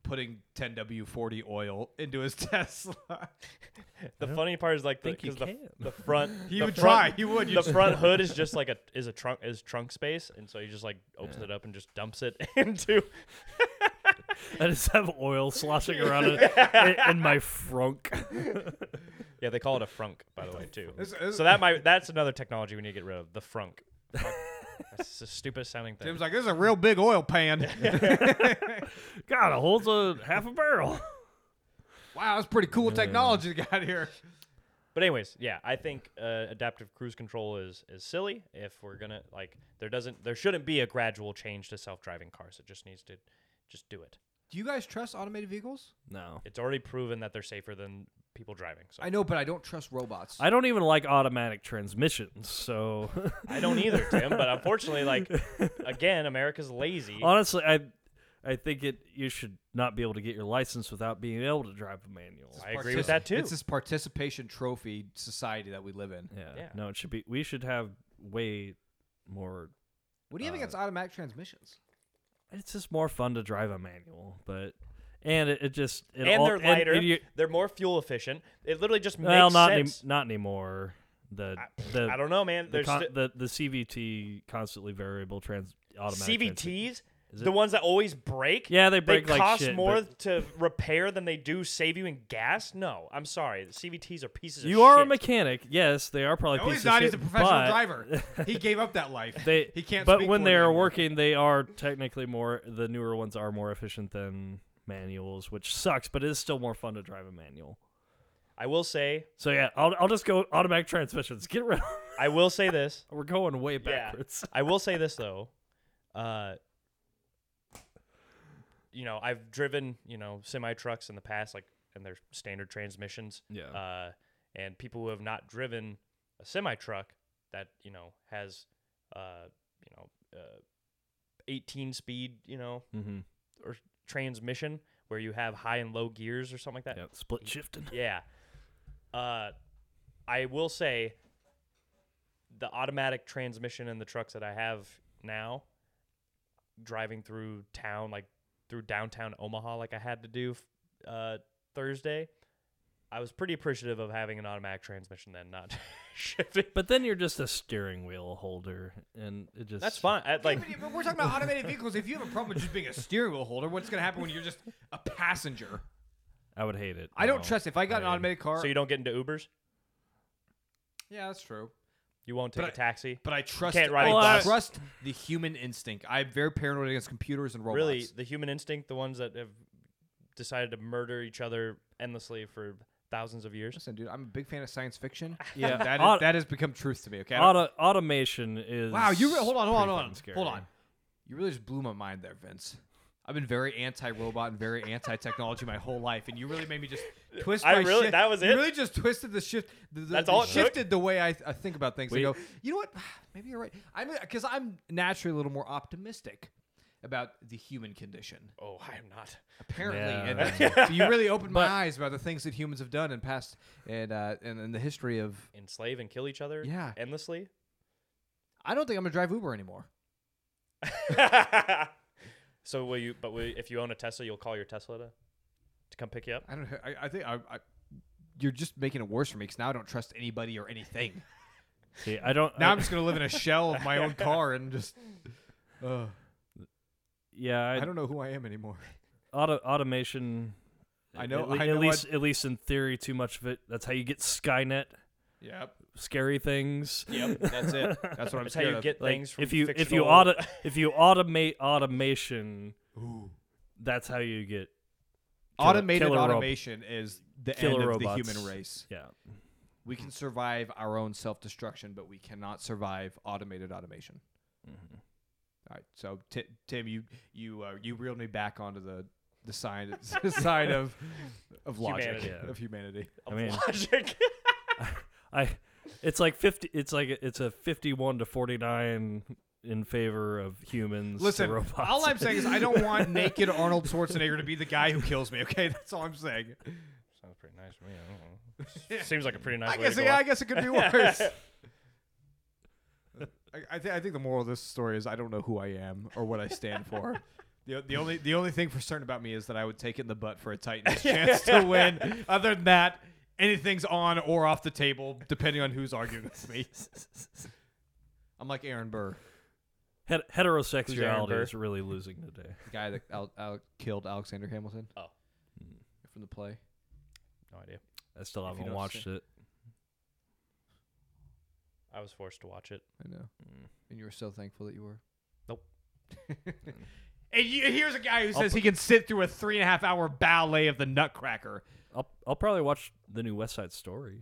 [SPEAKER 1] putting 10W40 oil into his Tesla.
[SPEAKER 4] The funny part is like the,
[SPEAKER 3] think you
[SPEAKER 4] 'cause the,
[SPEAKER 3] can.
[SPEAKER 4] the front.
[SPEAKER 1] He
[SPEAKER 4] the
[SPEAKER 1] would
[SPEAKER 4] front-
[SPEAKER 1] try. He would. You
[SPEAKER 4] The
[SPEAKER 1] just-
[SPEAKER 4] front hood is just like a is a trunk is trunk space, and so he just like opens it up and just dumps it into.
[SPEAKER 3] I just have oil sloshing around it in, in my frunk.
[SPEAKER 4] Yeah, they call it a frunk, by the way, too.
[SPEAKER 1] This- this-
[SPEAKER 4] So that might that's another technology we need to get rid of the frunk. Frunk. that's the stupidest sounding thing.
[SPEAKER 1] Tim's like, this is a real big oil pan.
[SPEAKER 3] God, it holds a half a barrel.
[SPEAKER 1] wow, that's pretty cool technology they got here.
[SPEAKER 4] But anyways, yeah, I think uh, adaptive cruise control is is silly. If we're gonna like, there doesn't there shouldn't be a gradual change to self driving cars. It just needs to just do it.
[SPEAKER 1] Do you guys trust automated vehicles?
[SPEAKER 3] No.
[SPEAKER 4] It's already proven that they're safer than people driving. So
[SPEAKER 1] I know, but I don't trust robots.
[SPEAKER 3] I don't even like automatic transmissions, so
[SPEAKER 4] I don't either, Tim. But unfortunately, like again, America's lazy.
[SPEAKER 3] honestly, I I think it you should not be able to get your license without being able to drive a manual.
[SPEAKER 4] I agree with that too.
[SPEAKER 1] It's this participation trophy society that we live in.
[SPEAKER 3] Yeah.
[SPEAKER 4] Yeah.
[SPEAKER 3] No, it should be we should have way more
[SPEAKER 1] What do you have
[SPEAKER 3] Uh,
[SPEAKER 1] against automatic transmissions?
[SPEAKER 3] it's just more fun to drive a manual, but and it, it just it
[SPEAKER 4] and
[SPEAKER 3] all,
[SPEAKER 4] they're lighter.
[SPEAKER 3] and you-
[SPEAKER 4] they're more fuel efficient. It literally just makes
[SPEAKER 3] well, not any,
[SPEAKER 4] sense.
[SPEAKER 3] not anymore. The the
[SPEAKER 4] I don't know, man.
[SPEAKER 3] the,
[SPEAKER 4] There's
[SPEAKER 3] con-
[SPEAKER 4] sti-
[SPEAKER 3] the the CVT constantly variable trans automatic transmission.
[SPEAKER 4] CVTs.
[SPEAKER 3] Is it?
[SPEAKER 4] The ones that always break.
[SPEAKER 3] yeah, they
[SPEAKER 4] They
[SPEAKER 3] break like
[SPEAKER 4] cost
[SPEAKER 3] shit,
[SPEAKER 4] more
[SPEAKER 3] but-
[SPEAKER 4] to repair than they do save you in gas. No, I'm sorry. The CVTs are pieces of
[SPEAKER 3] You are
[SPEAKER 4] shit.
[SPEAKER 3] a mechanic. Yes, they are probably
[SPEAKER 1] No,
[SPEAKER 3] pieces
[SPEAKER 1] he's not.
[SPEAKER 3] of
[SPEAKER 1] He's a
[SPEAKER 3] shit,
[SPEAKER 1] professional
[SPEAKER 3] but
[SPEAKER 1] driver. He gave up that life.
[SPEAKER 3] They
[SPEAKER 1] he can't.
[SPEAKER 3] But
[SPEAKER 1] speak
[SPEAKER 3] when
[SPEAKER 1] for
[SPEAKER 3] they
[SPEAKER 1] it
[SPEAKER 3] are
[SPEAKER 1] anymore.
[SPEAKER 3] working, they are technically more. The newer ones are more efficient than manuals, which sucks, but it is still more fun to drive a manual.
[SPEAKER 4] I will say.
[SPEAKER 3] So yeah, I'll, I'll just go automatic transmissions. Get rid. of
[SPEAKER 4] I will say this.
[SPEAKER 3] We're going way
[SPEAKER 4] Yeah.
[SPEAKER 3] backwards.
[SPEAKER 4] I will say this though. Uh, you know, I've driven you know semi trucks in the past, like and their standard transmissions.
[SPEAKER 3] Yeah.
[SPEAKER 4] Uh, and people who have not driven a semi truck that you know has, uh, you know, uh, 18 speed, you know,
[SPEAKER 3] mm-hmm.
[SPEAKER 4] transmission where you have high and low gears or something like that.
[SPEAKER 3] Yeah, split shifting.
[SPEAKER 4] Yeah. Uh, I will say the automatic transmission in the trucks that I have now, driving through town, like through downtown Omaha, like I had to do f- uh, Thursday, I was pretty appreciative of having an automatic transmission then, not shifting.
[SPEAKER 3] But then you're just a steering wheel holder, and it just
[SPEAKER 4] That's fine. I, like,
[SPEAKER 1] Yeah, but- but we're talking about automated vehicles. If you have a problem with just being a steering wheel holder, what's going to happen when you're just a passenger?
[SPEAKER 3] I would hate it.
[SPEAKER 1] I don't
[SPEAKER 3] No.
[SPEAKER 1] trust. If I got an
[SPEAKER 3] I-
[SPEAKER 1] automated car,
[SPEAKER 4] Oh, so you don't get into Ubers?
[SPEAKER 1] yeah, that's true.
[SPEAKER 4] You won't take
[SPEAKER 1] But
[SPEAKER 4] a
[SPEAKER 1] I-
[SPEAKER 4] taxi?
[SPEAKER 1] But I trust.
[SPEAKER 4] can't ride
[SPEAKER 3] a
[SPEAKER 1] I
[SPEAKER 3] bus.
[SPEAKER 1] trust the human instinct. I'm very paranoid against computers and robots.
[SPEAKER 4] really, the human instinct, the ones that have decided to murder each other endlessly for thousands of years?
[SPEAKER 1] Listen, dude, I'm a big fan of science fiction.
[SPEAKER 3] Yeah.
[SPEAKER 1] that, is,
[SPEAKER 3] Auto-
[SPEAKER 1] that has become truth to me. Okay. I don't-
[SPEAKER 3] Auto- automation is.
[SPEAKER 1] wow, you re- hold on, hold on,
[SPEAKER 3] pretty
[SPEAKER 1] hold
[SPEAKER 3] fucking
[SPEAKER 1] on,
[SPEAKER 3] scary.
[SPEAKER 1] hold on. You really just blew my mind there, Vince. I've been very anti-robot and very anti-technology my whole life, and you really made me just twist.
[SPEAKER 4] I
[SPEAKER 1] my
[SPEAKER 4] really-
[SPEAKER 1] shift-
[SPEAKER 4] that was
[SPEAKER 1] you
[SPEAKER 4] it?
[SPEAKER 1] really just twisted the shift. The, the-
[SPEAKER 4] That's
[SPEAKER 1] the
[SPEAKER 4] all it took?
[SPEAKER 1] shifted the way I, I think about things. I
[SPEAKER 3] We-
[SPEAKER 1] go, you know what? Maybe you're right. I'm because I'm naturally a little more optimistic about the human condition.
[SPEAKER 4] Oh, I am not.
[SPEAKER 1] Apparently,
[SPEAKER 3] Yeah.
[SPEAKER 1] and that's- you really opened my eyes about the things that humans have done and past, and uh, and, and the history of.
[SPEAKER 4] enslave and kill each other
[SPEAKER 1] Yeah.
[SPEAKER 4] endlessly.
[SPEAKER 1] I don't think I'm gonna drive Uber anymore.
[SPEAKER 4] so will you? But will, if you own a Tesla, you'll call your Tesla to, to come pick you up.
[SPEAKER 1] I don't. I, I think I, I. You're just making it worse for me because now I don't trust anybody or anything.
[SPEAKER 3] See, I don't.
[SPEAKER 1] Now
[SPEAKER 3] I-
[SPEAKER 1] I'm just gonna live in a shell of my own car and just. Uh,
[SPEAKER 3] yeah, I,
[SPEAKER 1] I don't know who I am anymore.
[SPEAKER 3] auto- automation.
[SPEAKER 1] I know-
[SPEAKER 3] At, le-
[SPEAKER 1] I
[SPEAKER 3] at
[SPEAKER 1] know
[SPEAKER 3] least, at least in theory, too much of it. That's how you get Skynet.
[SPEAKER 1] Yep.
[SPEAKER 3] Scary things.
[SPEAKER 4] Yep, that's it.
[SPEAKER 1] That's what I'm
[SPEAKER 4] That's how you
[SPEAKER 1] scared
[SPEAKER 4] get
[SPEAKER 3] Like,
[SPEAKER 4] things from
[SPEAKER 3] if you if you
[SPEAKER 4] fictional-
[SPEAKER 3] auto if you automate automation,
[SPEAKER 1] of. Ooh.
[SPEAKER 3] that's how you get Killer-
[SPEAKER 1] Automated
[SPEAKER 3] killer rob-
[SPEAKER 1] automation is the end
[SPEAKER 3] killer
[SPEAKER 1] of
[SPEAKER 3] robots.
[SPEAKER 1] the human race.
[SPEAKER 3] Yeah.
[SPEAKER 1] We can survive our own self-destruction, but we cannot survive automated automation. All right. So Ti- Tim, you you uh, you reeled me back onto the the side side of of logic
[SPEAKER 4] Humanity.
[SPEAKER 3] Yeah.
[SPEAKER 1] of humanity.
[SPEAKER 3] I mean,
[SPEAKER 4] logic.
[SPEAKER 3] I it's like 50 it's like a- it's a 51 to 49 in favor of humans to
[SPEAKER 1] Listen,
[SPEAKER 3] robots.
[SPEAKER 1] all I'm saying is I don't want naked Arnold Schwarzenegger to be the guy who kills me. Okay, that's all I'm saying.
[SPEAKER 4] Sounds pretty nice to me. I don't know. Seems like a pretty nice.
[SPEAKER 1] I
[SPEAKER 4] way
[SPEAKER 1] guess
[SPEAKER 4] to go
[SPEAKER 1] yeah, I
[SPEAKER 4] out.
[SPEAKER 1] guess it could be worse. I, I, th- I think the moral of this story is I don't know who I am or what I stand for. The, the only the only thing for certain about me is that I would take it in the butt for a Titans chance to win. Other than that, anything's on or off the table depending on who's arguing with me. I'm like Aaron Burr,
[SPEAKER 3] Het-
[SPEAKER 4] Aaron Burr?
[SPEAKER 3] heterosexuality is really losing today.
[SPEAKER 1] the guy that Al- Al- killed Alexander Hamilton.
[SPEAKER 4] Oh.
[SPEAKER 1] from the play.
[SPEAKER 4] No idea.
[SPEAKER 3] I still
[SPEAKER 1] If you
[SPEAKER 3] haven't
[SPEAKER 1] don't
[SPEAKER 3] watched it.
[SPEAKER 4] I was forced to watch it.
[SPEAKER 1] I know.
[SPEAKER 3] Mm.
[SPEAKER 1] And you were so thankful that you were.
[SPEAKER 4] Nope.
[SPEAKER 1] and you, here's a guy who
[SPEAKER 3] I'll
[SPEAKER 1] says he can sit through a three and a half hour ballet of the Nutcracker.
[SPEAKER 3] I'll I'll probably watch the new West Side Story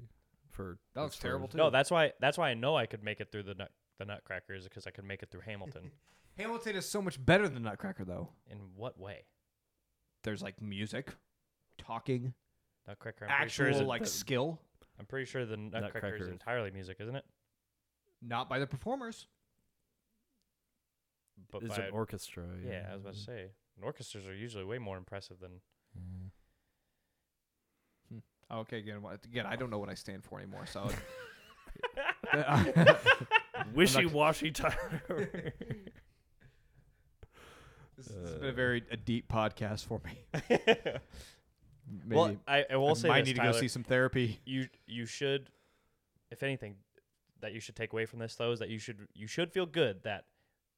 [SPEAKER 3] for
[SPEAKER 1] That looks
[SPEAKER 3] for-
[SPEAKER 1] terrible too.
[SPEAKER 4] No, that's why. That's why I know I could make it through the nut, the Nutcrackers because I could make it through Hamilton.
[SPEAKER 1] Hamilton is so much better than Nutcracker though.
[SPEAKER 4] In what way?
[SPEAKER 1] There's like music, talking,
[SPEAKER 4] Nutcracker. I'm
[SPEAKER 1] actual
[SPEAKER 4] pretty sure is
[SPEAKER 1] like
[SPEAKER 4] a,
[SPEAKER 1] skill,
[SPEAKER 4] I'm pretty sure the Nutcracker,
[SPEAKER 3] Nutcracker
[SPEAKER 4] is
[SPEAKER 3] is-
[SPEAKER 4] entirely music, isn't it?
[SPEAKER 1] not by the performers.
[SPEAKER 4] But
[SPEAKER 3] It's
[SPEAKER 4] by-
[SPEAKER 3] an orchestra.
[SPEAKER 4] yeah, I was about to say, and orchestras are usually way more impressive than
[SPEAKER 3] Mm.
[SPEAKER 1] Okay, again, what- again, I don't know what I stand for anymore. So,
[SPEAKER 3] Wishy washy Tyler.
[SPEAKER 1] this has been a very a deep podcast for me. Maybe
[SPEAKER 4] Well, I, I will
[SPEAKER 1] I
[SPEAKER 4] say
[SPEAKER 1] might
[SPEAKER 4] this,
[SPEAKER 1] need to
[SPEAKER 4] Tyler.
[SPEAKER 1] go see some therapy.
[SPEAKER 4] you you should, if anything, that you should take away from this though is that you should you should feel good that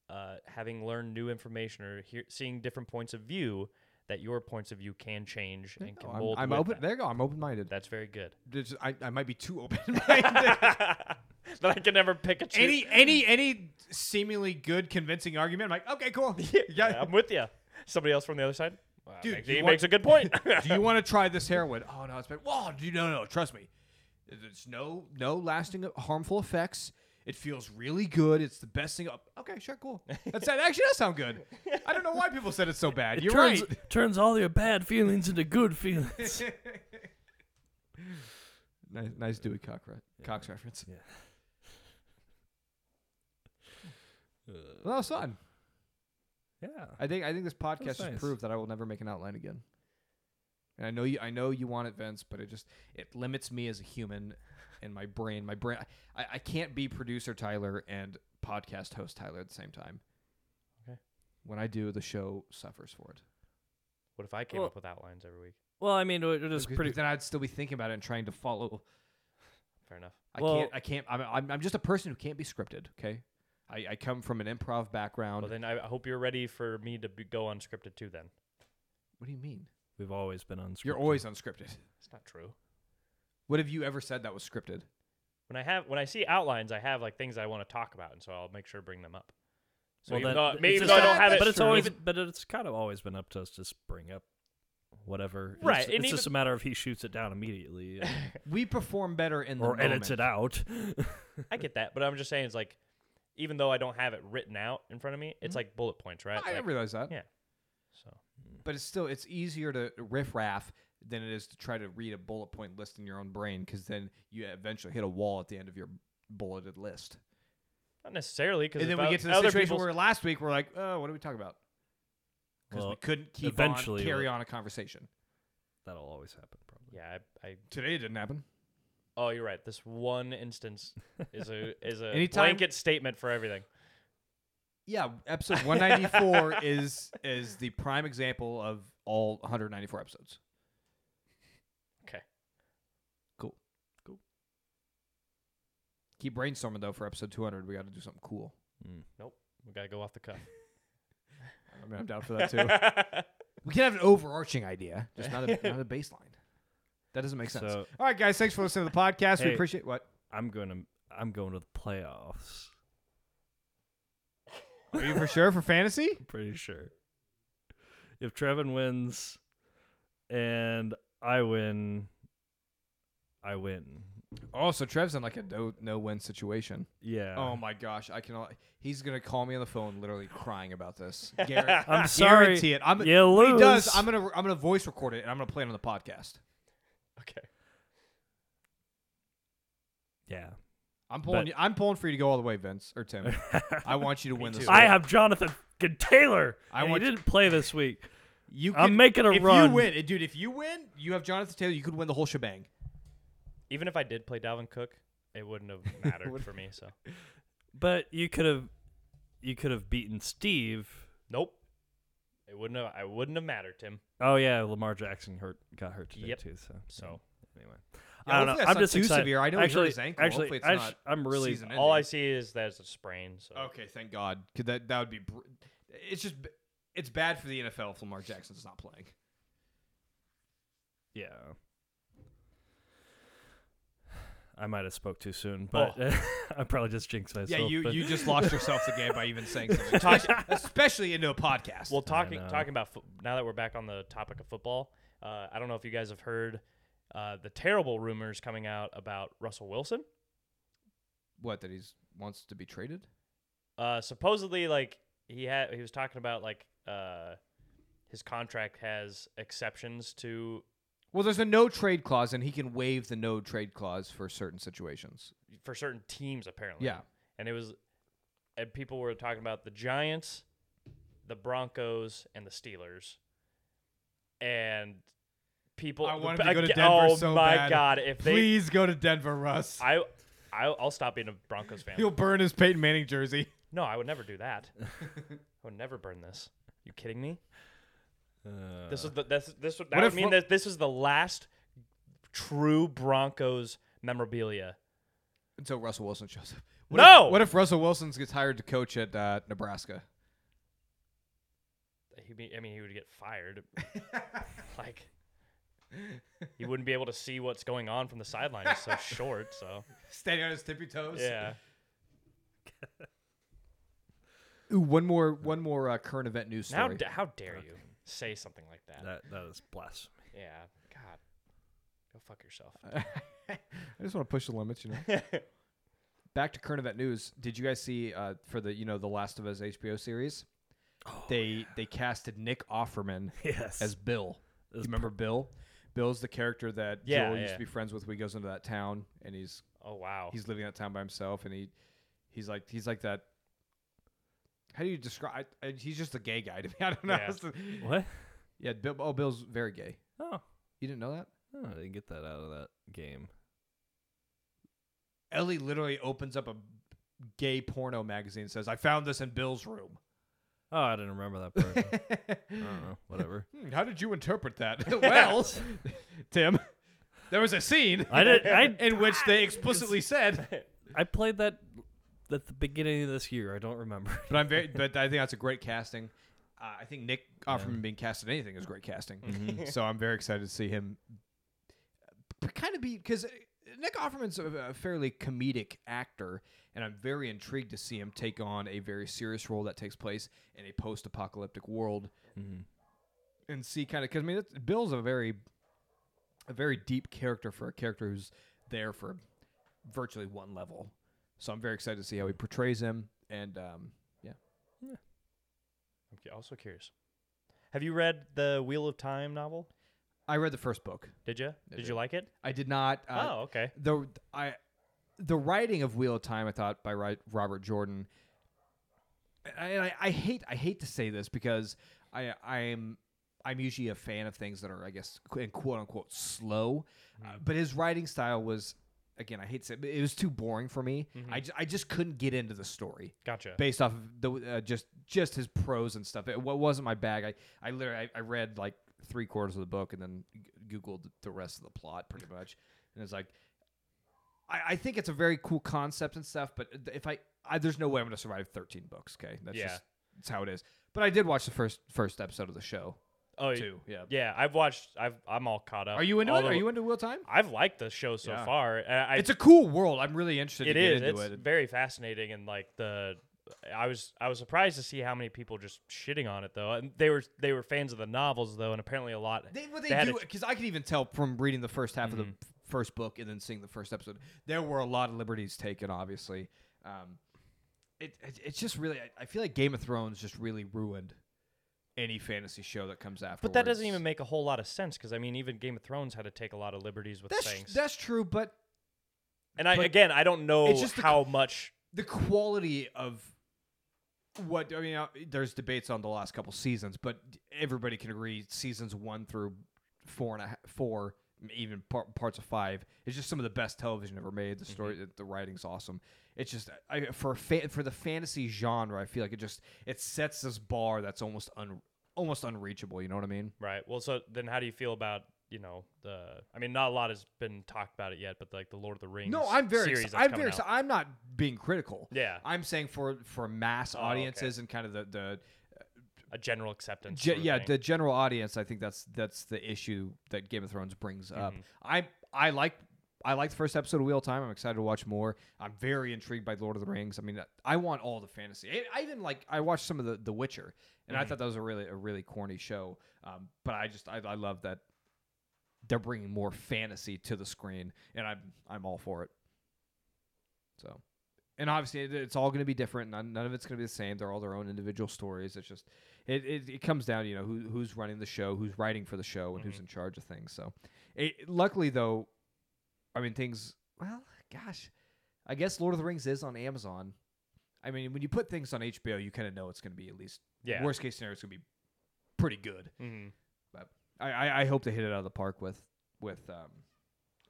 [SPEAKER 4] uh, uh, having learned new information or hear, seeing different points of view, that your points of view can change and can
[SPEAKER 1] I'm,
[SPEAKER 4] mold.
[SPEAKER 1] I'm
[SPEAKER 4] with
[SPEAKER 1] open.
[SPEAKER 4] that.
[SPEAKER 1] There you go. I'm open-minded.
[SPEAKER 4] That's very good.
[SPEAKER 1] There's just- I, I might be too open-minded.
[SPEAKER 4] That I can never pick a choo-
[SPEAKER 1] any any any seemingly good convincing argument, I'm like, okay, cool.
[SPEAKER 4] yeah, I'm with you. Somebody else from the other side. Wow,
[SPEAKER 1] Dude,
[SPEAKER 4] make-
[SPEAKER 1] you
[SPEAKER 4] he
[SPEAKER 1] want-
[SPEAKER 4] makes a good point.
[SPEAKER 1] do you want to try this heroin? Oh no, it's been. Whoa, do you no no? Trust me, there's no no lasting harmful effects. It feels really good. It's the best thing. Okay, sure, cool. That's, that actually does sound good. I don't know why people said it's so bad. You're
[SPEAKER 3] turns,
[SPEAKER 1] right.
[SPEAKER 3] Turns all your bad feelings into good feelings.
[SPEAKER 1] Nice, nice Dewey Cox, re- Cox reference.
[SPEAKER 3] Yeah.
[SPEAKER 1] Well, that was fun.
[SPEAKER 3] yeah.
[SPEAKER 1] I think I think this podcast has
[SPEAKER 3] nice.
[SPEAKER 1] proved that I will never make an outline again. And I know you I know you want it, Vince, but it just it limits me as a human and my brain. My brain I, I can't be producer Tyler and podcast host Tyler at the same time.
[SPEAKER 4] Okay.
[SPEAKER 1] When I do, the show suffers for it.
[SPEAKER 4] what if I came
[SPEAKER 3] Well-
[SPEAKER 4] up with outlines every week?
[SPEAKER 3] Well, I mean, it it was
[SPEAKER 1] Because
[SPEAKER 3] pretty.
[SPEAKER 1] then I'd still be thinking about it and trying to follow.
[SPEAKER 4] Fair enough.
[SPEAKER 1] I
[SPEAKER 3] Well-
[SPEAKER 1] can't. I can't. I'm, I'm. I'm just a person who can't be scripted. Okay. I, I come from an improv background.
[SPEAKER 4] Well, then I I hope you're ready for me to be, go unscripted too. Then
[SPEAKER 1] what do you mean?
[SPEAKER 3] We've always been unscripted.
[SPEAKER 1] You're always unscripted.
[SPEAKER 4] it's not true.
[SPEAKER 1] What have you ever said that was scripted?
[SPEAKER 4] When I have when I see outlines, I have like things I want to talk about, and so I'll make sure to bring them up. So
[SPEAKER 3] Well,
[SPEAKER 4] even
[SPEAKER 3] that-
[SPEAKER 4] though,
[SPEAKER 3] it's
[SPEAKER 4] maybe
[SPEAKER 3] just
[SPEAKER 4] even though I
[SPEAKER 3] not-
[SPEAKER 4] don't have it,
[SPEAKER 3] But it's always.
[SPEAKER 4] even-
[SPEAKER 3] But it's kind of always been up to us. to Just bring up whatever. It's-
[SPEAKER 4] Right,
[SPEAKER 3] It's,
[SPEAKER 4] and
[SPEAKER 3] just a matter of he shoots it down immediately, and-
[SPEAKER 1] We perform better in the
[SPEAKER 3] or edits
[SPEAKER 1] moment.
[SPEAKER 3] it out.
[SPEAKER 4] I get that, but I'm just saying it's like even though I don't have it written out in front of me,
[SPEAKER 3] Mm-hmm.
[SPEAKER 4] it's like bullet points, right?
[SPEAKER 1] I
[SPEAKER 4] Like,
[SPEAKER 1] realize that.
[SPEAKER 4] yeah. So
[SPEAKER 1] But it's still it's easier to riff raff than it is to try to read a bullet point list in your own brain because then you eventually hit a wall at the end of your bulleted list.
[SPEAKER 4] not necessarily because
[SPEAKER 1] And then we get to the
[SPEAKER 4] other
[SPEAKER 1] situation
[SPEAKER 4] people's-
[SPEAKER 1] where last week we're like, oh, what do we talk about? Because we
[SPEAKER 3] Well,
[SPEAKER 1] couldn't keep
[SPEAKER 3] eventually
[SPEAKER 1] on carry
[SPEAKER 3] we'll-
[SPEAKER 1] on a conversation.
[SPEAKER 3] That'll always happen, probably.
[SPEAKER 4] yeah, I, I
[SPEAKER 1] Today it didn't happen.
[SPEAKER 4] oh you're right. This one instance is a is a
[SPEAKER 1] Anytime-
[SPEAKER 4] blanket statement for everything.
[SPEAKER 1] Yeah, episode 194 is is the prime example of all 194 episodes.
[SPEAKER 4] Okay,
[SPEAKER 1] Cool. Cool. Keep brainstorming though for episode 200. We got to do something cool.
[SPEAKER 3] Mm.
[SPEAKER 4] we gotta go off the cuff.
[SPEAKER 1] I mean, I'm down for that too. we can have an overarching idea, just not a, not a baseline. That doesn't make sense.
[SPEAKER 3] So
[SPEAKER 1] All right, guys, thanks for listening to the podcast. We
[SPEAKER 3] Hey.
[SPEAKER 1] appreciate what.
[SPEAKER 3] I'm going to. I'm going to the playoffs.
[SPEAKER 1] Are you for sure for fantasy?
[SPEAKER 3] I'm pretty sure. If Trevin wins, and I win, I win.
[SPEAKER 1] Also, Trev's in like a no no win situation.
[SPEAKER 3] Yeah.
[SPEAKER 1] Oh my gosh, I can. He's gonna call me on the phone, literally crying about this. Guarantee,
[SPEAKER 3] I'm sorry.
[SPEAKER 1] guarantee it. I'm,
[SPEAKER 3] You
[SPEAKER 1] when He does.
[SPEAKER 3] lose.
[SPEAKER 1] I'm gonna I'm gonna voice record it and I'm gonna play it on the podcast.
[SPEAKER 4] okay,
[SPEAKER 3] Yeah.
[SPEAKER 1] I'm pulling.
[SPEAKER 3] But-
[SPEAKER 1] you, I'm pulling for you to go all the way, Vince or Tim. I want you to
[SPEAKER 4] Me
[SPEAKER 1] win this.
[SPEAKER 4] too.
[SPEAKER 1] one.
[SPEAKER 3] I have Jonathan fucking Taylor.
[SPEAKER 1] I
[SPEAKER 3] I
[SPEAKER 1] want-
[SPEAKER 3] didn't play this week.
[SPEAKER 1] You.
[SPEAKER 3] I'm making a
[SPEAKER 1] if
[SPEAKER 3] run.
[SPEAKER 1] you win, eh, dude. If you win, you have Jonathan Taylor. You could win the whole shebang.
[SPEAKER 4] even if I did play Dalvin Cook, it wouldn't have mattered for me. So
[SPEAKER 3] But you could have, you could have beaten Steve.
[SPEAKER 4] nope, it wouldn't have. I wouldn't have mattered, Tim.
[SPEAKER 3] Oh yeah, Lamar Jackson hurt got hurt today
[SPEAKER 4] Yep.
[SPEAKER 3] too. So
[SPEAKER 4] So
[SPEAKER 3] anyway,
[SPEAKER 1] Yeah,
[SPEAKER 3] I don't know.
[SPEAKER 1] hopefully that's
[SPEAKER 3] I'm
[SPEAKER 1] not
[SPEAKER 3] just
[SPEAKER 1] too
[SPEAKER 3] excited.
[SPEAKER 1] severe. I know he hurt
[SPEAKER 3] actually,
[SPEAKER 1] his ankle.
[SPEAKER 3] Actually,
[SPEAKER 1] Hopefully it's
[SPEAKER 3] I
[SPEAKER 1] not
[SPEAKER 3] am really
[SPEAKER 1] season
[SPEAKER 4] all I
[SPEAKER 1] ending.
[SPEAKER 4] see is that it's a sprain. So
[SPEAKER 1] Okay, thank God. Could that that would be. Br- it's just b- it's bad for the NFL if Lamar Jackson's not playing.
[SPEAKER 3] yeah. I might have spoke too soon, but I probably just jinxed myself.
[SPEAKER 1] Oh. Yeah, you
[SPEAKER 3] but
[SPEAKER 1] you just lost yourself the game by even saying something, especially, especially into a podcast.
[SPEAKER 4] Well, talking
[SPEAKER 3] know.
[SPEAKER 4] talking about fo- now that we're back on the topic of football, uh, I don't know if you guys have heard uh, the terrible rumors coming out about Russell Wilson.
[SPEAKER 1] what that he's wants to be traded?
[SPEAKER 4] Uh, supposedly, like he had, he was talking about like uh, his contract has exceptions to
[SPEAKER 1] Well, there's a no trade clause, and he can waive the no trade clause for certain situations.
[SPEAKER 4] for certain teams apparently.
[SPEAKER 1] Yeah,
[SPEAKER 4] and it was, and people were talking about the Giants, the Broncos, and the Steelers, and. People,
[SPEAKER 1] I
[SPEAKER 4] the-
[SPEAKER 1] wanted to go to
[SPEAKER 4] aga-
[SPEAKER 1] Denver
[SPEAKER 4] oh
[SPEAKER 1] so
[SPEAKER 4] my
[SPEAKER 1] bad.
[SPEAKER 4] god! If they
[SPEAKER 1] please go to Denver, Russ.
[SPEAKER 4] I I'll, I'll stop being a Broncos fan.
[SPEAKER 1] He'll burn his Peyton Manning jersey.
[SPEAKER 4] No, I would never do that. I would never burn this. You kidding me?
[SPEAKER 3] uh,
[SPEAKER 4] This is the this this would- that
[SPEAKER 1] What
[SPEAKER 4] would
[SPEAKER 1] if
[SPEAKER 4] mean
[SPEAKER 1] Ro-
[SPEAKER 4] that this is the last true Broncos memorabilia.
[SPEAKER 1] Until Russell Wilson shows up. What
[SPEAKER 4] No!
[SPEAKER 1] If, what if Russell Wilson gets hired to coach at uh, Nebraska?
[SPEAKER 4] He'd be, I mean, he would get fired. like, he wouldn't be able to see what's going on from the sideline. He's so short. So
[SPEAKER 1] Standing on his tippy toes.
[SPEAKER 4] yeah,
[SPEAKER 1] Ooh, one more, one more uh, current event news
[SPEAKER 4] now
[SPEAKER 1] story.
[SPEAKER 4] d- how dare you say something like that?
[SPEAKER 3] That that is blasphemy.
[SPEAKER 4] Yeah, God, go fuck yourself.
[SPEAKER 1] Uh, I just want to push the limits, you know. Back to current event news. Did you guys see uh, for the you know the Last of Us HBO series?
[SPEAKER 4] Oh,
[SPEAKER 1] they they casted Nick Offerman
[SPEAKER 3] Yes.
[SPEAKER 1] as Bill. Do you
[SPEAKER 3] As
[SPEAKER 1] remember Bill? Bill's the character that
[SPEAKER 4] Yeah,
[SPEAKER 1] Joel used
[SPEAKER 4] yeah.
[SPEAKER 1] to be friends with. when He goes into that town and he's
[SPEAKER 4] Oh wow.
[SPEAKER 1] he's living in that town by himself, and he he's like he's like that. How do you describe? I, I- he's just a gay guy to me. I don't know.
[SPEAKER 4] Yeah.
[SPEAKER 1] Yeah,
[SPEAKER 3] what?
[SPEAKER 1] Bill, oh, Bill's very gay.
[SPEAKER 3] Oh.
[SPEAKER 1] You didn't know that?
[SPEAKER 3] oh, I didn't get that out of that game.
[SPEAKER 1] Ellie literally opens up a gay porno magazine and says, "I found this in Bill's room."
[SPEAKER 3] Oh, I didn't remember that part. I don't know. Whatever.
[SPEAKER 1] Hmm, how did you interpret that? well, Tim, there was a scene
[SPEAKER 3] I did. I
[SPEAKER 1] in which they explicitly said
[SPEAKER 3] I played that at the beginning of this year. I don't remember.
[SPEAKER 1] But I'm very. But I think that's a great casting. Uh, I think Nick Offerman being cast in anything is great casting. so I'm very excited to see him. uh, Kind of be because Nick Offerman's a, a fairly comedic actor, and I'm very intrigued to see him take on a very serious role that takes place in a post-apocalyptic world,
[SPEAKER 3] Mm-hmm.
[SPEAKER 1] and see kind of because I mean that's, Bill's a very, a very deep character for a character who's there for virtually one level. So I'm very excited to see how he portrays him, and um, yeah.
[SPEAKER 4] I'm cu- also curious. Have you read the Wheel of Time novel?
[SPEAKER 1] I read the first book.
[SPEAKER 4] Did you? Did, you like it?
[SPEAKER 1] I did not. Uh,
[SPEAKER 4] oh, okay.
[SPEAKER 1] The I, the writing of Wheel of Time, I thought by Ri- Robert Jordan. And I, I hate I hate to say this because I I'm I'm usually a fan of things that are I guess qu- in quote unquote slow, uh, but his writing style was again I hate to say it, but it was too boring for me. I, ju- I just couldn't get into the story
[SPEAKER 4] Gotcha.
[SPEAKER 1] based off of the uh, just just his prose and stuff. It wa- wasn't my bag. I I literally I, I read like three quarters of the book and then g- googled the rest of the plot pretty much, and it's like. I, I think it's a very cool concept and stuff, but if I, I there's no way I'm going to survive 13 books. Okay, that's
[SPEAKER 4] Yeah.
[SPEAKER 1] just that's how it is. But I did watch the first first episode of the show
[SPEAKER 4] oh, y-
[SPEAKER 1] too. Yeah.
[SPEAKER 4] Yeah, I've watched. I've. I'm all caught up.
[SPEAKER 1] Are you into
[SPEAKER 4] Uh, All
[SPEAKER 1] it?
[SPEAKER 4] the-
[SPEAKER 1] Are you into Wheel Time?
[SPEAKER 4] I've liked the show so
[SPEAKER 1] Yeah.
[SPEAKER 4] far. and I,
[SPEAKER 1] It's a cool world. I'm really interested.
[SPEAKER 4] it
[SPEAKER 1] to get
[SPEAKER 4] is. It's
[SPEAKER 1] Into it.
[SPEAKER 4] very fascinating, and like the, I was I was surprised to see how many people just shitting on it though, and they were they were fans of the novels though, and apparently a lot.
[SPEAKER 1] They, well, they,
[SPEAKER 4] had
[SPEAKER 1] do
[SPEAKER 4] a-
[SPEAKER 1] because I could even tell from reading the first half of the f- first book and then seeing the first episode, there were a lot of liberties taken. Obviously, um, it, it it's just really I, I feel like Game of Thrones just really ruined any fantasy show that comes after.
[SPEAKER 4] but that doesn't even make a whole lot of sense because I mean, even Game of Thrones had to take a lot of liberties with
[SPEAKER 1] that's
[SPEAKER 4] things.
[SPEAKER 1] that's true, but
[SPEAKER 4] and I
[SPEAKER 1] but
[SPEAKER 4] again, I don't know
[SPEAKER 1] it's just the
[SPEAKER 4] how much.
[SPEAKER 1] the quality of what I mean, uh, there's debates on the last couple seasons, but everybody can agree seasons one through four and a half, four, even par- parts of five, is just some of the best television ever made. The story, the writing's awesome. It's just I, for fa- for the fantasy genre, I feel like it just it sets this bar that's almost un almost unreachable. You know what I mean?
[SPEAKER 4] Right. Well, so then how do you feel about you know the? I mean, not a lot has been talked about it yet, but like the Lord of the Rings.
[SPEAKER 1] No, I'm very,
[SPEAKER 4] series
[SPEAKER 1] exci-
[SPEAKER 4] that's
[SPEAKER 1] I'm
[SPEAKER 4] coming
[SPEAKER 1] very,
[SPEAKER 4] out.
[SPEAKER 1] exci- I'm not being critical.
[SPEAKER 4] Yeah.
[SPEAKER 1] I'm saying for for mass
[SPEAKER 4] okay.
[SPEAKER 1] audiences and kind of the the
[SPEAKER 4] a general acceptance.
[SPEAKER 1] Ge-
[SPEAKER 4] sort of
[SPEAKER 1] yeah,
[SPEAKER 4] thing.
[SPEAKER 1] the general audience. I think that's that's the issue that Game of Thrones brings
[SPEAKER 4] Mm-hmm.
[SPEAKER 1] up. I I like I like the first episode of Wheel of Time. I'm excited to watch more. I'm very intrigued by Lord of the Rings. I mean, I want all the fantasy. I, I even like I watched some of the The Witcher, and
[SPEAKER 4] Mm-hmm.
[SPEAKER 1] I thought that was a really a really corny show. Um, but I just I, I love that they're bringing more fantasy to the screen, and I'm I'm all for it. So, and obviously it, it's all going to be different. None, none of it's going to be the same. They're all their own individual stories. It's just it, it, it comes down to you know who, who's running the show, who's writing for the show, and
[SPEAKER 5] Mm-hmm.
[SPEAKER 1] who's in charge of things. So, it, luckily though, I mean things. Well, gosh, I guess Lord of the Rings is on Amazon. I mean, when you put things on HBO, you kind of know it's going to be at least
[SPEAKER 4] Yeah.
[SPEAKER 1] worst case scenario, it's going to be pretty good.
[SPEAKER 4] Mhm.
[SPEAKER 1] But I, I, I hope they hit it out of the park with with um,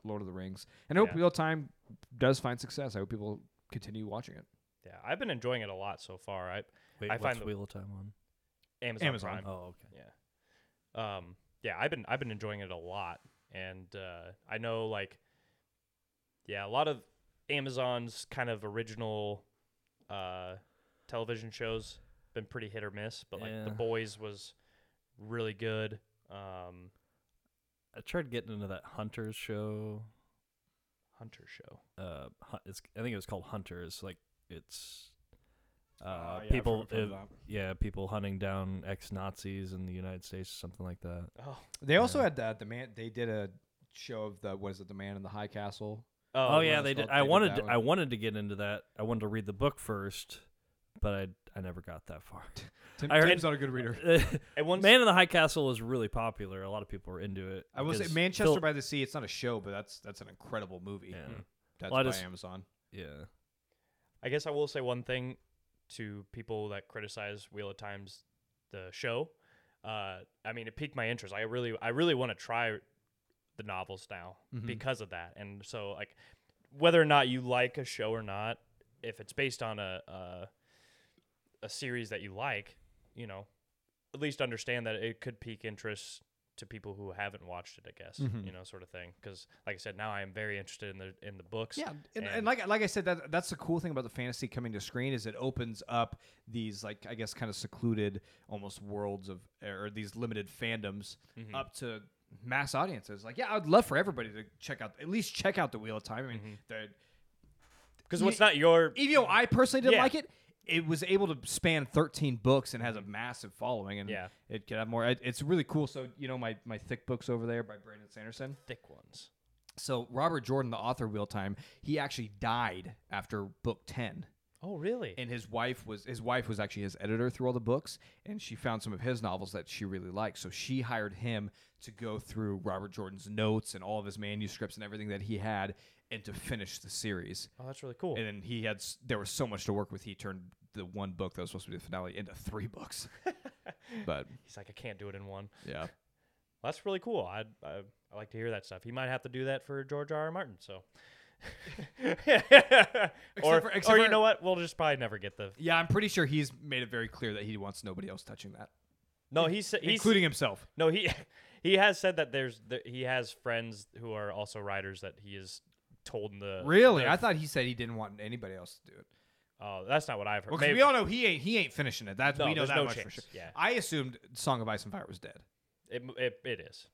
[SPEAKER 1] Lord of the Rings, and I hope
[SPEAKER 4] Yeah.
[SPEAKER 1] Real Time does find success. I hope people continue watching it.
[SPEAKER 4] Yeah, I've been enjoying it a lot so far. I
[SPEAKER 3] Wait,
[SPEAKER 4] I
[SPEAKER 3] what's
[SPEAKER 4] find the-
[SPEAKER 3] Wheel of Time on?
[SPEAKER 4] Amazon,
[SPEAKER 1] Amazon.
[SPEAKER 4] Prime.
[SPEAKER 3] Oh, okay.
[SPEAKER 4] Yeah. Um. Yeah, I've been I've been enjoying it a lot, and uh, I know like, yeah, a lot of Amazon's kind of original uh, television shows been pretty hit or miss, but like The
[SPEAKER 3] Yeah.
[SPEAKER 4] Boys was really good. Um,
[SPEAKER 3] I tried getting into that Hunters show.
[SPEAKER 4] Hunter show.
[SPEAKER 3] Uh, Hun- it's, I think it was called Hunters. Like it's uh,
[SPEAKER 1] Ah, yeah, I've
[SPEAKER 3] people,
[SPEAKER 1] heard- heard of
[SPEAKER 3] uh,
[SPEAKER 1] that.
[SPEAKER 3] yeah, people hunting down ex Nazis in the United States, or something like that.
[SPEAKER 4] Oh,
[SPEAKER 5] They also
[SPEAKER 3] Yeah.
[SPEAKER 5] had uh, the man. They did a show of the what is it? The Man in the High Castle.
[SPEAKER 3] Oh,
[SPEAKER 4] oh,
[SPEAKER 3] yeah,
[SPEAKER 5] that's
[SPEAKER 3] they did.
[SPEAKER 5] called-
[SPEAKER 3] I
[SPEAKER 5] they did
[SPEAKER 3] wanted
[SPEAKER 5] that
[SPEAKER 3] to,
[SPEAKER 5] one.
[SPEAKER 3] I wanted to get into that. I wanted to read the book first, but I I never got that far.
[SPEAKER 1] Tim,
[SPEAKER 3] I heard-
[SPEAKER 1] Tim's not a good reader.
[SPEAKER 4] And once,
[SPEAKER 3] Man in the High Castle is really popular. A lot of people are into it.
[SPEAKER 1] I will say
[SPEAKER 3] because
[SPEAKER 1] Manchester
[SPEAKER 3] Phil-
[SPEAKER 1] by Hmm. the Sea. It's not a show, but that's that's an incredible movie.
[SPEAKER 3] Yeah.
[SPEAKER 1] That's
[SPEAKER 3] Well, I
[SPEAKER 1] by
[SPEAKER 3] just-
[SPEAKER 1] Amazon.
[SPEAKER 3] yeah.
[SPEAKER 4] I guess I will say one thing to people that criticize Wheel of Time's the show. Uh, I mean, it piqued my interest. I really, I really want to try the novels now because of that. And so, like, whether or not you like a show or not, if it's based on a a, a series that you like, you know, at least understand that it could pique interest to people who haven't watched it. I guess you know, sort of thing. Because, like I said, now I am very interested in the in the books.
[SPEAKER 1] Yeah, and, and,
[SPEAKER 4] and-
[SPEAKER 1] like like I said, that that's the cool thing about the fantasy coming to screen is it opens up these like I guess kind of secluded almost worlds of or these limited fandoms
[SPEAKER 3] Mm-hmm.
[SPEAKER 1] up to mass audiences. Like, yeah, I'd love for everybody to check out at least check out the Wheel of Time. I mean,
[SPEAKER 3] Mm-hmm.
[SPEAKER 1] the
[SPEAKER 4] Because what's not your
[SPEAKER 1] even though I personally didn't
[SPEAKER 4] Yeah.
[SPEAKER 1] like it, it was able to span 13 books and has a massive following, and
[SPEAKER 4] Yeah.
[SPEAKER 1] it could have more. It, it's really cool. So you know, my my thick books over there by Brandon Sanderson.
[SPEAKER 4] thick ones.
[SPEAKER 1] So Robert Jordan, the author of Wheel of Time, he actually died after book 10.
[SPEAKER 4] Oh, really?
[SPEAKER 1] and his wife was his wife was actually his editor through all the books and she found some of his novels that she really liked so she hired him to go through robert jordan's notes and all of his manuscripts and everything that he had and to finish the series
[SPEAKER 4] oh, that's really cool.
[SPEAKER 1] and then he had s- there was so much to work with he turned the one book that was supposed to be the finale into three books but
[SPEAKER 4] He's like, I can't do it in one.
[SPEAKER 1] yeah
[SPEAKER 4] Well, that's really cool. I, I I like to hear that stuff. He might have to do that for George R. R. Martin. So, or,
[SPEAKER 1] for-
[SPEAKER 4] or
[SPEAKER 1] except
[SPEAKER 4] you
[SPEAKER 1] for-
[SPEAKER 4] know what? We'll just probably never get the.
[SPEAKER 1] yeah i'm pretty sure he's made it very clear that he wants nobody else touching that
[SPEAKER 4] No, he said he's
[SPEAKER 1] including himself
[SPEAKER 4] no he he has said that there's that he has friends who are also writers that he is told in the
[SPEAKER 1] really
[SPEAKER 4] the-
[SPEAKER 1] i thought he said he didn't want anybody else to do it
[SPEAKER 4] oh that's not what I've heard.
[SPEAKER 1] Well, 'cause
[SPEAKER 4] Maybe,
[SPEAKER 1] we all know he ain't he ain't finishing it. That
[SPEAKER 4] No,
[SPEAKER 1] we know
[SPEAKER 4] there's
[SPEAKER 1] that
[SPEAKER 4] no
[SPEAKER 1] much for
[SPEAKER 4] chance.
[SPEAKER 1] sure.
[SPEAKER 4] Yeah.
[SPEAKER 1] I assumed Song of Ice and Fire was dead.
[SPEAKER 4] it, it it is.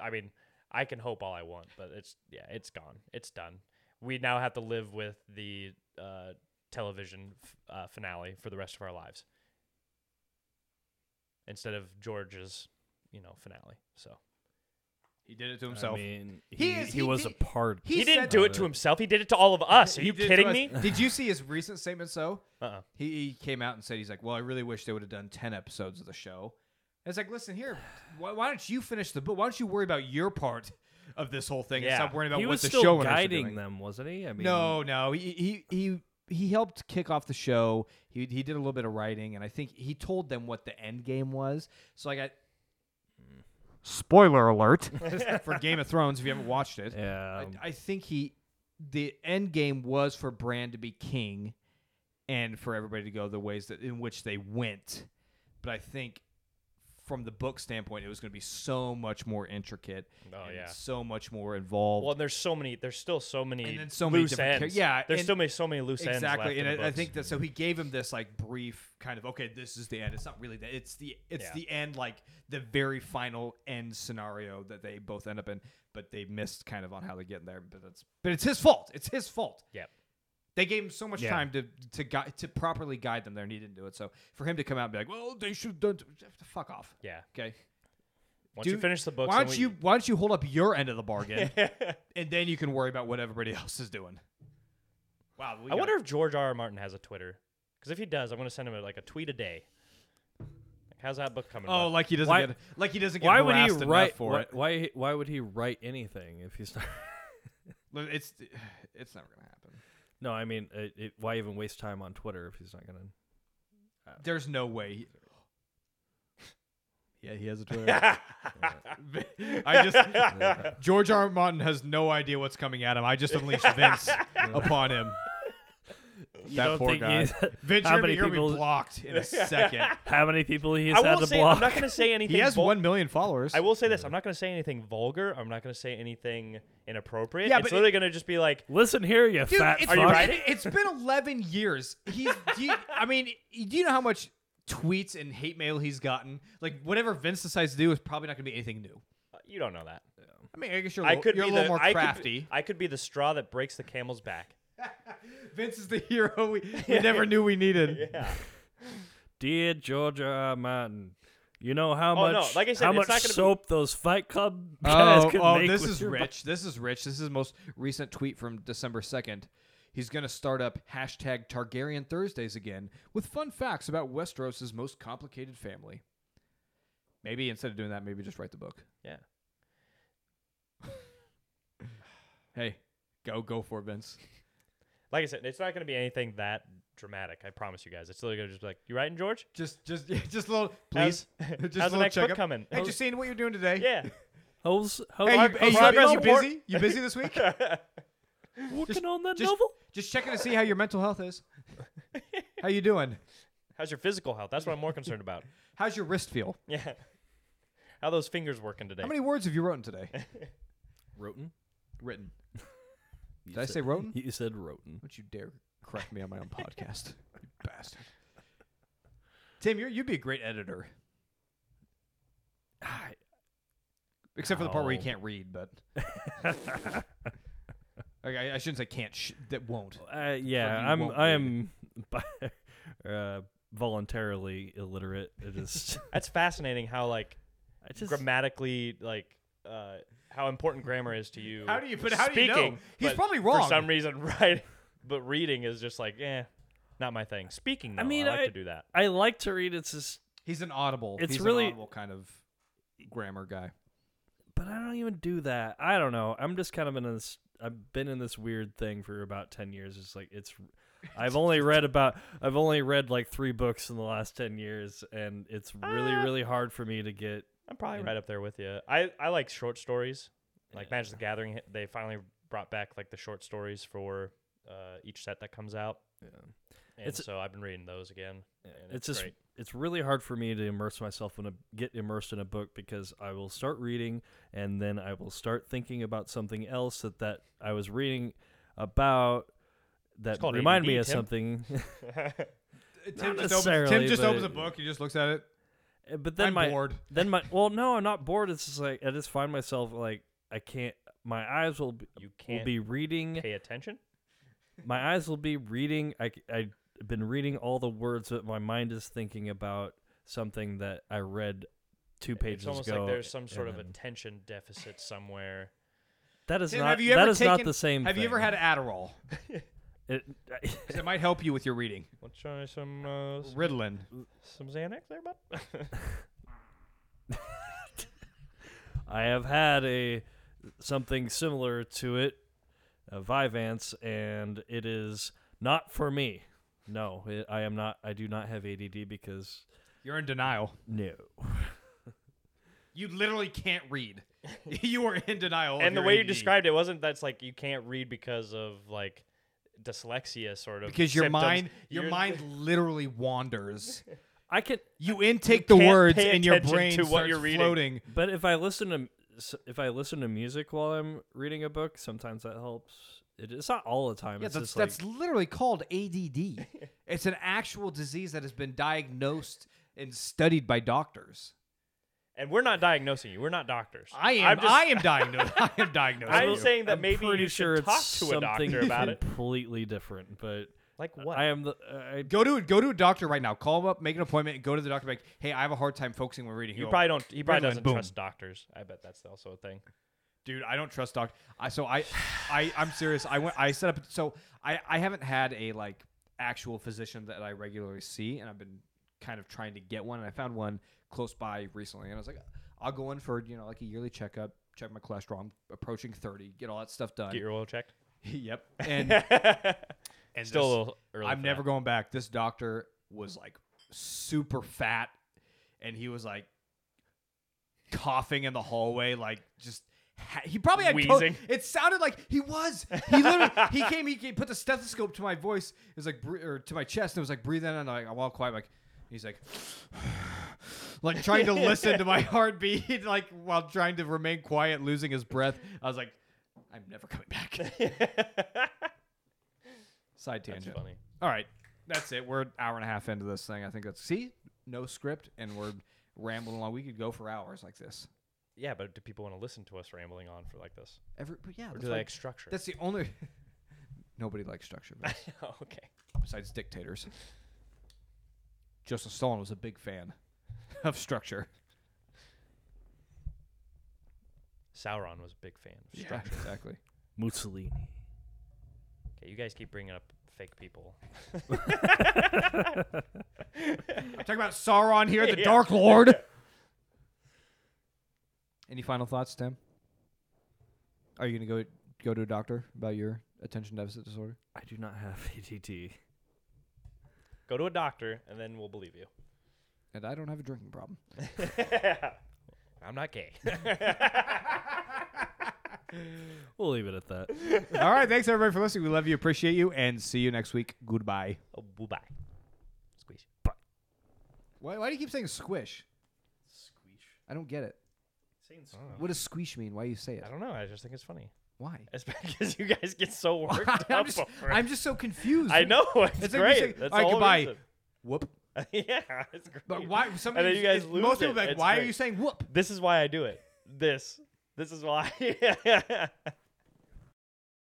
[SPEAKER 4] I mean, I can hope all I want, but it's yeah, it's gone. It's done. We now have to live with the uh, television f- uh, finale for the rest of our lives instead of George's, you know, finale. So
[SPEAKER 1] He did it to
[SPEAKER 3] I mean, he,
[SPEAKER 1] He
[SPEAKER 3] he,
[SPEAKER 1] is- he-
[SPEAKER 3] was
[SPEAKER 1] he-
[SPEAKER 3] a part.
[SPEAKER 4] he,
[SPEAKER 1] He said
[SPEAKER 4] didn't do
[SPEAKER 3] that.
[SPEAKER 4] it to himself. He did it to all of us. Are you kidding me?
[SPEAKER 1] Did you see his recent statement? So
[SPEAKER 4] Uh-uh.
[SPEAKER 1] he, he came out and said he's like, "Well, I really wish they would have done ten episodes of the show." And It's like, listen here, why, why don't you finish the book? Why don't you worry about your part of this whole thing and
[SPEAKER 4] Yeah.
[SPEAKER 1] stop worrying about
[SPEAKER 3] he
[SPEAKER 1] what
[SPEAKER 3] was
[SPEAKER 1] the
[SPEAKER 3] still
[SPEAKER 1] show
[SPEAKER 3] guiding them, wasn't he? I mean,
[SPEAKER 1] No, no, he he he. He helped kick off the show. He, he did a little bit of writing, and I think he told them what the end game was. So like, I spoiler alert for Game of Thrones if you haven't watched it.
[SPEAKER 3] Yeah,
[SPEAKER 1] I,
[SPEAKER 4] Um,
[SPEAKER 1] I think he the end game was for Bran to be king and for everybody to go the ways that in which they went. But I think from the book standpoint, it was going to be so much more intricate.
[SPEAKER 4] Oh,
[SPEAKER 1] and
[SPEAKER 4] yeah.
[SPEAKER 1] so much more involved.
[SPEAKER 4] Well, there's so many. There's still so many.
[SPEAKER 1] And then so many
[SPEAKER 4] loose
[SPEAKER 1] different char-
[SPEAKER 4] ends.
[SPEAKER 1] yeah,
[SPEAKER 4] there's
[SPEAKER 1] and-
[SPEAKER 4] still many so many loose ends.
[SPEAKER 1] exactly,
[SPEAKER 4] left in
[SPEAKER 1] and
[SPEAKER 4] the
[SPEAKER 1] I, I
[SPEAKER 4] books.
[SPEAKER 1] think that so he gave him this like brief kind of okay, this is the end. It's not really that. It's the it's
[SPEAKER 4] Yeah.
[SPEAKER 1] the end, like the very final end scenario that they both end up in. But they missed kind of on how they get there. But it's but it's his fault. It's his fault.
[SPEAKER 4] Yep.
[SPEAKER 1] They gave him so much
[SPEAKER 3] Yeah.
[SPEAKER 1] time to to gui- to properly guide them there, and he didn't do it. So for him to come out and be like, "Well, they should have done," fuck off.
[SPEAKER 4] yeah.
[SPEAKER 1] Okay,
[SPEAKER 4] Once you
[SPEAKER 1] Dude,
[SPEAKER 4] finish the books,
[SPEAKER 1] why
[SPEAKER 4] then
[SPEAKER 1] don't
[SPEAKER 4] we-
[SPEAKER 1] you why don't you hold up your end of the bargain, and then you can worry about what everybody else is doing. Wow, we
[SPEAKER 4] I
[SPEAKER 1] got-
[SPEAKER 4] wonder if George R. R. Martin has a Twitter. Because if he does, I'm going to send him like a tweet a day. Like, how's that book coming?
[SPEAKER 1] Oh,
[SPEAKER 4] bud?
[SPEAKER 1] like he doesn't
[SPEAKER 3] Why-
[SPEAKER 1] get like he doesn't get
[SPEAKER 3] why would he
[SPEAKER 1] harassed enough
[SPEAKER 3] write
[SPEAKER 1] for
[SPEAKER 3] why,
[SPEAKER 1] it.
[SPEAKER 3] Why why would he write anything if he's not?
[SPEAKER 1] Look, It's it's never gonna happen.
[SPEAKER 3] no, I mean, it, it, why even waste time on Twitter if he's not gonna?
[SPEAKER 1] There's no way. he- yeah, he has a Twitter. I just George R. R. Martin has no idea what's coming at him. I just unleashed Vince upon him.
[SPEAKER 3] You
[SPEAKER 1] that
[SPEAKER 3] don't
[SPEAKER 1] poor
[SPEAKER 3] think
[SPEAKER 1] guy.
[SPEAKER 3] he's-
[SPEAKER 1] Vince
[SPEAKER 3] how
[SPEAKER 1] How
[SPEAKER 3] many
[SPEAKER 1] will
[SPEAKER 3] people-
[SPEAKER 1] be blocked in a second.
[SPEAKER 3] how many people he's
[SPEAKER 4] I
[SPEAKER 3] had
[SPEAKER 4] will
[SPEAKER 3] to
[SPEAKER 4] say
[SPEAKER 3] block?
[SPEAKER 4] I'm not gonna say anything.
[SPEAKER 1] he has
[SPEAKER 4] vul-
[SPEAKER 1] one million followers.
[SPEAKER 4] I will say this. I'm not gonna say anything vulgar. I'm not gonna say anything inappropriate.
[SPEAKER 1] Yeah,
[SPEAKER 4] it's
[SPEAKER 1] but
[SPEAKER 4] literally gonna just be like,
[SPEAKER 3] Listen here, you
[SPEAKER 1] Dude,
[SPEAKER 3] fat
[SPEAKER 1] it's,
[SPEAKER 3] fuck.
[SPEAKER 4] Are you writing?
[SPEAKER 1] it's been 11 years. He's, do you, I mean, do you know how much tweets and hate mail he's gotten? Like, whatever Vince decides to do is probably not going to be anything new.
[SPEAKER 4] uh, you don't know that.
[SPEAKER 1] I mean, I guess you're, a
[SPEAKER 4] I
[SPEAKER 1] little-
[SPEAKER 4] could
[SPEAKER 1] you're
[SPEAKER 4] be
[SPEAKER 1] a little
[SPEAKER 4] the,
[SPEAKER 1] more
[SPEAKER 4] I could be-
[SPEAKER 1] crafty.
[SPEAKER 4] I could be the straw that breaks the camel's back.
[SPEAKER 1] Vince is the hero we, we never knew we needed.
[SPEAKER 4] Yeah.
[SPEAKER 3] Dear Georgia R. Martin, you know how
[SPEAKER 4] Oh,
[SPEAKER 3] much
[SPEAKER 4] no, like I said,
[SPEAKER 3] how
[SPEAKER 4] it's
[SPEAKER 3] much
[SPEAKER 4] not gonna be-
[SPEAKER 3] soap those Fight Club guys
[SPEAKER 1] Oh,
[SPEAKER 3] could
[SPEAKER 1] oh,
[SPEAKER 3] make
[SPEAKER 1] this
[SPEAKER 3] with
[SPEAKER 1] is
[SPEAKER 3] your bu-
[SPEAKER 1] rich. This is rich. This is most recent tweet from December 2nd. He's going to start up hashtag Targaryen Thursdays again with fun facts about Westeros' most complicated family. Maybe instead of doing that, maybe just write the book.
[SPEAKER 4] Yeah.
[SPEAKER 1] Hey, go go for it, Vince.
[SPEAKER 4] Like I said, it's not gonna be anything that dramatic. I promise you guys. It's literally gonna just be like, you writing, George?
[SPEAKER 1] Just just just a little
[SPEAKER 4] How's-
[SPEAKER 1] please. just
[SPEAKER 4] how's
[SPEAKER 1] a
[SPEAKER 4] the
[SPEAKER 1] little
[SPEAKER 4] next book
[SPEAKER 1] checkup.
[SPEAKER 4] coming? Oh,
[SPEAKER 1] Hey, just seeing what you're doing today.
[SPEAKER 4] Yeah.
[SPEAKER 3] How's how's
[SPEAKER 1] Hey, you,
[SPEAKER 3] Mark-
[SPEAKER 1] hey, you,
[SPEAKER 4] Mark-
[SPEAKER 1] you
[SPEAKER 4] Mark-
[SPEAKER 1] busy? You busy this week?
[SPEAKER 3] working
[SPEAKER 1] just-
[SPEAKER 3] on that
[SPEAKER 1] just-
[SPEAKER 3] novel?
[SPEAKER 1] Just checking to see how your mental health is. how you doing?
[SPEAKER 4] How's your physical health? That's what I'm more concerned about.
[SPEAKER 1] How's your wrist feel?
[SPEAKER 4] Yeah. How those fingers working today?
[SPEAKER 1] How many words have you written today?
[SPEAKER 3] Roten.
[SPEAKER 1] written.
[SPEAKER 3] You
[SPEAKER 1] Did I
[SPEAKER 3] said-
[SPEAKER 1] say written?
[SPEAKER 3] You said Roten.
[SPEAKER 1] Don't you dare correct me on my own podcast, you bastard. Tim, you're, you'd be a great editor,
[SPEAKER 3] Uh,
[SPEAKER 1] except for the part where you
[SPEAKER 3] Ow.
[SPEAKER 1] can't read. But Like, I, I shouldn't say can't. Sh- that won't.
[SPEAKER 3] Uh, yeah,
[SPEAKER 1] you
[SPEAKER 3] I'm
[SPEAKER 1] won't
[SPEAKER 3] I
[SPEAKER 1] read.
[SPEAKER 3] am bi- uh, voluntarily illiterate. It is
[SPEAKER 4] That's fascinating. How like
[SPEAKER 3] I just
[SPEAKER 4] grammatically like uh, how important grammar is to you.
[SPEAKER 1] How do you- but how do you know?
[SPEAKER 4] speaking?
[SPEAKER 1] He's
[SPEAKER 4] but
[SPEAKER 1] probably
[SPEAKER 4] for
[SPEAKER 1] wrong.
[SPEAKER 4] some reason, right? But reading is just like eh, not my thing. Speaking, though, I
[SPEAKER 3] mean,
[SPEAKER 4] mean, I like
[SPEAKER 3] I-
[SPEAKER 4] to do that.
[SPEAKER 3] I like to read. It's just,
[SPEAKER 1] He's an audible.
[SPEAKER 3] It's
[SPEAKER 1] He's an
[SPEAKER 3] really-
[SPEAKER 1] audible kind of grammar guy.
[SPEAKER 3] but I don't even do that. I don't know. I'm just kind of in this. I've been in this weird thing for about ten years. It's like it's. I've only read about. I've only read like three books in the last ten years, and it's really,
[SPEAKER 4] Ah.
[SPEAKER 3] really hard for me to get.
[SPEAKER 4] I'm probably right up there with you. I I like short stories. Like Magic the Gathering, they finally brought back like the short stories for uh, each set that comes out.
[SPEAKER 3] Yeah.
[SPEAKER 4] And
[SPEAKER 3] It's-
[SPEAKER 4] so I've been reading those again. and
[SPEAKER 3] it's just
[SPEAKER 4] great.
[SPEAKER 3] it's really hard for me to immerse myself in a get immersed in a book because I will start reading and then I will start thinking about something else that that I was reading about that
[SPEAKER 4] called
[SPEAKER 3] remind me
[SPEAKER 4] ADD,
[SPEAKER 3] of
[SPEAKER 4] Tim.
[SPEAKER 3] something.
[SPEAKER 1] Tim
[SPEAKER 3] just opens- Tim necessarily, just opens but- a book,
[SPEAKER 1] He just looks at it.
[SPEAKER 3] Eh, but then
[SPEAKER 1] I'm
[SPEAKER 3] my
[SPEAKER 1] bored.
[SPEAKER 3] then my well no I'm not bored. It's just like I just find myself like I can't. My eyes will be,
[SPEAKER 4] you
[SPEAKER 3] will
[SPEAKER 4] can't
[SPEAKER 3] be reading.
[SPEAKER 4] pay attention.
[SPEAKER 3] my eyes will be reading. I, have been reading all the words, but my mind is thinking about something that I read two pages
[SPEAKER 4] It's almost
[SPEAKER 3] ago.
[SPEAKER 4] like there's some sort
[SPEAKER 3] and
[SPEAKER 4] of
[SPEAKER 3] then-
[SPEAKER 4] attention deficit somewhere.
[SPEAKER 3] that is
[SPEAKER 1] Tim,
[SPEAKER 3] not
[SPEAKER 1] have you
[SPEAKER 3] that
[SPEAKER 1] ever
[SPEAKER 3] is not
[SPEAKER 1] taken-
[SPEAKER 3] the same.
[SPEAKER 1] Have you ever
[SPEAKER 3] thing.
[SPEAKER 1] had Adderall?
[SPEAKER 3] It,
[SPEAKER 1] 'Cause it might help you with your reading.
[SPEAKER 4] Want to try some uh, s-
[SPEAKER 1] Ritalin.
[SPEAKER 4] some Xanax there, bud?
[SPEAKER 3] I have had a something similar to it, a Vyvanse, and it is not for me. No, it, I am not. I do not have ADD because
[SPEAKER 1] You're in denial.
[SPEAKER 3] no.
[SPEAKER 1] You literally can't read. you are in denial. of
[SPEAKER 4] and the
[SPEAKER 1] your
[SPEAKER 4] way you
[SPEAKER 1] ADD.
[SPEAKER 4] described it wasn't that's like you can't read because of like dyslexia sort of
[SPEAKER 1] because your
[SPEAKER 4] symptoms.
[SPEAKER 1] mind, your
[SPEAKER 4] You're-
[SPEAKER 1] mind literally wanders.
[SPEAKER 3] I can,
[SPEAKER 1] You intake
[SPEAKER 4] You
[SPEAKER 1] the
[SPEAKER 4] can't
[SPEAKER 1] words,
[SPEAKER 4] pay
[SPEAKER 1] and your
[SPEAKER 4] attention
[SPEAKER 1] brain
[SPEAKER 4] to what
[SPEAKER 1] starts
[SPEAKER 4] you're reading.
[SPEAKER 1] floating.
[SPEAKER 3] but if I listen to s- if I listen to music while I'm reading a book, sometimes that helps. It, it's not all the time.
[SPEAKER 1] Yeah,
[SPEAKER 3] it's
[SPEAKER 1] that's
[SPEAKER 3] just like,
[SPEAKER 1] that's literally called ADD. it's an actual disease that has been diagnosed and studied by doctors.
[SPEAKER 4] And we're not diagnosing you. We're not doctors.
[SPEAKER 1] I am.
[SPEAKER 4] I'm just,
[SPEAKER 1] I am diagnosed. I am diagnosed.
[SPEAKER 4] I'm
[SPEAKER 1] with you.
[SPEAKER 4] saying that
[SPEAKER 3] I'm
[SPEAKER 4] maybe
[SPEAKER 3] pretty
[SPEAKER 4] you should
[SPEAKER 3] sure
[SPEAKER 4] talk
[SPEAKER 3] it's
[SPEAKER 4] to a doctor
[SPEAKER 3] something
[SPEAKER 4] about it.
[SPEAKER 3] Completely different, but
[SPEAKER 4] Like what?
[SPEAKER 3] I am the uh, I,
[SPEAKER 1] Go to go to a doctor right now. Call him up, make an appointment, and go to the doctor. Like, hey, I have a hard time focusing when reading.
[SPEAKER 4] you
[SPEAKER 1] He'll-
[SPEAKER 4] probably don't. He probably
[SPEAKER 1] Ritalin,
[SPEAKER 4] doesn't
[SPEAKER 1] boom.
[SPEAKER 4] trust doctors. I bet that's also a thing.
[SPEAKER 1] dude i don't trust doc i so i i i'm serious i went i set up so i i haven't had a like actual physician that i regularly see and i've been kind of trying to get one and i found one close by recently and i was like i'll go in for you know like a yearly checkup check my cholesterol i'm approaching 30 get all that stuff done
[SPEAKER 4] Get your oil checked.
[SPEAKER 1] yep and and
[SPEAKER 4] Still a
[SPEAKER 1] this-
[SPEAKER 4] little early.
[SPEAKER 1] I'm
[SPEAKER 4] for
[SPEAKER 1] never
[SPEAKER 4] that.
[SPEAKER 1] going back. This doctor was like super fat and he was like coughing in the hallway, like just ha- he probably had co-
[SPEAKER 4] Wheezing.
[SPEAKER 1] It sounded like he was. He literally he came. He, came- put the stethoscope to my voice. It was like bre- or to my chest, and it was like breathe in and like I'm all quiet. Like he's like. Like trying to listen to my heartbeat, like while trying to remain quiet, losing his breath. I was like, "I'm never coming back." Side
[SPEAKER 4] That's
[SPEAKER 1] tangent.
[SPEAKER 4] funny.
[SPEAKER 1] All right, that's it. We're an hour and a half into this thing. I think that's see, no script, and we're rambling along. We could go for hours like this.
[SPEAKER 4] Yeah, but do people want to listen to us rambling on for like this?
[SPEAKER 1] Every, but yeah,
[SPEAKER 4] Or
[SPEAKER 1] that's,
[SPEAKER 4] do they
[SPEAKER 1] why-
[SPEAKER 4] like structure?
[SPEAKER 1] that's the only. Nobody likes structure but
[SPEAKER 4] oh, okay.
[SPEAKER 1] besides dictators. Joseph Stalin was a big fan of structure.
[SPEAKER 4] Sauron was a big fan of structure.
[SPEAKER 1] exactly.
[SPEAKER 3] Mussolini.
[SPEAKER 4] Okay, you guys keep bringing up fake people.
[SPEAKER 1] I'm talking about Sauron here, the
[SPEAKER 4] Yeah.
[SPEAKER 1] Dark Lord. Any final thoughts, Tim? Are you gonna go go to a doctor about your attention deficit disorder?
[SPEAKER 3] I do not have ADT.
[SPEAKER 4] Go to a doctor, and then we'll believe you.
[SPEAKER 1] And I don't have a drinking problem.
[SPEAKER 4] I'm not gay.
[SPEAKER 3] We'll leave it at that.
[SPEAKER 6] All right. Thanks, everybody, for listening. We love you, appreciate you, and see you next week. Goodbye.
[SPEAKER 4] oh, bye. Squeeze.
[SPEAKER 1] Why, why do you keep saying squish?
[SPEAKER 3] Squeesh.
[SPEAKER 1] I don't get it.
[SPEAKER 3] Saying
[SPEAKER 1] What does squish mean? Why do you say it?
[SPEAKER 4] Oh. I don't know. I just think it's funny.
[SPEAKER 1] Why?
[SPEAKER 4] It's because you guys get so worked up.
[SPEAKER 1] I'm, just,
[SPEAKER 4] over it.
[SPEAKER 1] I'm just so confused.
[SPEAKER 4] I know. It's,
[SPEAKER 1] It's like you
[SPEAKER 4] great.
[SPEAKER 1] say,
[SPEAKER 4] That's
[SPEAKER 1] "All right,
[SPEAKER 4] all
[SPEAKER 1] goodbye."
[SPEAKER 4] reason.
[SPEAKER 1] Whoop.
[SPEAKER 4] yeah, it's great.
[SPEAKER 1] But why? Some
[SPEAKER 4] And then you guys
[SPEAKER 1] it-
[SPEAKER 4] lose
[SPEAKER 1] most people be
[SPEAKER 4] it.
[SPEAKER 1] like,
[SPEAKER 4] It's
[SPEAKER 1] why are
[SPEAKER 4] great.
[SPEAKER 1] you saying whoop?
[SPEAKER 4] This is why I do it. This. This is why.